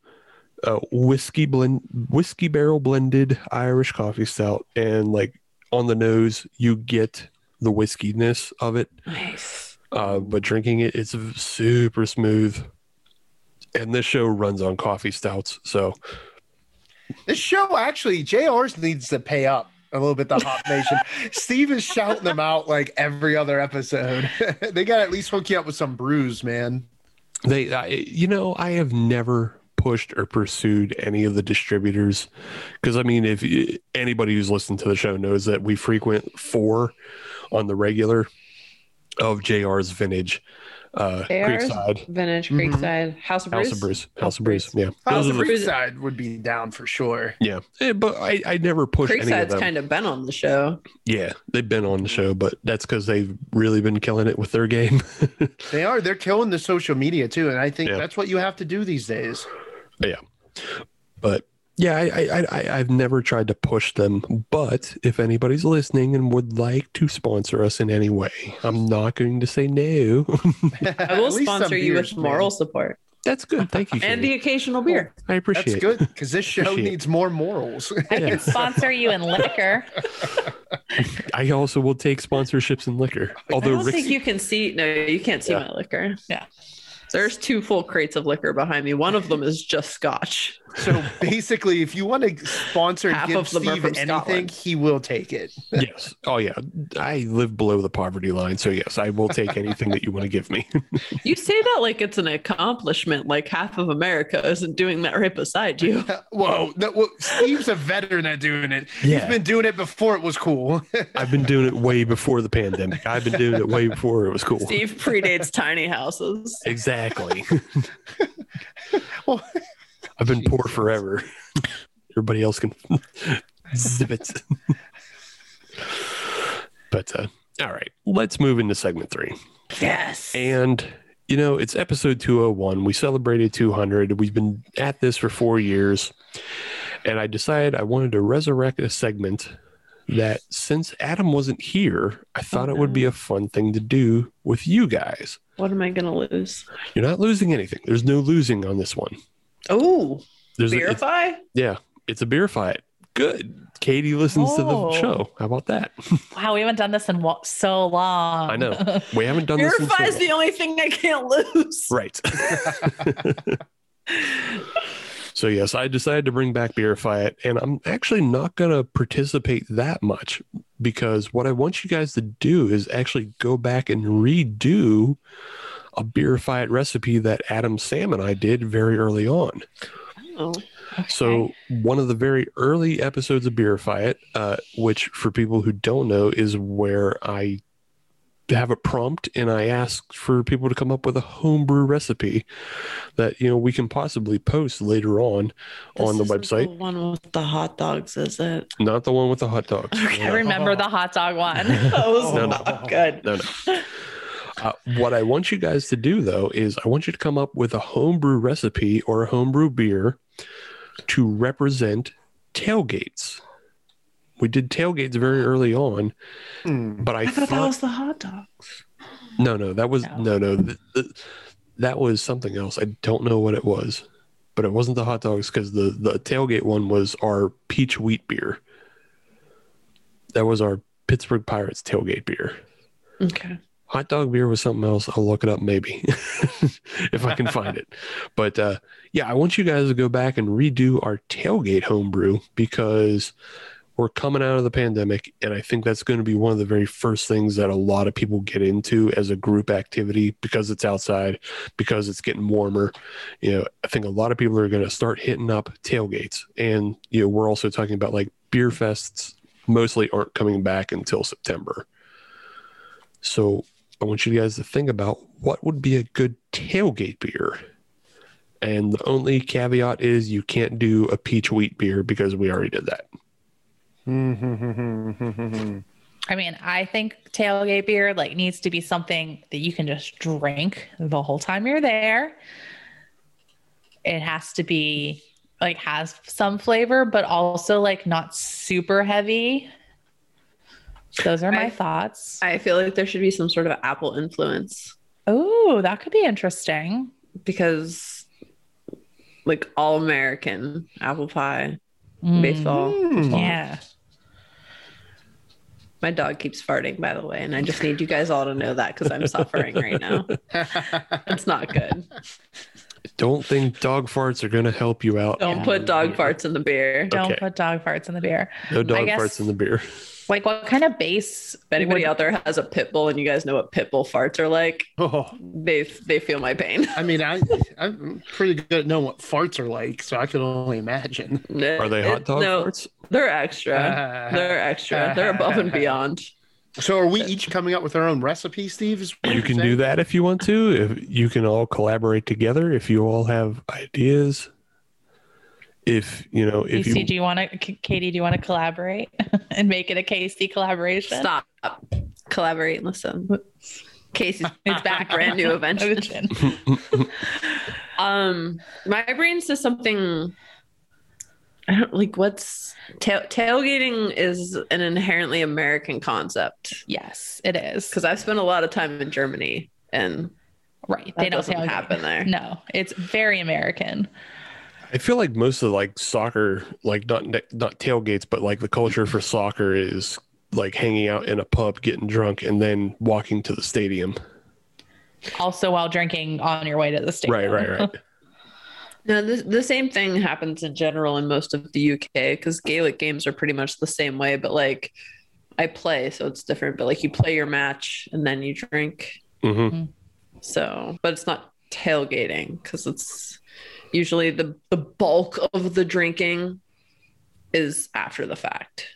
Speaker 4: uh, whiskey blend, whiskey barrel blended Irish coffee stout, and like on the nose, you get the whiskiness of it.
Speaker 5: Nice.
Speaker 4: Uh, but drinking it, it's super smooth. And this show runs on coffee stouts, so
Speaker 6: This show actually, JRs needs to pay up a little bit. The Hop Nation. Steve is shouting them out like every other episode. they got to at least hook you up with some brews, man.
Speaker 4: they, I, you know, I have never pushed or pursued any of the distributors because I mean, if y- anybody who's listened to the show knows that we frequent four on the regular of JR's Vintage, uh,
Speaker 5: JR's?
Speaker 4: Creekside,
Speaker 5: Vintage
Speaker 6: Mhm.
Speaker 5: Creekside House of Brews.
Speaker 4: Mm-hmm. House of Brews, House of Brews, yeah,
Speaker 6: House
Speaker 4: those
Speaker 6: of
Speaker 4: are the,
Speaker 6: Brew side would be down for sure.
Speaker 4: yeah. Eh, But I, I never pushed any of
Speaker 5: Creekside's
Speaker 4: them.
Speaker 5: kind of been on the show.
Speaker 4: Yeah, they've been on the show, but that's because they've really been killing it with their game.
Speaker 6: They are. They're killing the social media too, and I think
Speaker 4: Yeah.
Speaker 6: that's what you have to do these days.
Speaker 4: but yeah, I, I, I- I, I've never tried to push them. But if anybody's listening and would like to sponsor us in any way, I'm not going to say no.
Speaker 5: I will sponsor you with moral support
Speaker 4: that's good. Thank you.
Speaker 5: and
Speaker 4: Katie.
Speaker 5: the occasional beer.
Speaker 4: I appreciate
Speaker 6: That's
Speaker 4: it.
Speaker 6: good because this show
Speaker 4: Appreciate it.
Speaker 6: needs more morals.
Speaker 8: I can
Speaker 4: Yeah.
Speaker 8: sponsor you in liquor.
Speaker 4: I also will take sponsorships and liquor.
Speaker 5: I
Speaker 4: Although
Speaker 5: don't
Speaker 4: Rick's,
Speaker 5: think you can see. No, you can't see
Speaker 4: Yeah.
Speaker 5: my liquor.
Speaker 8: Yeah.
Speaker 5: There's two full crates of liquor behind me. One of them is just scotch.
Speaker 6: so basically, if you want to sponsor and
Speaker 5: Half
Speaker 6: give
Speaker 5: of them are
Speaker 6: Steve
Speaker 5: from
Speaker 6: anything,
Speaker 5: Scotland.
Speaker 6: he will take it.
Speaker 4: yes. Oh yeah. I live below the poverty line, so yes, I will take anything that you want to give me.
Speaker 5: You say that like it's an accomplishment, like half of America isn't doing that right beside you.
Speaker 6: Whoa, no, well, Steve's a veteran at doing it.
Speaker 4: Yeah.
Speaker 6: He's been doing it before it was cool.
Speaker 4: I've been doing it way before the pandemic. I've been doing it way before it was cool.
Speaker 5: Steve predates tiny houses.
Speaker 4: Exactly.
Speaker 6: Well-
Speaker 4: I've been poor forever. Everybody else can zip it. but uh, all right, let's move into segment three.
Speaker 5: Yes.
Speaker 4: And you know, it's episode 201. We celebrated 200. We've been at this for four years. And I decided I wanted to resurrect a segment that, since Adam wasn't here, I thought it would be a fun thing to do with you guys.
Speaker 5: What am I gonna lose?
Speaker 4: You're not losing anything. There's no losing on this one.
Speaker 5: Oh,
Speaker 4: There's a, it's,
Speaker 5: verify.
Speaker 4: yeah, it's a beer fight. Good. Katie listens to the
Speaker 8: Oh.
Speaker 4: show. How about that?
Speaker 8: Wow, we haven't done this in wa- so long.
Speaker 4: I know. We haven't done this. in so
Speaker 5: Verify is
Speaker 4: long.
Speaker 5: the only thing I can't lose.
Speaker 4: Right. so yes, I decided to bring back Beer Fight, and I'm actually not gonna participate that much because what I want you guys to do is actually go back and redo a Beer Fight recipe that Adam Sam and I did very early on.
Speaker 5: Oh.
Speaker 4: So one of the very early episodes of Beer Fight, uh, which for people who don't know is where I have a prompt and I ask for people to come up with a homebrew recipe that you know we can possibly post later on on the
Speaker 5: This isn't
Speaker 4: website.
Speaker 5: the one with the hot dogs, is it?
Speaker 4: Not the one with the hot dogs.
Speaker 5: Okay.
Speaker 8: I
Speaker 4: No.
Speaker 8: remember the hot dog one.
Speaker 5: That was
Speaker 4: No, no.
Speaker 5: not good.
Speaker 4: No, no. Uh, what I want you guys to do, though, is I want you to come up with a homebrew recipe or a homebrew beer to represent tailgates. We did tailgates very early on,
Speaker 6: Hmm.
Speaker 4: but I
Speaker 5: I thought
Speaker 4: thought,
Speaker 5: that was the hot dog.
Speaker 4: No, no, that was no,
Speaker 8: No.
Speaker 4: no. th- th- that was something else. I don't know what it was, but it wasn't the hot dogs because the the tailgate one was our peach wheat beer. That was our Pittsburgh Pirates tailgate beer.
Speaker 5: Okay.
Speaker 4: Hot dog beer was something else. I'll look it up maybe if I can find it. But uh, yeah, I want you guys to go back and redo our tailgate homebrew because we're coming out of the pandemic. And I think that's going to be one of the very first things that a lot of people get into as a group activity because it's outside, because it's getting warmer. You know, I think a lot of people are going to start hitting up tailgates. And, you know, we're also talking about like beer fests mostly aren't coming back until September. So I want you guys to think about what would be a good tailgate beer. And the only caveat is you can't do a peach wheat beer because we already did that.
Speaker 8: I mean, I think tailgate beer like needs to be something that you can just drink the whole time you're there. It has to be like has some flavor, but also like not super heavy. Those are my
Speaker 5: I-
Speaker 8: thoughts.
Speaker 5: I feel like there should be some sort of Apple influence
Speaker 8: Oh, that could be interesting.
Speaker 5: because, like, all American apple pie, Mm-hmm.
Speaker 8: Mm,
Speaker 5: baseball.
Speaker 4: Hmm.
Speaker 8: Yeah.
Speaker 5: My dog keeps farting, by the way, and I just need you guys all to know that because I'm suffering right now. It's not good.
Speaker 4: I don't think dog farts are going to help you out.
Speaker 5: Don't
Speaker 4: in
Speaker 5: put
Speaker 4: the
Speaker 5: dog
Speaker 4: beer.
Speaker 5: farts in the beer.
Speaker 8: Don't
Speaker 4: Okay.
Speaker 8: put dog farts in the beer.
Speaker 4: No dog
Speaker 8: guess-
Speaker 4: farts in the beer.
Speaker 8: Like what kind of base
Speaker 5: If anybody
Speaker 8: would-
Speaker 5: out there has a pit bull and you guys know what pit bull farts are like,
Speaker 6: Oh,
Speaker 5: they they feel my pain.
Speaker 6: I mean, I I'm pretty good at knowing what farts are like, so I can only imagine.
Speaker 4: Are they hot dog
Speaker 5: No,
Speaker 4: farts?
Speaker 5: they're extra. They're extra. They're above and beyond.
Speaker 6: So, are we each coming up with our own recipe, Steve? Is what
Speaker 4: You
Speaker 6: you're
Speaker 4: can
Speaker 6: saying?
Speaker 4: do that if you want to. If you can all collaborate together, if you all have ideas, if you know, if
Speaker 8: KC,
Speaker 4: you
Speaker 8: do you want to, Katie? Do you want to collaborate and make it a KC collaboration?
Speaker 5: Stop. Collaborate and listen. Casey's
Speaker 8: It's back.
Speaker 5: brand new invention.
Speaker 8: Ocean.
Speaker 5: Um, my brain says something. I don't like what's tail, tailgating is an inherently American concept
Speaker 8: Yes, it is.
Speaker 5: because I've spent a lot of time in Germany and
Speaker 8: Right.
Speaker 5: that
Speaker 8: They don't
Speaker 5: doesn't
Speaker 8: tailgate.
Speaker 5: happen there.
Speaker 8: No, it's very American.
Speaker 4: I feel like most of like soccer, like not not tailgates, but like the culture for soccer is like hanging out in a pub, getting drunk, and then walking to the stadium.
Speaker 8: Also, while drinking on your way to the
Speaker 4: Right,
Speaker 8: stadium.
Speaker 4: right, right.
Speaker 5: No, the, the same thing happens in general in most of the UK because Gaelic games are pretty much the same way, but like I play, so it's different. But like you play your match and then you drink.
Speaker 4: hmm
Speaker 5: So, but it's not tailgating because it's usually the, the bulk of the drinking is after the fact.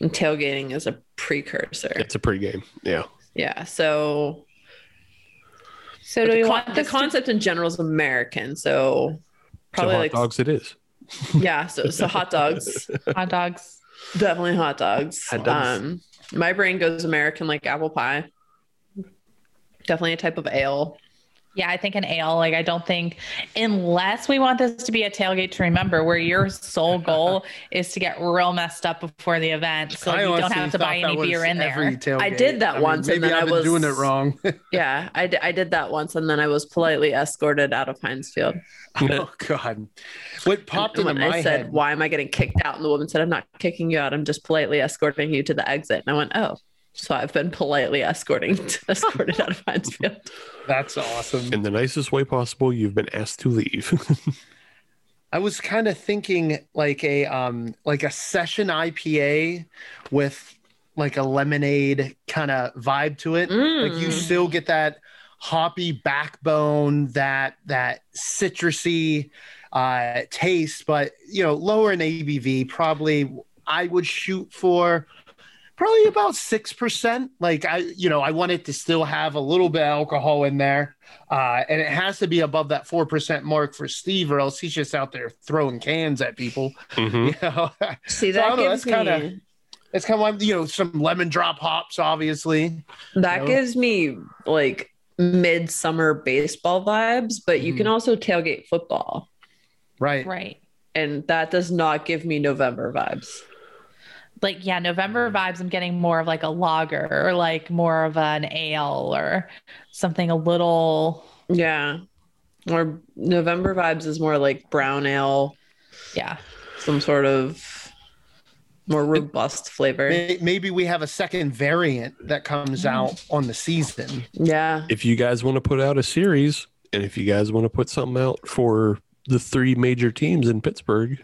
Speaker 5: And tailgating is a precursor.
Speaker 4: It's a pregame. Yeah.
Speaker 5: Yeah. So,
Speaker 8: So,
Speaker 5: but
Speaker 8: do
Speaker 5: the,
Speaker 8: we
Speaker 5: con-
Speaker 8: want
Speaker 5: the
Speaker 8: this to-
Speaker 5: concept in general is American. So, probably
Speaker 4: so hot
Speaker 5: like
Speaker 4: dogs, it is.
Speaker 5: yeah so, so hot dogs
Speaker 8: hot dogs?
Speaker 5: definitely hot dogs.
Speaker 4: Hot dogs.
Speaker 5: um my brain goes american like apple pie definitely a type of ale
Speaker 8: Yeah, I think an ale. Like, I don't think, unless we want this to be a tailgate to remember, where your sole goal is to get real messed up before the event, so
Speaker 6: I
Speaker 8: you don't
Speaker 6: honestly
Speaker 8: have to buy
Speaker 6: thought
Speaker 8: any
Speaker 6: that was
Speaker 8: beer in
Speaker 6: every
Speaker 8: there.
Speaker 6: tailgate.
Speaker 5: I did that once and
Speaker 6: Maybe
Speaker 5: then
Speaker 6: I've
Speaker 5: I
Speaker 6: been
Speaker 5: was-
Speaker 6: doing it wrong.
Speaker 5: yeah I, d- I did that once and then i was politely escorted out of hines field
Speaker 6: oh God, what popped
Speaker 5: and
Speaker 6: into
Speaker 5: when
Speaker 6: my
Speaker 5: i said
Speaker 6: head?
Speaker 5: why am i getting kicked out and the woman said i'm not kicking you out i'm just politely escorting you to the exit and i went oh so i've been politely escorting escorted out of hines field
Speaker 6: That's awesome.
Speaker 4: In the nicest way possible, you've been asked to leave.
Speaker 6: I was kind of thinking like a um like a session IPA with like a lemonade kind of vibe to it. Like you
Speaker 5: Mm.
Speaker 6: still get that hoppy backbone, that that citrusy uh taste, but you know, lower in ABV, probably I would shoot for probably about six percent. Like I, you know, I want it to still have a little bit of alcohol in there, uh, and it has to be above that four percent mark for Steve, or else he's just out there throwing cans at people.
Speaker 4: Mhm.
Speaker 5: Mm-hmm.
Speaker 6: You know,
Speaker 5: see
Speaker 6: So I
Speaker 5: that
Speaker 6: don't know,
Speaker 5: gives
Speaker 6: that's kinda-
Speaker 5: me
Speaker 6: it's kind of like you know some lemon drop hops, obviously.
Speaker 5: That
Speaker 6: know?
Speaker 5: gives me like midsummer baseball vibes, but you can
Speaker 6: Mm.
Speaker 5: also tailgate football.
Speaker 6: Right.
Speaker 8: Right.
Speaker 5: And that does not give me November vibes.
Speaker 8: like yeah,
Speaker 6: Mm.
Speaker 8: November vibes. I'm getting more of like a lager or like more of an ale or something a little
Speaker 5: Yeah. Or November vibes is more like brown ale,
Speaker 8: yeah.
Speaker 5: some sort of more robust flavor.
Speaker 6: May- Maybe we have a second variant that comes out on the season.
Speaker 5: Yeah.
Speaker 4: If you guys want to put out a series, and if you guys want to put something out for the three major teams in Pittsburgh,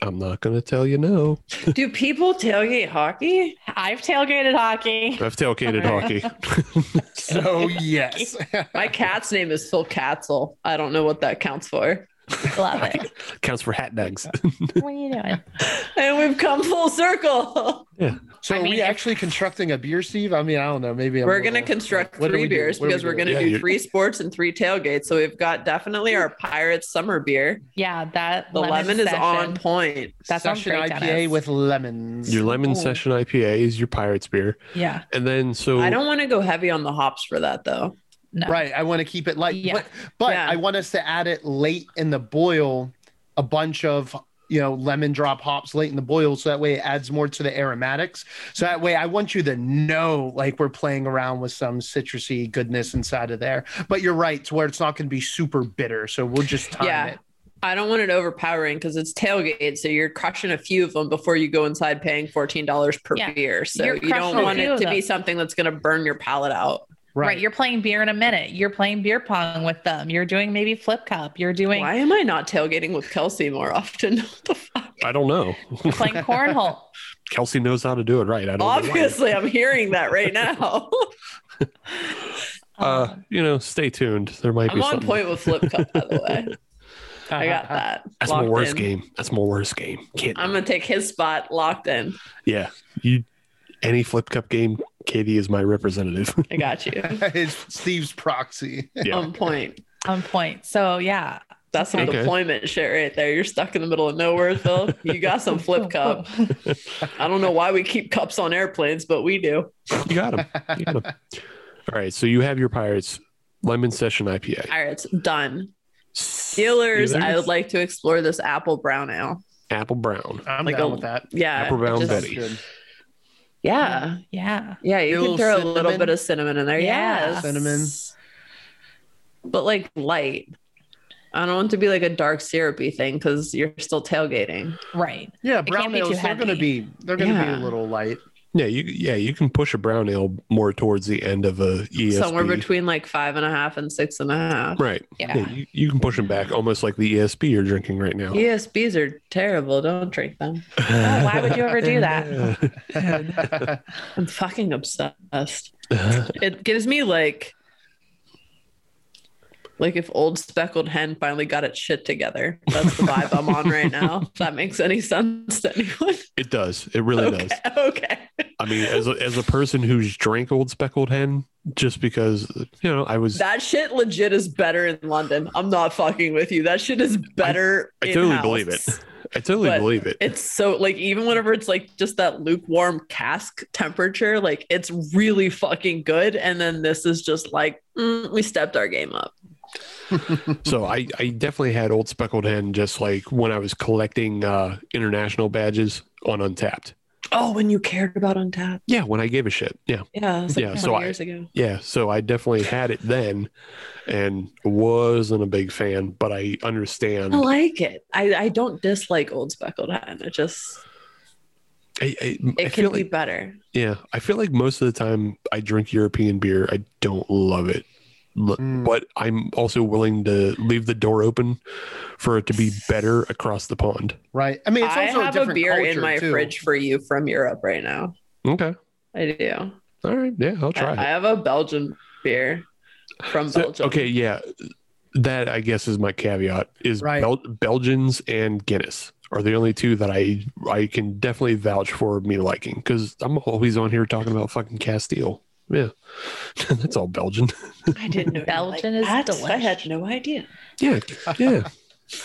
Speaker 4: I'm not going to tell you no.
Speaker 5: Do people tailgate hockey?
Speaker 8: I've tailgated hockey.
Speaker 4: I've tailgated hockey.
Speaker 6: So Oh, yes,
Speaker 5: My cat's name is Phil Katzel. I don't know what that counts for.
Speaker 8: Love it.
Speaker 4: Counts for hat dogs.
Speaker 8: what are you doing?
Speaker 5: And we've come full circle.
Speaker 6: so
Speaker 8: I
Speaker 6: are
Speaker 8: mean,
Speaker 6: we
Speaker 8: if-
Speaker 6: actually constructing a beer, Steve? I mean, I don't know. Maybe I'm a
Speaker 5: We're going to
Speaker 6: little-
Speaker 5: construct
Speaker 6: What are
Speaker 5: three
Speaker 6: we doing?
Speaker 5: beers
Speaker 6: What are we
Speaker 5: because we're
Speaker 6: doing?
Speaker 5: going to
Speaker 4: Yeah,
Speaker 5: do
Speaker 4: you're-
Speaker 5: three sports and three tailgates. So we've got definitely our Pirates summer beer.
Speaker 8: Yeah, that
Speaker 5: The lemon, is
Speaker 8: session.
Speaker 5: on point.
Speaker 8: That sounds
Speaker 6: session
Speaker 8: great,
Speaker 6: IPA
Speaker 8: Dennis.
Speaker 6: with lemons.
Speaker 4: your lemon session IPA is your Pirates beer,
Speaker 8: Yeah.
Speaker 4: and then so
Speaker 5: I don't want to go heavy on the hops for that though.
Speaker 8: No.
Speaker 6: Right. I want to keep it light,
Speaker 8: Yeah.
Speaker 6: but, but
Speaker 5: Yeah.
Speaker 6: I want us to add it late in the boil, a bunch of you know lemon drop hops late in the boil, so that way it adds more to the aromatics. So that way, I want you to know like we're playing around with some citrusy goodness inside of there. But you're right, to where it's not going to be super bitter. So we'll just time
Speaker 5: Yeah.
Speaker 6: it.
Speaker 5: I don't want it overpowering because it's tailgate, so you're crushing a few of them before you go inside paying fourteen dollars per
Speaker 8: Yeah.
Speaker 5: beer. So
Speaker 8: You're
Speaker 5: you
Speaker 8: crushing
Speaker 5: don't
Speaker 8: a
Speaker 5: want
Speaker 8: few
Speaker 5: it
Speaker 8: of
Speaker 5: to be
Speaker 8: them.
Speaker 5: something that's going to burn your palate out.
Speaker 8: right. You're playing beer in a minute. You're playing beer pong with them. You're doing maybe flip cup. You're doing
Speaker 5: Why am I not tailgating with Kelsey more often? what the fuck?
Speaker 4: I don't know.
Speaker 8: playing cornhole.
Speaker 4: Kelsey knows how to do it right. I don't. know why.
Speaker 5: Obviously, I'm hearing that right now.
Speaker 4: Uh, you know, stay tuned. There might
Speaker 5: I'm
Speaker 4: be
Speaker 5: on
Speaker 4: something.
Speaker 5: point with Flip Cup, by the way. I got that.
Speaker 4: That's
Speaker 5: locked
Speaker 4: my worst
Speaker 5: in.
Speaker 4: game. That's my worst game. Can't.
Speaker 5: I'm gonna take his spot locked in.
Speaker 4: yeah, you. Any flip cup game, Katie is my representative.
Speaker 5: I got you.
Speaker 6: it's Steve's proxy.
Speaker 4: Yeah.
Speaker 5: On point.
Speaker 8: on point. So yeah,
Speaker 5: That's some
Speaker 4: Okay.
Speaker 5: deployment shit right there. You're stuck in the middle of nowhere, Phil. You got some
Speaker 8: Oh,
Speaker 5: flip cup. I don't know why we keep cups on airplanes, but we do.
Speaker 4: you got him. You got him. All right, so you have your Pirates Lemon Session IPA.
Speaker 5: Pirates, done. Steelers, I would like to explore this apple brown ale.
Speaker 4: Apple Brown.
Speaker 6: I'm
Speaker 5: Like
Speaker 6: down
Speaker 5: a-
Speaker 6: with that.
Speaker 5: Yeah.
Speaker 4: Apple brown
Speaker 5: just-
Speaker 4: Betty.
Speaker 6: Good.
Speaker 5: Yeah.
Speaker 8: yeah,
Speaker 5: Yeah. You
Speaker 6: Little
Speaker 5: can throw a little
Speaker 6: cinnamon?
Speaker 5: bit of cinnamon in there.
Speaker 8: Yeah.
Speaker 5: Yeah.
Speaker 6: Cinnamon.
Speaker 5: But like light. I don't want it to be like a dark syrupy thing because you're still tailgating.
Speaker 8: right.
Speaker 6: Yeah,
Speaker 8: can't
Speaker 6: brown
Speaker 8: be too
Speaker 6: ales. They're going to
Speaker 8: heavy.
Speaker 6: be. They're going to
Speaker 5: Yeah.
Speaker 6: be a little light.
Speaker 4: Yeah, you yeah you can push a brown ale more towards the end of a E ESB.
Speaker 5: Somewhere between like five and a half and six and a half.
Speaker 4: Right.
Speaker 8: Yeah.
Speaker 4: you, you can push them back almost like the ESB you're drinking right now.
Speaker 5: ESBs are terrible. Don't drink them.
Speaker 8: Oh, why would you ever do that?
Speaker 4: Yeah.
Speaker 5: I'm fucking obsessed. it gives me like like if old speckled hen finally got its shit together. That's the vibe I'm on right now. If that makes any sense to anyone.
Speaker 4: It does. It really
Speaker 5: okay.
Speaker 4: does.
Speaker 5: Okay.
Speaker 4: I mean, as a, as a person who's drank old speckled hen, just because you know I was,
Speaker 5: That shit legit is better in London. I'm not fucking with you. That shit is better.
Speaker 4: I totally
Speaker 5: in-house.
Speaker 4: believe it. I totally
Speaker 5: But-
Speaker 4: believe it.
Speaker 5: It's so like even whenever it's like just that lukewarm cask temperature, like it's really fucking good. And then this is just like mm, we stepped our game up.
Speaker 4: So I, I definitely had old speckled hen just like when I was collecting uh, international badges on Untapped.
Speaker 5: Oh, when you cared about Untapped.
Speaker 4: Yeah, when I gave a shit. Yeah,
Speaker 5: Yeah. It was like
Speaker 4: Yeah,
Speaker 5: 20
Speaker 4: so I-
Speaker 5: years ago.
Speaker 4: yeah. So I definitely had it then, and wasn't a big fan, but I understand.
Speaker 5: I like it. I, I don't dislike old speckled hen. It just
Speaker 4: I, I, I
Speaker 5: it
Speaker 4: feel
Speaker 5: can
Speaker 4: like
Speaker 5: be better.
Speaker 4: Yeah, I feel like most of the time I drink European beer, I don't love it. L-
Speaker 5: Hmm.
Speaker 6: Mm.
Speaker 4: But I'm also willing to leave the door open for it to be better across the pond.
Speaker 6: Right. I mean, it's
Speaker 5: I
Speaker 6: also
Speaker 5: have a,
Speaker 6: a, different
Speaker 5: beer in
Speaker 6: culture,
Speaker 5: my
Speaker 6: too.
Speaker 5: fridge for you from Europe right now.
Speaker 4: Okay.
Speaker 5: I do.
Speaker 4: All right. Yeah, I'll
Speaker 5: I,
Speaker 4: try
Speaker 5: I
Speaker 4: it.
Speaker 5: have a Belgian beer from
Speaker 4: So-
Speaker 5: Belgium.
Speaker 4: okay. Yeah. That I guess is my caveat is
Speaker 6: Right.
Speaker 4: Bel- Belgians and Guinness are the only two that I I can definitely vouch for me liking because I'm always on here talking about fucking Castile. Yeah, that's all Belgian.
Speaker 5: I didn't know you
Speaker 8: Belgian
Speaker 5: liked
Speaker 8: is
Speaker 5: that. I had
Speaker 8: delish.
Speaker 5: no idea.
Speaker 4: Yeah, yeah.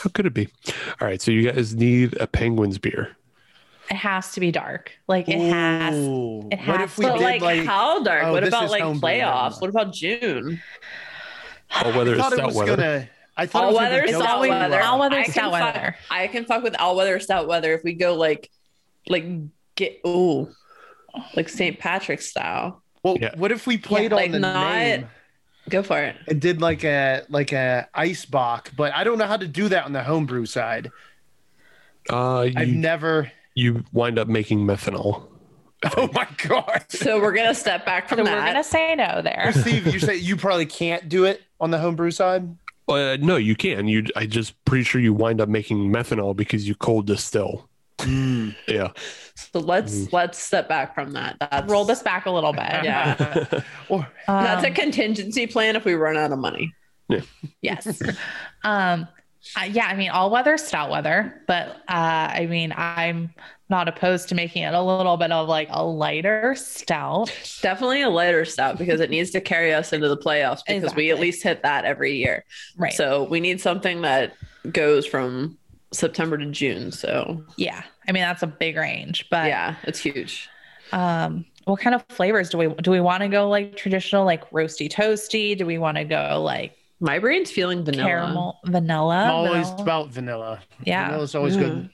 Speaker 4: How could it be? All right, so you guys need a Penguins beer.
Speaker 8: It has to be dark. Like it has.
Speaker 6: Ooh.
Speaker 8: it
Speaker 6: what
Speaker 8: has
Speaker 6: if we
Speaker 8: to-
Speaker 5: But
Speaker 6: did
Speaker 5: like,
Speaker 6: like,
Speaker 5: how dark?
Speaker 6: oh,
Speaker 5: what
Speaker 6: this
Speaker 5: about
Speaker 6: is
Speaker 5: like
Speaker 6: homebrew,
Speaker 5: playoffs?
Speaker 6: nevermind.
Speaker 5: What about June?
Speaker 4: All weather
Speaker 6: I
Speaker 4: is
Speaker 6: thought it
Speaker 4: stout
Speaker 6: was
Speaker 4: weather.
Speaker 6: gonna. I thought
Speaker 5: All
Speaker 6: it was gonna
Speaker 5: weather,
Speaker 6: be
Speaker 5: is
Speaker 6: Delta
Speaker 5: all
Speaker 8: always-
Speaker 5: weather,
Speaker 8: all weather
Speaker 5: I
Speaker 8: is
Speaker 5: can
Speaker 8: stout
Speaker 5: fuck-
Speaker 8: weather.
Speaker 5: I can fuck with all weather, stout weather. If we go like like get ooh, like St. Patrick style.
Speaker 6: Well,
Speaker 4: Yeah.
Speaker 6: what if we played
Speaker 5: Yeah,
Speaker 6: on
Speaker 5: like
Speaker 6: the
Speaker 5: not-
Speaker 6: name
Speaker 5: Go for it.
Speaker 6: and did like a like a ice box? But I don't know how to do that on the homebrew side.
Speaker 4: Uh,
Speaker 6: I've
Speaker 4: you,
Speaker 6: never.
Speaker 4: you wind up making methanol.
Speaker 6: Oh my god,
Speaker 5: So we're gonna step back from
Speaker 8: So we're
Speaker 5: that.
Speaker 8: gonna say no there.
Speaker 6: Steve, you say you probably can't do it on the homebrew side.
Speaker 4: Uh, no, you can. You, I just pretty sure you wind up making methanol because you cold distill.
Speaker 6: Mm.
Speaker 4: Yeah.
Speaker 5: So let's let's step back from that. That's
Speaker 8: Roll this back a little bit.
Speaker 5: Yeah,
Speaker 6: Or
Speaker 8: Um,
Speaker 5: that's a contingency plan if we run out of money.
Speaker 8: yes. um, I- yeah, I mean, all weather, stout weather, but uh, I mean, I'm not opposed to making it a little bit of like a lighter stout.
Speaker 5: Definitely a lighter stout because it needs to carry us into the playoffs because we at
Speaker 8: Exactly.
Speaker 5: least hit that every year.
Speaker 8: Right.
Speaker 5: So we need something that goes from September to June. So
Speaker 8: yeah, I mean, that's a big range, but
Speaker 5: yeah, it's huge.
Speaker 8: um what kind of flavors do we do we want to go like traditional like roasty toasty do we want to go like
Speaker 5: My brain's feeling vanilla.
Speaker 8: caramel
Speaker 6: I'm
Speaker 8: vanilla
Speaker 6: always
Speaker 8: vanilla?
Speaker 6: about vanilla.
Speaker 8: yeah
Speaker 6: vanilla's always
Speaker 5: Mm.
Speaker 6: good.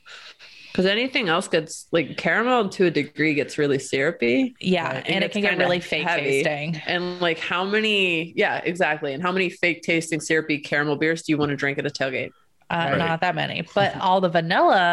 Speaker 5: Because anything else gets like caramel to a degree gets really syrupy.
Speaker 8: yeah
Speaker 5: Right.
Speaker 8: and
Speaker 5: And
Speaker 8: it can
Speaker 5: it's
Speaker 8: get
Speaker 5: kinda
Speaker 8: really fake
Speaker 5: heavy.
Speaker 8: tasting
Speaker 5: And like how many, yeah, exactly. And how many fake tasting syrupy caramel beers do you want to drink at a tailgate?
Speaker 8: uh,
Speaker 4: Right.
Speaker 8: not that many but all the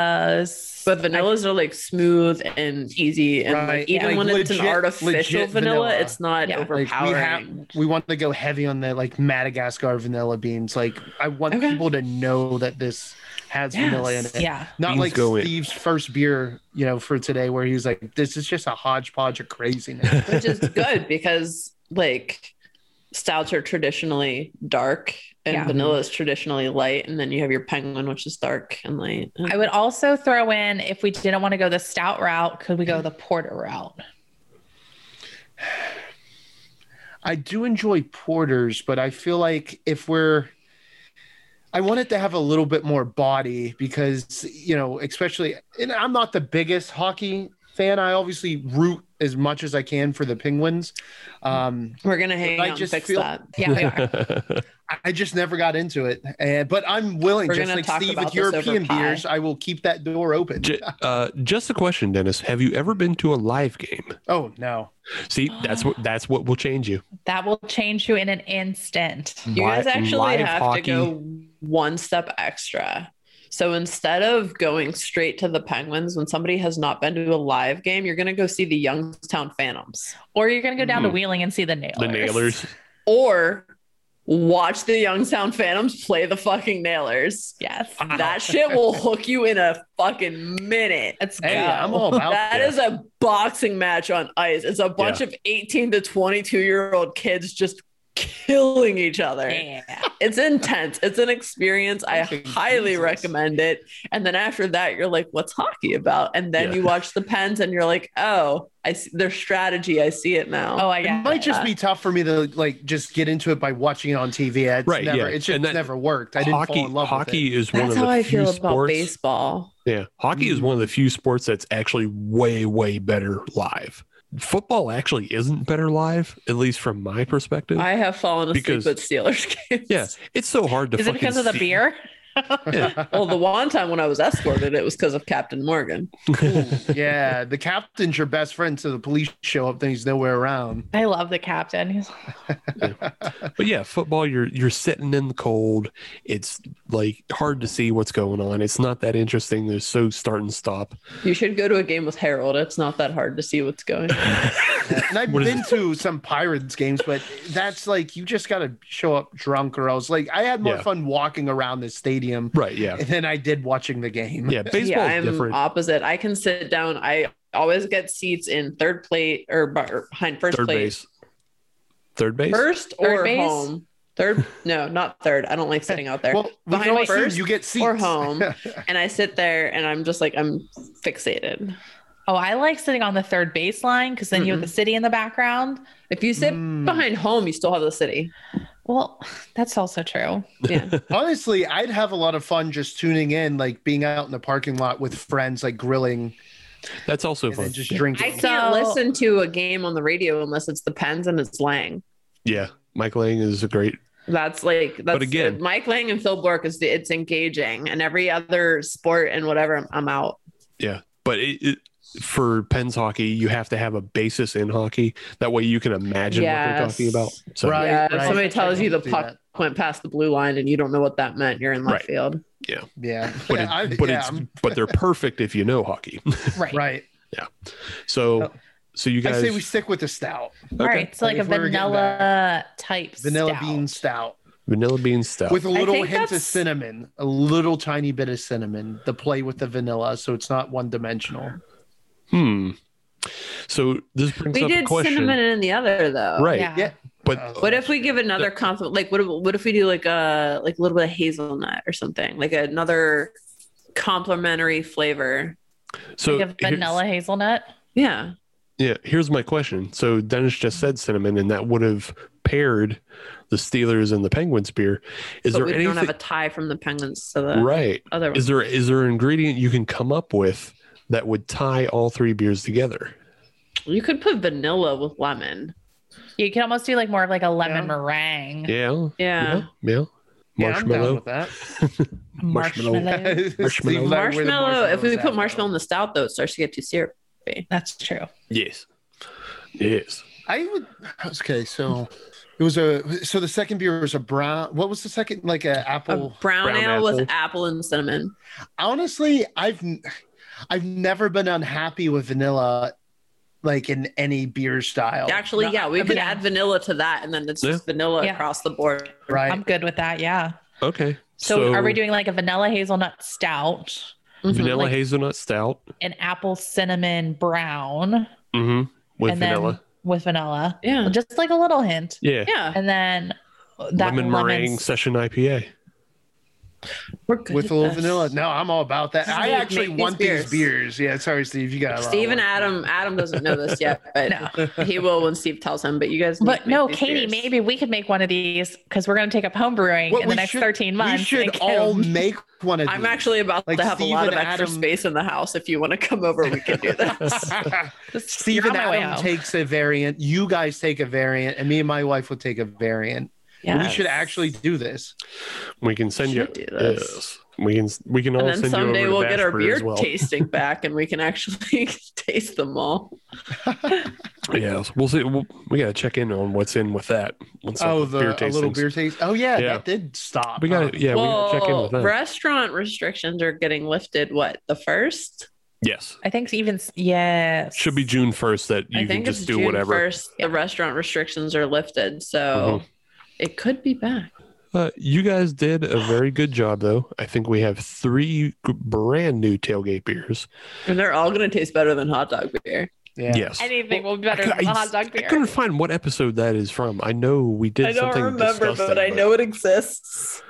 Speaker 8: vanillas
Speaker 5: But vanillas are like smooth and easy. And
Speaker 6: Right,
Speaker 5: like, even
Speaker 6: like,
Speaker 5: when it's an
Speaker 6: legit-
Speaker 5: artificial
Speaker 6: legit
Speaker 5: vanilla,
Speaker 6: vanilla.
Speaker 5: it's not
Speaker 8: Yeah. Like, we
Speaker 6: Like we have,
Speaker 5: overpowering.
Speaker 6: we want to go heavy on the like Madagascar vanilla beans. Like I want
Speaker 5: Okay.
Speaker 6: people to know that this has
Speaker 5: Yes.
Speaker 6: vanilla in it.
Speaker 8: yeah
Speaker 6: Not
Speaker 4: Beans
Speaker 6: like
Speaker 4: go in.
Speaker 6: Steve's first beer, you know, for today, where he was like, "This is just a hodgepodge of craziness."
Speaker 5: which is good because like stouts are traditionally dark and
Speaker 8: Yeah.
Speaker 5: vanilla is traditionally light. And then you have your penguin, which is dark and light.
Speaker 8: i would also throw in if we didn't want to go the stout route could we go the porter route
Speaker 6: I do enjoy porters, but I feel like if we're I want it to have a little bit more body because, you know, especially and I'm not the biggest hockey fan. I obviously root as much as I can for the Penguins. Um,
Speaker 5: We're going to hang
Speaker 6: I
Speaker 5: out and
Speaker 6: just
Speaker 5: fix
Speaker 6: feel-
Speaker 5: that.
Speaker 8: yeah we are.
Speaker 6: I just never got into it. And but I'm willing,
Speaker 5: We're
Speaker 6: just
Speaker 5: gonna
Speaker 6: like
Speaker 5: talk
Speaker 6: Steve
Speaker 5: about
Speaker 6: with
Speaker 5: this over
Speaker 6: European
Speaker 5: pie.
Speaker 6: beers, I will keep that door open.
Speaker 4: J- uh, just a question, Dennis. Have you ever been to a live game?
Speaker 6: Oh no.
Speaker 4: See, that's
Speaker 6: Uh.
Speaker 4: what that's what will change you.
Speaker 8: that will change you in an instant
Speaker 5: You guys
Speaker 4: Li-
Speaker 5: actually
Speaker 4: live
Speaker 5: have
Speaker 4: hockey.
Speaker 5: to go one step extra. So instead of going straight to the Penguins, when somebody has not been to a live game, you're going to go see the Youngstown Phantoms
Speaker 8: or you're gonna go down to
Speaker 4: Mm.
Speaker 8: wheeling and see the nailers
Speaker 4: The Nailers.
Speaker 5: or watch the Youngstown Phantoms play the fucking Nailers.
Speaker 8: yes
Speaker 5: That shit will hook you in a fucking minute.
Speaker 8: let's go
Speaker 6: Hey, I'm all about
Speaker 5: That
Speaker 6: that.
Speaker 5: is a boxing match on ice. It's a bunch of 18 to 22 year old kids just killing each other.
Speaker 8: yeah
Speaker 5: It's intense. It's an experience. I
Speaker 6: Fucking
Speaker 5: highly
Speaker 6: Jesus.
Speaker 5: recommend it. And then after that, you're like, what's hockey about? And then
Speaker 4: Yeah.
Speaker 5: you watch the Pens and you're like, oh, I see their strategy. I see it now.
Speaker 8: oh i
Speaker 6: It
Speaker 8: got
Speaker 6: might just be tough for me to like just get into it by watching it on TV. It's
Speaker 4: Right,
Speaker 6: never
Speaker 4: yeah.
Speaker 6: it's
Speaker 4: And
Speaker 6: just
Speaker 4: that-
Speaker 6: never worked. I didn't
Speaker 4: hockey,
Speaker 6: fall in love with it.
Speaker 4: hockey is one
Speaker 5: That's
Speaker 4: of
Speaker 5: how
Speaker 4: the
Speaker 5: I
Speaker 4: few
Speaker 5: feel about
Speaker 4: sports.
Speaker 5: baseball.
Speaker 4: Yeah, hockey is one of the few sports that's actually way way better live. Football actually isn't better live, at least from my perspective.
Speaker 5: I have fallen asleep
Speaker 4: Because-
Speaker 5: at Steelers games.
Speaker 4: yeah, it's so hard to.
Speaker 8: is it
Speaker 4: fucking
Speaker 8: because of the
Speaker 4: see.
Speaker 8: beer
Speaker 5: Well, the one time when I was escorted, it was because of Captain Morgan.
Speaker 6: yeah, the captain's your best friend, so the police show up, then he's nowhere around.
Speaker 8: I love the captain. He's
Speaker 4: But yeah, football, you're you're sitting in the cold. It's like hard to see what's going on. It's not that interesting. There's so start and stop.
Speaker 5: You should go to a game with Harold. It's not that hard to see what's going on.
Speaker 6: And I've
Speaker 4: What is
Speaker 6: been to some Pirates games, but that's like you just gotta show up drunk or else. Like I had more
Speaker 4: Yeah.
Speaker 6: fun walking around the stadium
Speaker 4: Right? Yeah.
Speaker 6: than I did watching the game.
Speaker 4: Yeah,
Speaker 5: yeah,
Speaker 4: baseball's
Speaker 5: I'm
Speaker 4: different.
Speaker 5: opposite. I can sit down. I always get seats in third plate or bu- or behind first
Speaker 4: Third
Speaker 5: plate.
Speaker 4: base. Third base.
Speaker 5: First
Speaker 8: Third
Speaker 5: or
Speaker 8: base?
Speaker 5: home. Third, no, not third. I don't like sitting out there.
Speaker 6: Well, we
Speaker 5: Behind
Speaker 6: can all assume
Speaker 5: first
Speaker 6: you get seats
Speaker 5: or home. and I sit there and I'm just like, I'm fixated.
Speaker 8: Oh, I like sitting on the third baseline because then you have the city in the background.
Speaker 5: If you sit
Speaker 6: Mm.
Speaker 5: behind home, you still have the city.
Speaker 8: Well, that's also true.
Speaker 5: Yeah.
Speaker 6: Honestly, I'd have a lot of fun just tuning in, like being out in the parking lot with friends, like grilling
Speaker 4: That's also
Speaker 6: and
Speaker 4: fun.
Speaker 6: then just
Speaker 4: Yeah.
Speaker 6: drinking.
Speaker 5: I can't
Speaker 8: So-
Speaker 5: listen to a game on the radio unless it's the Pens and it's Lang.
Speaker 4: yeah, Mike Lang is a great.
Speaker 5: That's like that's
Speaker 4: again-
Speaker 5: Mike Lang and Phil Bork is the, it's engaging, and every other sport and whatever, I'm, I'm out.
Speaker 4: Yeah, but it, it, for pens hockey, you have to have a basis in hockey. That way, you can imagine what they're talking
Speaker 5: Yes.
Speaker 4: about. So,
Speaker 6: Right.
Speaker 5: yeah, if
Speaker 6: right.
Speaker 5: somebody tells you the
Speaker 6: Do
Speaker 5: puck
Speaker 6: that.
Speaker 5: went past the blue line and you don't know what that meant, you're in left
Speaker 4: Right.
Speaker 5: field.
Speaker 6: Yeah.
Speaker 4: but
Speaker 6: yeah,
Speaker 4: it-
Speaker 6: I-
Speaker 4: but
Speaker 6: yeah,
Speaker 4: it's
Speaker 6: I'm-
Speaker 4: but they're perfect if you know hockey.
Speaker 8: Right.
Speaker 6: right.
Speaker 4: So,
Speaker 6: Oh.
Speaker 4: so you guys,
Speaker 6: I say we stick with the stout,
Speaker 8: All right. It's
Speaker 6: Like
Speaker 8: like,
Speaker 6: if
Speaker 8: a
Speaker 6: we were getting
Speaker 8: vanilla type
Speaker 6: vanilla
Speaker 8: stout.
Speaker 6: bean stout,
Speaker 4: vanilla bean stout.
Speaker 6: with a little
Speaker 8: think
Speaker 6: hint of
Speaker 8: that's-
Speaker 6: cinnamon, a little tiny bit of cinnamon. The play with the vanilla, so it's not one dimensional.
Speaker 4: hmm. So this brings
Speaker 5: We
Speaker 4: up a
Speaker 5: did
Speaker 4: question,
Speaker 5: cinnamon in the other though.
Speaker 4: right?
Speaker 8: Yeah.
Speaker 6: Yeah.
Speaker 4: But
Speaker 6: Uh,
Speaker 5: What if we give another concept? Like, what? if- What if we do like a like a little bit of hazelnut or something? Like another complimentary flavor.
Speaker 4: so
Speaker 8: like a
Speaker 4: here's-
Speaker 8: vanilla hazelnut.
Speaker 5: Yeah.
Speaker 4: Yeah, here's my question. So Dennis just said cinnamon, and that would have paired the Steelers and the Penguins beer. Is
Speaker 5: but
Speaker 4: there
Speaker 5: we
Speaker 4: anything
Speaker 5: don't have a tie from the penguins to the
Speaker 4: right?
Speaker 5: other one.
Speaker 4: Is there is there an ingredient you can come up with that would tie all three beers together?
Speaker 5: you could put vanilla with lemon.
Speaker 8: You can almost do like more of like a lemon
Speaker 6: Yeah.
Speaker 8: meringue.
Speaker 4: Yeah,
Speaker 5: Yeah.
Speaker 4: yeah.
Speaker 6: yeah, I'm down
Speaker 4: Marshmallow,
Speaker 6: with that.
Speaker 4: Marshmallow. Marshmallow.
Speaker 6: See where the
Speaker 5: Marshmallow. If we
Speaker 6: marshmallow's
Speaker 5: put
Speaker 6: at,
Speaker 5: marshmallow in the stout, though, it starts to get too syrup.
Speaker 8: That's true.
Speaker 4: yes, yes.
Speaker 6: I would. Okay, so it was a. So the second beer was a brown. What was the second? Like a
Speaker 5: A
Speaker 6: Oh, apple.
Speaker 5: brown,
Speaker 4: Brown
Speaker 5: ale
Speaker 4: apple.
Speaker 5: with apple and cinnamon.
Speaker 6: Honestly, I've n- I've never been unhappy with vanilla, like in any beer style.
Speaker 5: Actually, yeah, we
Speaker 8: I
Speaker 5: could
Speaker 8: mean-
Speaker 5: add vanilla to that, and then it's just vanilla
Speaker 8: Yeah.
Speaker 5: across the board.
Speaker 6: right.
Speaker 8: I'm good with that. Yeah.
Speaker 4: Okay.
Speaker 8: So, are we doing like a vanilla hazelnut stout,
Speaker 5: Mhm.
Speaker 4: vanilla
Speaker 8: like-
Speaker 4: hazelnut stout?
Speaker 8: an apple cinnamon brown
Speaker 4: Mm-hmm. With
Speaker 8: and
Speaker 4: vanilla.
Speaker 8: then with vanilla?
Speaker 5: Yeah.
Speaker 8: Just like a little hint.
Speaker 4: yeah.
Speaker 5: Yeah.
Speaker 8: And then that
Speaker 4: Lemon meringue
Speaker 8: lemon's-
Speaker 4: session IPA.
Speaker 5: We're good
Speaker 6: with
Speaker 5: at
Speaker 6: a little
Speaker 5: this.
Speaker 6: vanilla. No, I'm all about that.
Speaker 5: Steve,
Speaker 6: I actually
Speaker 5: make these
Speaker 6: want
Speaker 5: beers.
Speaker 6: these beers. Yeah, sorry, Steve. You got a lot of
Speaker 5: Steve and
Speaker 6: work.
Speaker 5: Adam. Adam doesn't know this yet, but he will when Steve tells him. But you guys,
Speaker 8: But
Speaker 5: need to
Speaker 8: no,
Speaker 5: make these
Speaker 8: Katie,
Speaker 5: beers.
Speaker 8: maybe we could make one of these because we're going to take up home brewing
Speaker 6: What
Speaker 8: in the
Speaker 6: we
Speaker 8: next
Speaker 6: should-
Speaker 8: 13 months.
Speaker 6: We should
Speaker 8: and get
Speaker 6: all
Speaker 8: them.
Speaker 6: make one of these.
Speaker 5: I'm actually about
Speaker 6: Like
Speaker 5: to have
Speaker 6: Steve
Speaker 5: a lot of
Speaker 6: and
Speaker 5: extra
Speaker 6: Adam-
Speaker 5: space in the house. If you want to come over, we can do this.
Speaker 6: Steve
Speaker 8: You're
Speaker 6: and
Speaker 8: on my way
Speaker 6: Adam
Speaker 8: home.
Speaker 6: takes a variant. You guys take a variant, and me and my wife would take a variant. We should
Speaker 5: Yes.
Speaker 6: actually do this.
Speaker 4: We can send you.
Speaker 5: Should do this.
Speaker 4: Yes. We can. We can all
Speaker 5: And then
Speaker 4: send you
Speaker 5: someday
Speaker 4: over
Speaker 5: we'll
Speaker 4: to
Speaker 5: get
Speaker 4: Bash
Speaker 5: our
Speaker 4: Brew
Speaker 5: beer
Speaker 4: as well.
Speaker 5: tasting back, and we can actually taste them all.
Speaker 4: Yeah, we'll see. We'll, we got to check in on what's in with that. Once
Speaker 6: oh,
Speaker 4: all
Speaker 6: the a little
Speaker 4: tastings-
Speaker 6: beer taste. Oh yeah,
Speaker 4: Yeah.
Speaker 6: that did stop.
Speaker 4: We got. Yeah, we got to check in
Speaker 5: well,
Speaker 4: with that.
Speaker 5: restaurant restrictions are getting lifted. What the first?
Speaker 4: Yes,
Speaker 8: I think even, s- yes.
Speaker 4: should be June first that you
Speaker 5: I
Speaker 4: can
Speaker 5: think
Speaker 4: just
Speaker 5: it's
Speaker 4: do
Speaker 5: June
Speaker 4: whatever. Mm-hmm.
Speaker 5: First, the restaurant restrictions are lifted, so it could be back.
Speaker 4: Uh, you guys did a very good job, though. I think we have three g- brand new tailgate beers.
Speaker 5: And they're all going to taste better than hot dog beer.
Speaker 6: Yeah.
Speaker 4: Yes,
Speaker 8: Anything will be
Speaker 4: I,
Speaker 8: better
Speaker 4: cou-
Speaker 8: than a
Speaker 4: I-
Speaker 8: hot dog
Speaker 4: I
Speaker 8: beer.
Speaker 4: couldn't find what episode that is from. I know we did.
Speaker 5: I don't
Speaker 4: something
Speaker 5: remember,
Speaker 4: disgusting,
Speaker 5: but I know it exists.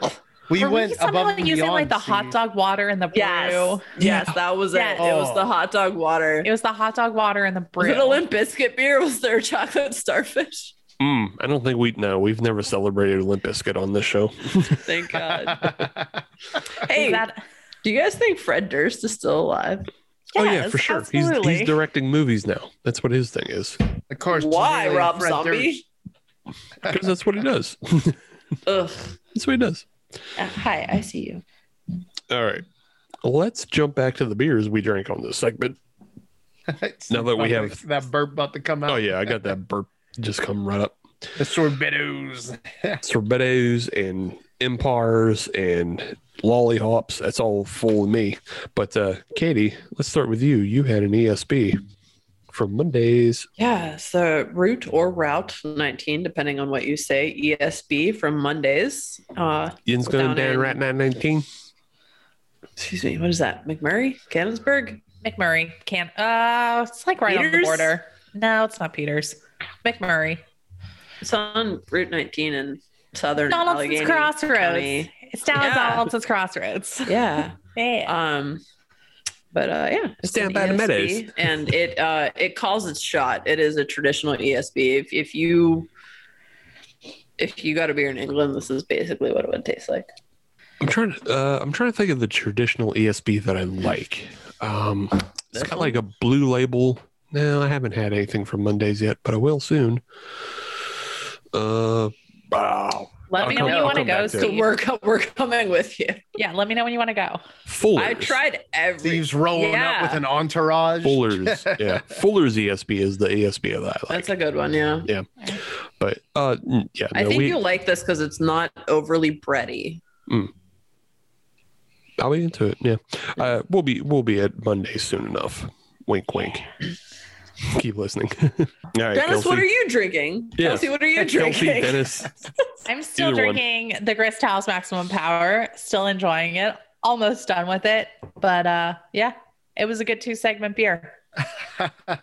Speaker 6: We
Speaker 8: Were
Speaker 6: went
Speaker 8: somehow
Speaker 6: above and
Speaker 8: using
Speaker 6: beyond.
Speaker 8: like the hot
Speaker 6: Steve.
Speaker 8: dog water and the brew.
Speaker 5: Yes, yes, that was
Speaker 8: Yes.
Speaker 5: it. It was the hot dog water.
Speaker 8: It was the hot dog water and the
Speaker 5: Was
Speaker 8: brew.
Speaker 5: it a limp biscuit beer? or Was there a chocolate starfish?
Speaker 4: Mm, I don't think we. No, we've never celebrated Limp Bizkit on this show.
Speaker 5: Thank God. hey,
Speaker 8: Is that-
Speaker 5: do you guys think Fred Durst is still alive?
Speaker 4: oh yeah,
Speaker 8: Yes,
Speaker 4: for sure.
Speaker 8: Absolutely.
Speaker 4: He's he's directing movies now. That's what his thing is.
Speaker 6: Of course.
Speaker 5: Why,
Speaker 6: really,
Speaker 5: Rob
Speaker 6: Fred
Speaker 5: Zombie?
Speaker 4: Because that's what he does.
Speaker 5: Ugh.
Speaker 4: that's what he does.
Speaker 5: Uh, Hi, I see you.
Speaker 4: All right. Let's jump back to the beers we drank on this segment.
Speaker 6: Durst.
Speaker 4: Now that we have-
Speaker 6: that burp about to come out.
Speaker 4: Oh yeah, I got that burp just come right up.
Speaker 6: The sorbetos.
Speaker 4: Sorbetos and impars and lollyhops. That's all full of me. But uh Katie, let's start with you. You had an E ESB from Mondays.
Speaker 5: Yeah, so route or route 19, depending on what you say, ESB from Mondays. Uh,
Speaker 4: Yin's going
Speaker 5: Down
Speaker 4: down
Speaker 5: in-
Speaker 4: right nine nineteen.
Speaker 5: excuse me, what is that? McMurray? Cannonsburg?
Speaker 8: McMurray can't. Uh, it's like right on the
Speaker 5: Peters?
Speaker 8: border. No, it's not Peters. McMurray.
Speaker 5: It's on Route 19 in southern
Speaker 8: Donaldson's
Speaker 5: Allegheny
Speaker 8: Crossroads.
Speaker 5: County.
Speaker 8: It's down at
Speaker 5: Yeah.
Speaker 8: Donaldson's Crossroads. Uh,
Speaker 5: Yeah.
Speaker 8: Yeah.
Speaker 5: Um, but uh, yeah, it's
Speaker 4: Stand
Speaker 5: an
Speaker 4: by the
Speaker 5: ESB,
Speaker 4: meadows.
Speaker 5: and it uh, it calls its shot. It is a traditional ESB. If if you if you got a beer in England, this is basically what it would taste like.
Speaker 4: I'm trying to uh I'm trying to think of the traditional ESB that I like. Um it's
Speaker 5: This
Speaker 4: got
Speaker 5: one?
Speaker 4: like a blue label. No, I haven't had anything from Mondays yet, but I will soon. Uh wow.
Speaker 8: Let
Speaker 4: I'll
Speaker 8: me know
Speaker 4: come-
Speaker 8: when you
Speaker 4: I'll
Speaker 8: want to
Speaker 4: come
Speaker 8: go,
Speaker 4: back to it.
Speaker 8: Steve.
Speaker 5: We're, co- we're coming with you.
Speaker 8: Yeah, let me know when you want to go.
Speaker 4: Fullers.
Speaker 5: I've tried every.
Speaker 6: Thieves rolling up
Speaker 5: Yeah.
Speaker 6: with an entourage.
Speaker 4: Fuller's. yeah. Fuller's ESB is the ESB that I like.
Speaker 5: That's a good one. Yeah.
Speaker 4: but uh, mm, yeah,
Speaker 5: I
Speaker 4: no,
Speaker 5: think
Speaker 4: we,
Speaker 5: you'll like this because it's not overly bready.
Speaker 4: I'll be into it. Yeah, uh, we'll be we'll be at Monday soon enough. Wink, wink. Keep listening. All right,
Speaker 5: Dennis,
Speaker 4: Kelsey.
Speaker 5: what are you drinking?
Speaker 4: Yeah.
Speaker 5: Kelsey, what are you
Speaker 4: Kelsey,
Speaker 5: drinking?
Speaker 4: Dennis.
Speaker 8: I'm still
Speaker 4: Either one.
Speaker 8: drinking the Grist House Maximum Power, still enjoying it, almost done with it. But uh yeah, it was a good two segment beer.
Speaker 4: Good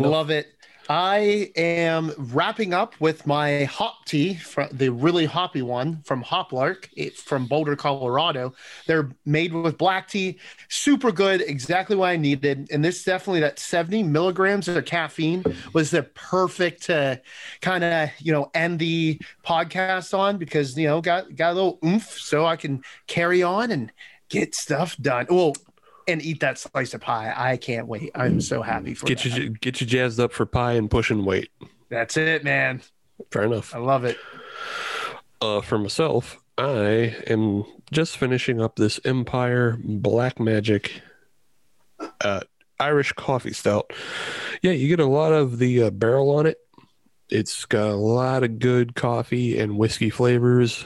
Speaker 4: enough.
Speaker 6: Love it. I am wrapping up with my hop tea, from the really hoppy one from Hoplark it- from Boulder, Colorado. They're made with black tea, super good, exactly what I needed. And this definitely that 70 milligrams of caffeine was the perfect to kind of you know end the podcast on because you know got got a little oomph, so I can carry on and get stuff done. Well, and eat that slice of pie. I can't wait. I'm so happy for
Speaker 4: Get
Speaker 6: that.
Speaker 4: you get you jazzed up for pie and pushing weight.
Speaker 6: That's it, man.
Speaker 4: Fair enough.
Speaker 6: I love it.
Speaker 4: Uh, for myself, I am just finishing up this Empire Black Magic uh, Irish Coffee Stout. Yeah, you get a lot of the uh, barrel on it. It's got a lot of good coffee and whiskey flavors.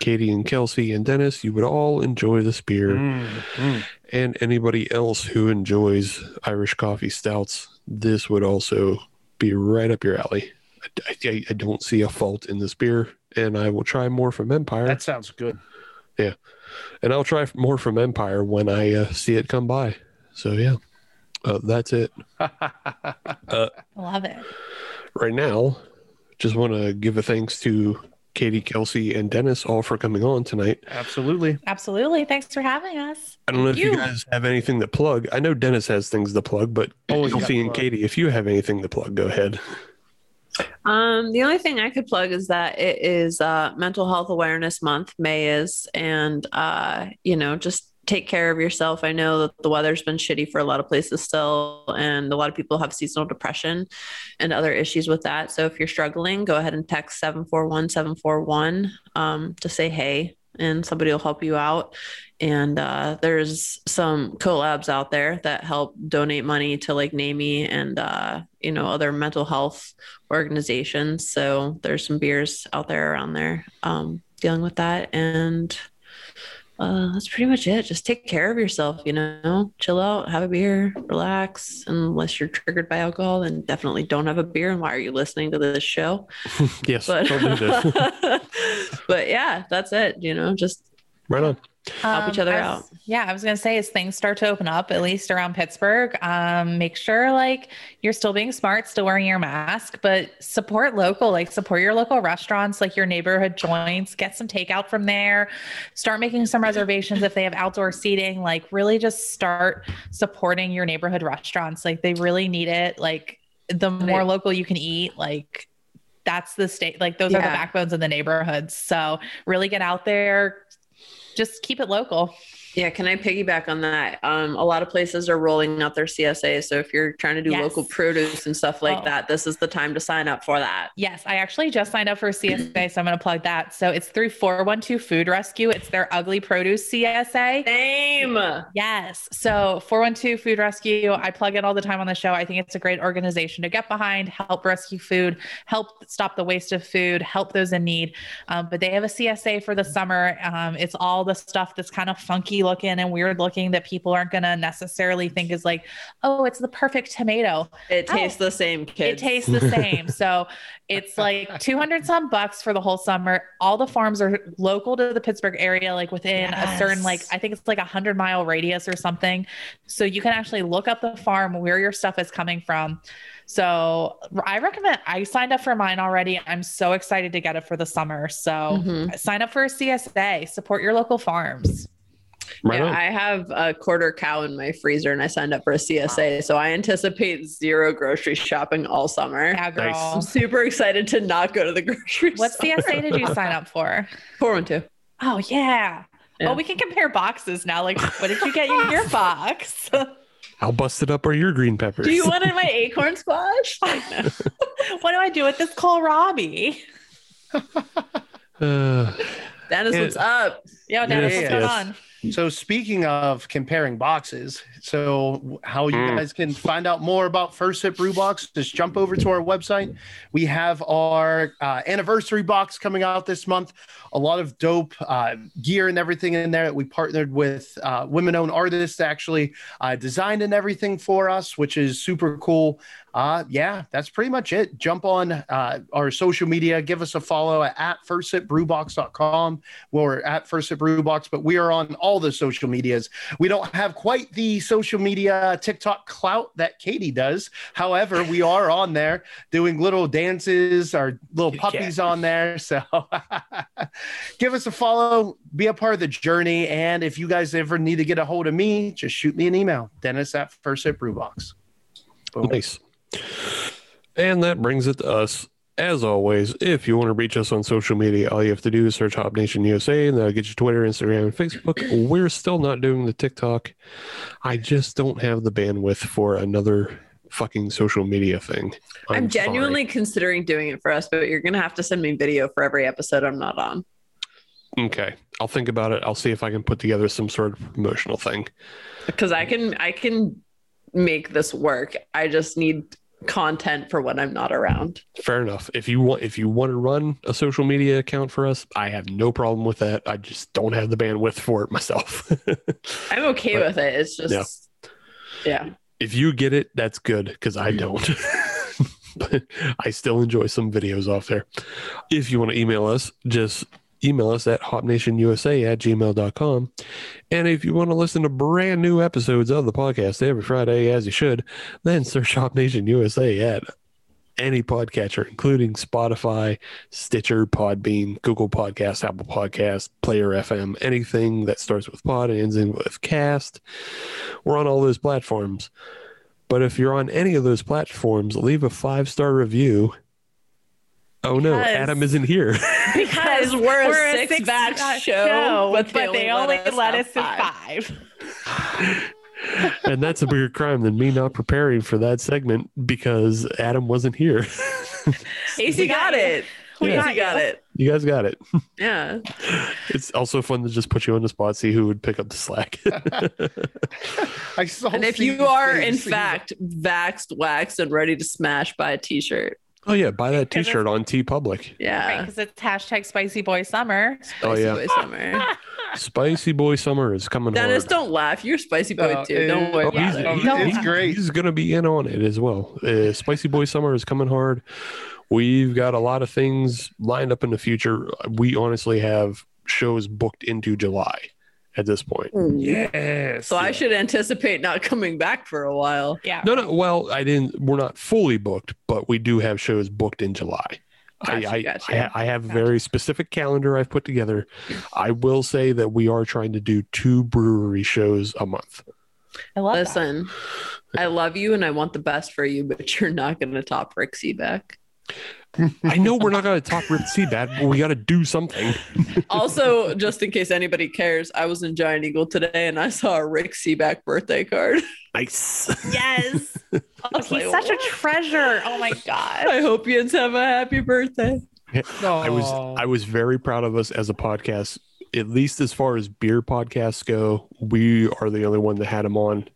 Speaker 4: Katie and Kelsey and Dennis, you would all enjoy this beer.
Speaker 6: Mm,
Speaker 4: And anybody else who enjoys Irish coffee stouts, this would also be right up your alley. I, I- I don't see a fault in this beer, and I will try more from Empire,
Speaker 6: That sounds good.
Speaker 4: and I'll try more from Empire when I uh, see it come by. So yeah, uh, that's it.
Speaker 8: I love it.
Speaker 4: Right now, just want to give a thanks to Katie, Kelsey, and Dennis all for coming on tonight.
Speaker 6: Absolutely.
Speaker 8: Absolutely. Thanks for having us.
Speaker 4: I don't know if you.
Speaker 8: you.
Speaker 4: guys have anything to plug. I know Dennis has things to plug, but
Speaker 6: Always got
Speaker 4: Kelsey and
Speaker 6: plug.
Speaker 4: Katie, if you have anything to plug, go ahead.
Speaker 5: Um, the only thing I could plug is that it is uh, Mental Health Awareness Month. May is, and uh, you know, just take care of yourself. I know that the weather's been shitty for a lot of places still, and a lot of people have seasonal depression and other issues with that. So if you're struggling, go ahead and text seven four one seven four one um, to say hey, and somebody will help you out. And uh, there's some collabs out there that help donate money to like NAMI and uh, you know other mental health organizations. So there's some beers out there around there um, dealing with that. And uh, that's pretty much it. Just take care of yourself, you know, chill out, have a beer, relax. Unless you're triggered by alcohol, then definitely don't have a beer. And why are you listening to this show?
Speaker 4: Yes,
Speaker 5: But,
Speaker 4: don't do this.
Speaker 5: but yeah, that's it. You know, just
Speaker 4: right on.
Speaker 5: Help each other
Speaker 8: I was- Um, Yeah, I was gonna say as things start to open up, at least around Pittsburgh, um, make sure like you're still being smart, still wearing your mask, but support local, like support your local restaurants, like your neighborhood joints, get some takeout from there, start making some reservations if they have outdoor seating, like really just start supporting your neighborhood restaurants. Like they really need it. Like the more
Speaker 5: Right.
Speaker 8: local you can eat, like that's the state like those are the
Speaker 5: Yeah.
Speaker 8: backbones of the neighborhoods. So really get out there, just keep it local.
Speaker 5: Yeah, can I piggyback on that? Um, a lot of places are rolling out their CSA. So if you're trying to do
Speaker 8: Yes.
Speaker 5: local produce and stuff like
Speaker 8: Oh.
Speaker 5: that, this is the time to sign up for that.
Speaker 8: Yes, I actually just signed up for CSA, so I'm going to plug that. So it's through 412 Food Rescue. It's their ugly produce CSA.
Speaker 5: Same.
Speaker 8: Yes. So 412 Food Rescue, I plug it all the time on the show. I think it's a great organization to get behind, help rescue food, help stop the waste of food, help those in need. Um, but they have a CSA for the summer. Um, it's all the stuff that's kind of funky looking and weird looking that people aren't going to necessarily think is like, oh, it's the perfect tomato.
Speaker 5: It
Speaker 8: Oh.
Speaker 5: tastes the same, kids.
Speaker 8: It tastes the same. so it's like 200 some bucks for the whole summer. All the farms are local to the Pittsburgh area, like within a certain, like,
Speaker 5: Yes.
Speaker 8: I think it's like a 100 mile radius or something. So you can actually look up the farm where your stuff is coming from. So I recommend, I signed up for mine already. I'm so excited to get it for the summer. So
Speaker 4: Mm-hmm.
Speaker 5: Mhm.
Speaker 8: sign up for a CSA, support your local farms.
Speaker 4: Right
Speaker 5: yeah,
Speaker 4: on.
Speaker 5: I have a quarter cow in my freezer and I signed up for a CSA. So I anticipate zero grocery shopping all summer.
Speaker 8: Yeah, girl.
Speaker 5: I'm super excited to not go to the grocery
Speaker 8: What
Speaker 5: store.
Speaker 8: CSA did you sign up for?
Speaker 5: 412?
Speaker 8: Oh yeah.
Speaker 5: Yeah.
Speaker 8: Well, we can compare boxes now. Like, what did you get in your box?
Speaker 4: How busted up are your green peppers?
Speaker 5: Do you want in my acorn squash?
Speaker 8: what do I do with this kohlrabi?
Speaker 4: Uh,
Speaker 5: Dennis,
Speaker 4: Yeah.
Speaker 5: what's up?
Speaker 8: Yeah, Dennis,
Speaker 4: Yes,
Speaker 8: what's going
Speaker 4: yes.
Speaker 8: on?
Speaker 6: So speaking of comparing boxes, so how you guys can find out more about First Sip Brew Box, just jump over to our website. We have our uh, anniversary box coming out this month. A lot of dope uh, gear and everything in there that we partnered with uh, women-owned artists to actually uh, designed and everything for us, which is super cool. Uh, yeah, that's pretty much it. Jump on uh, our social media, give us a follow at, at firstsipbrewbox.com. We're at First Sip Brewbox, but we are on all the social medias. We don't have quite the social media TikTok clout that Katie does. However, we are on there doing little dances, our little puppies on there. So give us a follow, be a part of the journey. And if you guys ever need to get a hold of me, just shoot me an email, Dennis at First Sip Brewbox.
Speaker 4: Nice. And that brings it to us. As always, if you want to reach us on social media, all you have to do is search Hop Nation USA, and that'll get you Twitter, Instagram, and Facebook. We're still not doing the TikTok. I just don't have the bandwidth for another fucking social media thing.
Speaker 5: I'm,
Speaker 4: sorry.
Speaker 5: genuinely considering doing it for us, but you're gonna have to send me video for every episode I'm not on.
Speaker 4: okay. I'll think about it. I'll see if I can put together some sort of promotional thing.
Speaker 5: Because I can I can make this work. I just need content for when I'm not around.
Speaker 4: Fair enough. If you want, if you want to run a social media account for us, I have no problem with that. I just don't have the bandwidth for it myself.
Speaker 5: I'm okay with it. It's just yeah.
Speaker 4: if you get it, that's good because I don't. but I still enjoy some videos off there. If you want to email us, just email us at hopnationusa at gmail.com. And if you want to listen to brand new episodes of the podcast every Friday, as you should, then search Hop Nation USA at any podcatcher, including Spotify, Stitcher, Podbean, Google Podcasts, Apple Podcasts, Player FM, anything that starts with pod and ends in with cast. We're on all those platforms. But if you're on any of those platforms, leave a five star review. Oh no,
Speaker 8: Because-
Speaker 4: Adam isn't here.
Speaker 5: Because we're a six batch show, but they only let us have
Speaker 8: five.
Speaker 4: and that's a bigger crime than me not preparing for that segment because Adam wasn't here.
Speaker 5: Casey got,
Speaker 8: got
Speaker 5: it.
Speaker 8: We
Speaker 5: Casey
Speaker 8: got
Speaker 5: got
Speaker 8: you.
Speaker 5: it.
Speaker 4: You guys got it.
Speaker 5: Yeah.
Speaker 4: It's also fun to just put you on the spot, see who would pick up the slack.
Speaker 6: I saw
Speaker 5: And if
Speaker 6: Steve's
Speaker 5: you are in
Speaker 6: face. He was
Speaker 5: fact vaxxed, waxed, and ready to smash, buy a t-shirt.
Speaker 4: oh yeah, buy that
Speaker 8: Because
Speaker 4: T-shirt on T Public.
Speaker 8: Right,
Speaker 5: Yeah.
Speaker 8: because it's hashtag spicy boy summer.
Speaker 4: Oh
Speaker 5: Spicy
Speaker 4: yeah,
Speaker 5: boy summer.
Speaker 4: Spicy Boy Summer is coming.
Speaker 5: Dennis,
Speaker 4: hard.
Speaker 5: don't laugh. You're a spicy boy
Speaker 6: Oh,
Speaker 5: too. Don't
Speaker 4: Oh,
Speaker 5: worry
Speaker 8: yeah,
Speaker 4: he's,
Speaker 5: about
Speaker 8: don't
Speaker 5: it.
Speaker 4: he's-
Speaker 8: laugh.
Speaker 4: he's great. He's gonna be in on it as well. Uh, Spicy Boy Summer is coming hard. We've got a lot of things lined up in the future. We honestly have shows booked into July at this point.
Speaker 6: Yes.
Speaker 5: So I should anticipate not coming back for a while.
Speaker 8: Yeah.
Speaker 4: No, no. Well, I didn't. We're not fully booked, but we do have shows booked in July.
Speaker 5: Gotcha,
Speaker 4: I, I,
Speaker 5: gotcha.
Speaker 4: I, ha- I have a very specific calendar I've put together. I will say that we are trying to do two brewery shows a month.
Speaker 8: I love that.
Speaker 5: Listen, I love you and I want the best for you, but you're not going to top Rick Seaback.
Speaker 4: I know we're not going to top Rip Seabat, but we got to do something.
Speaker 5: Also, just in case anybody cares, I was in Giant Eagle today and I saw a Rick Seaback birthday card.
Speaker 4: Nice.
Speaker 8: Yes. oh, he's
Speaker 5: like,
Speaker 8: such a
Speaker 5: what?
Speaker 8: treasure. Oh my god.
Speaker 5: I hope you have a happy birthday.
Speaker 4: I was I was very proud of us as a podcast. At least as far as beer podcasts go, we are the only one that had him on,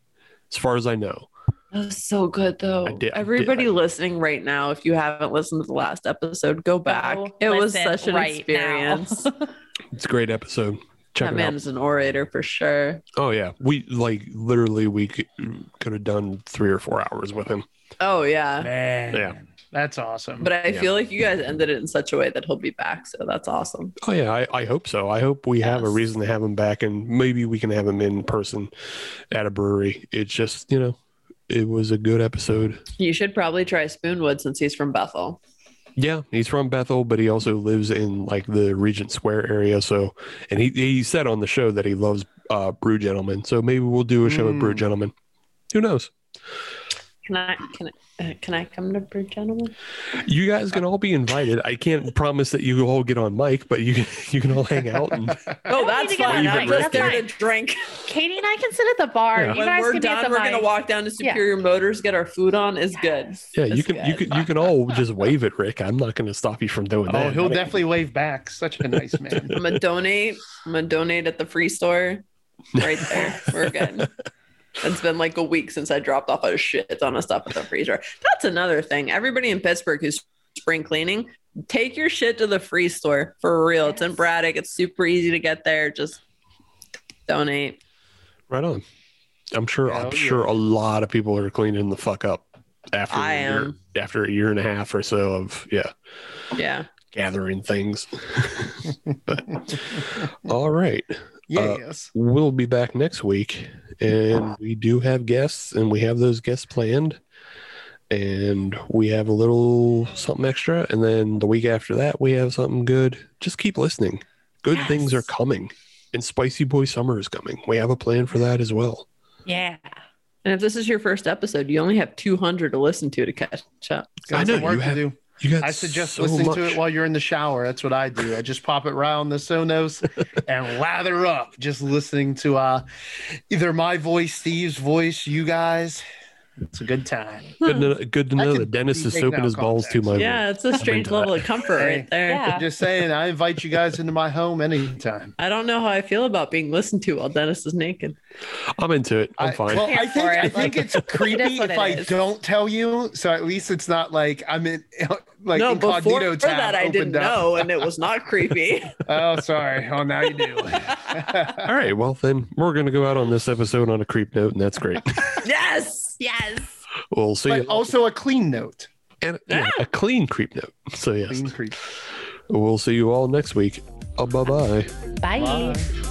Speaker 4: as far as I know.
Speaker 5: That was so good, though.
Speaker 4: I did- I
Speaker 5: Everybody
Speaker 4: did-
Speaker 5: listening right now, if you haven't listened to the last episode, go back.
Speaker 8: Go
Speaker 5: it was
Speaker 8: listen
Speaker 5: such an
Speaker 8: right now.
Speaker 5: experience.
Speaker 4: It's a great episode. Check
Speaker 5: that
Speaker 4: it out.
Speaker 5: man is an orator for sure.
Speaker 4: Oh yeah, we like literally we could, could have done three or four hours with him.
Speaker 5: Oh, yeah.
Speaker 6: Man,
Speaker 4: Yeah.
Speaker 6: That's awesome.
Speaker 5: But I
Speaker 4: Yeah.
Speaker 5: feel like you guys ended it in such a way that he'll be back. So that's awesome.
Speaker 4: Oh yeah, I, I hope so. I hope we have a
Speaker 5: Yes.
Speaker 4: reason to have him back, and maybe we can have him in person at a brewery. It's just you know, it was a good episode.
Speaker 5: You should probably try Spoonwood since he's from Bethel.
Speaker 4: Yeah, he's from Bethel, but he also lives in like the Regent Square area. So, and he he said on the show that he
Speaker 6: Hmm.
Speaker 4: loves uh, Brew Gentlemen. So maybe we'll do a show at Brew
Speaker 6: Mm.
Speaker 4: Gentlemen. Who knows?
Speaker 11: Can I can I, uh, can I come to Brew Gentlemen?
Speaker 4: You guys can all be invited. I can't promise that you all get on mic, but you can, you can all hang out and
Speaker 8: Oh,
Speaker 5: That's fine.
Speaker 4: even
Speaker 5: I'm just there to
Speaker 8: fine.
Speaker 5: drink.
Speaker 8: Katie and I can sit at the bar.
Speaker 4: Yeah.
Speaker 8: You
Speaker 5: when
Speaker 8: guys
Speaker 5: we're
Speaker 8: can be at
Speaker 5: done,
Speaker 8: the
Speaker 5: we're gonna
Speaker 8: mic.
Speaker 5: walk down to
Speaker 8: Yeah.
Speaker 5: Superior Motors, get our food on. Is good.
Speaker 4: yeah, you
Speaker 5: That's
Speaker 4: can you
Speaker 5: good.
Speaker 4: can you can all just wave it, Rick. I'm not going to stop you from doing that.
Speaker 6: Oh, he'll definitely wave back. Such a nice
Speaker 4: Uh,
Speaker 6: man.
Speaker 5: I'm gonna donate. I'm gonna donate at the free store. Right there. We're good. It's been like a week since I dropped off a shit ton of stuff at the freezer. That's another thing. Everybody in Pittsburgh who's spring cleaning, take your shit to the free store for real. It's in Braddock. It's super easy to get there. Just donate.
Speaker 4: right on. I'm sure I'm
Speaker 6: Hell yeah.
Speaker 4: sure a lot of people are cleaning the fuck up after
Speaker 5: I
Speaker 4: a year,
Speaker 5: am.
Speaker 4: after a year and a half or so of yeah
Speaker 5: Yeah.
Speaker 4: gathering things. but all right.
Speaker 6: Yes.
Speaker 4: we'll be back next week and we do have guests and we have those guests planned and we have a little something extra and then the week after that we have something good just keep listening good things are coming and spicy boy summer is coming we have a plan for that as well
Speaker 8: Yeah.
Speaker 5: And if this is your first episode, you only have 200 to listen to to catch up.
Speaker 6: Got
Speaker 4: I know,
Speaker 6: some work
Speaker 4: you
Speaker 6: to
Speaker 4: have-
Speaker 6: do.
Speaker 4: you got
Speaker 6: I suggest
Speaker 4: so
Speaker 6: listening to
Speaker 4: much.
Speaker 6: it while you're in the shower. That's what I do. I just pop it right on the Sonos and lather up, just listening to uh, either my voice, Steve's voice, you guys. It's a good time.
Speaker 4: good to, good to
Speaker 6: I
Speaker 4: know
Speaker 6: could
Speaker 4: that dennis is
Speaker 6: take
Speaker 4: soaking
Speaker 6: no
Speaker 4: his balls to
Speaker 6: context.
Speaker 4: my
Speaker 5: Yeah, it's a strange
Speaker 4: into
Speaker 5: level of comfort right there.
Speaker 8: Yeah.
Speaker 6: Just saying, I invite you guys into my home anytime.
Speaker 5: I don't know how I feel about being listened to while Dennis is naked.
Speaker 4: i'm into it i'm
Speaker 6: I-
Speaker 4: fine
Speaker 6: Well,
Speaker 8: Here
Speaker 6: I think,
Speaker 8: for it,
Speaker 6: I think
Speaker 8: like,
Speaker 6: it's creepy
Speaker 8: what
Speaker 6: if
Speaker 8: it
Speaker 6: I
Speaker 8: is.
Speaker 6: don't tell you. So at least it's not like I'm in like
Speaker 5: no, before
Speaker 6: incognito tab
Speaker 5: that I didn't
Speaker 6: opened up.
Speaker 5: know, and it was not creepy.
Speaker 6: Oh, sorry. Oh, now you do.
Speaker 4: all right well then we're gonna go out on this episode on a creep note and that's great
Speaker 5: yes,
Speaker 8: Yes.
Speaker 4: we'll see
Speaker 6: but oh,
Speaker 4: you
Speaker 6: also a clean note.
Speaker 4: and yeah, a clean creep note so yes
Speaker 6: Clean creep.
Speaker 4: We'll see you all next week. Uh, bye bye.
Speaker 8: Bye.
Speaker 6: Bye.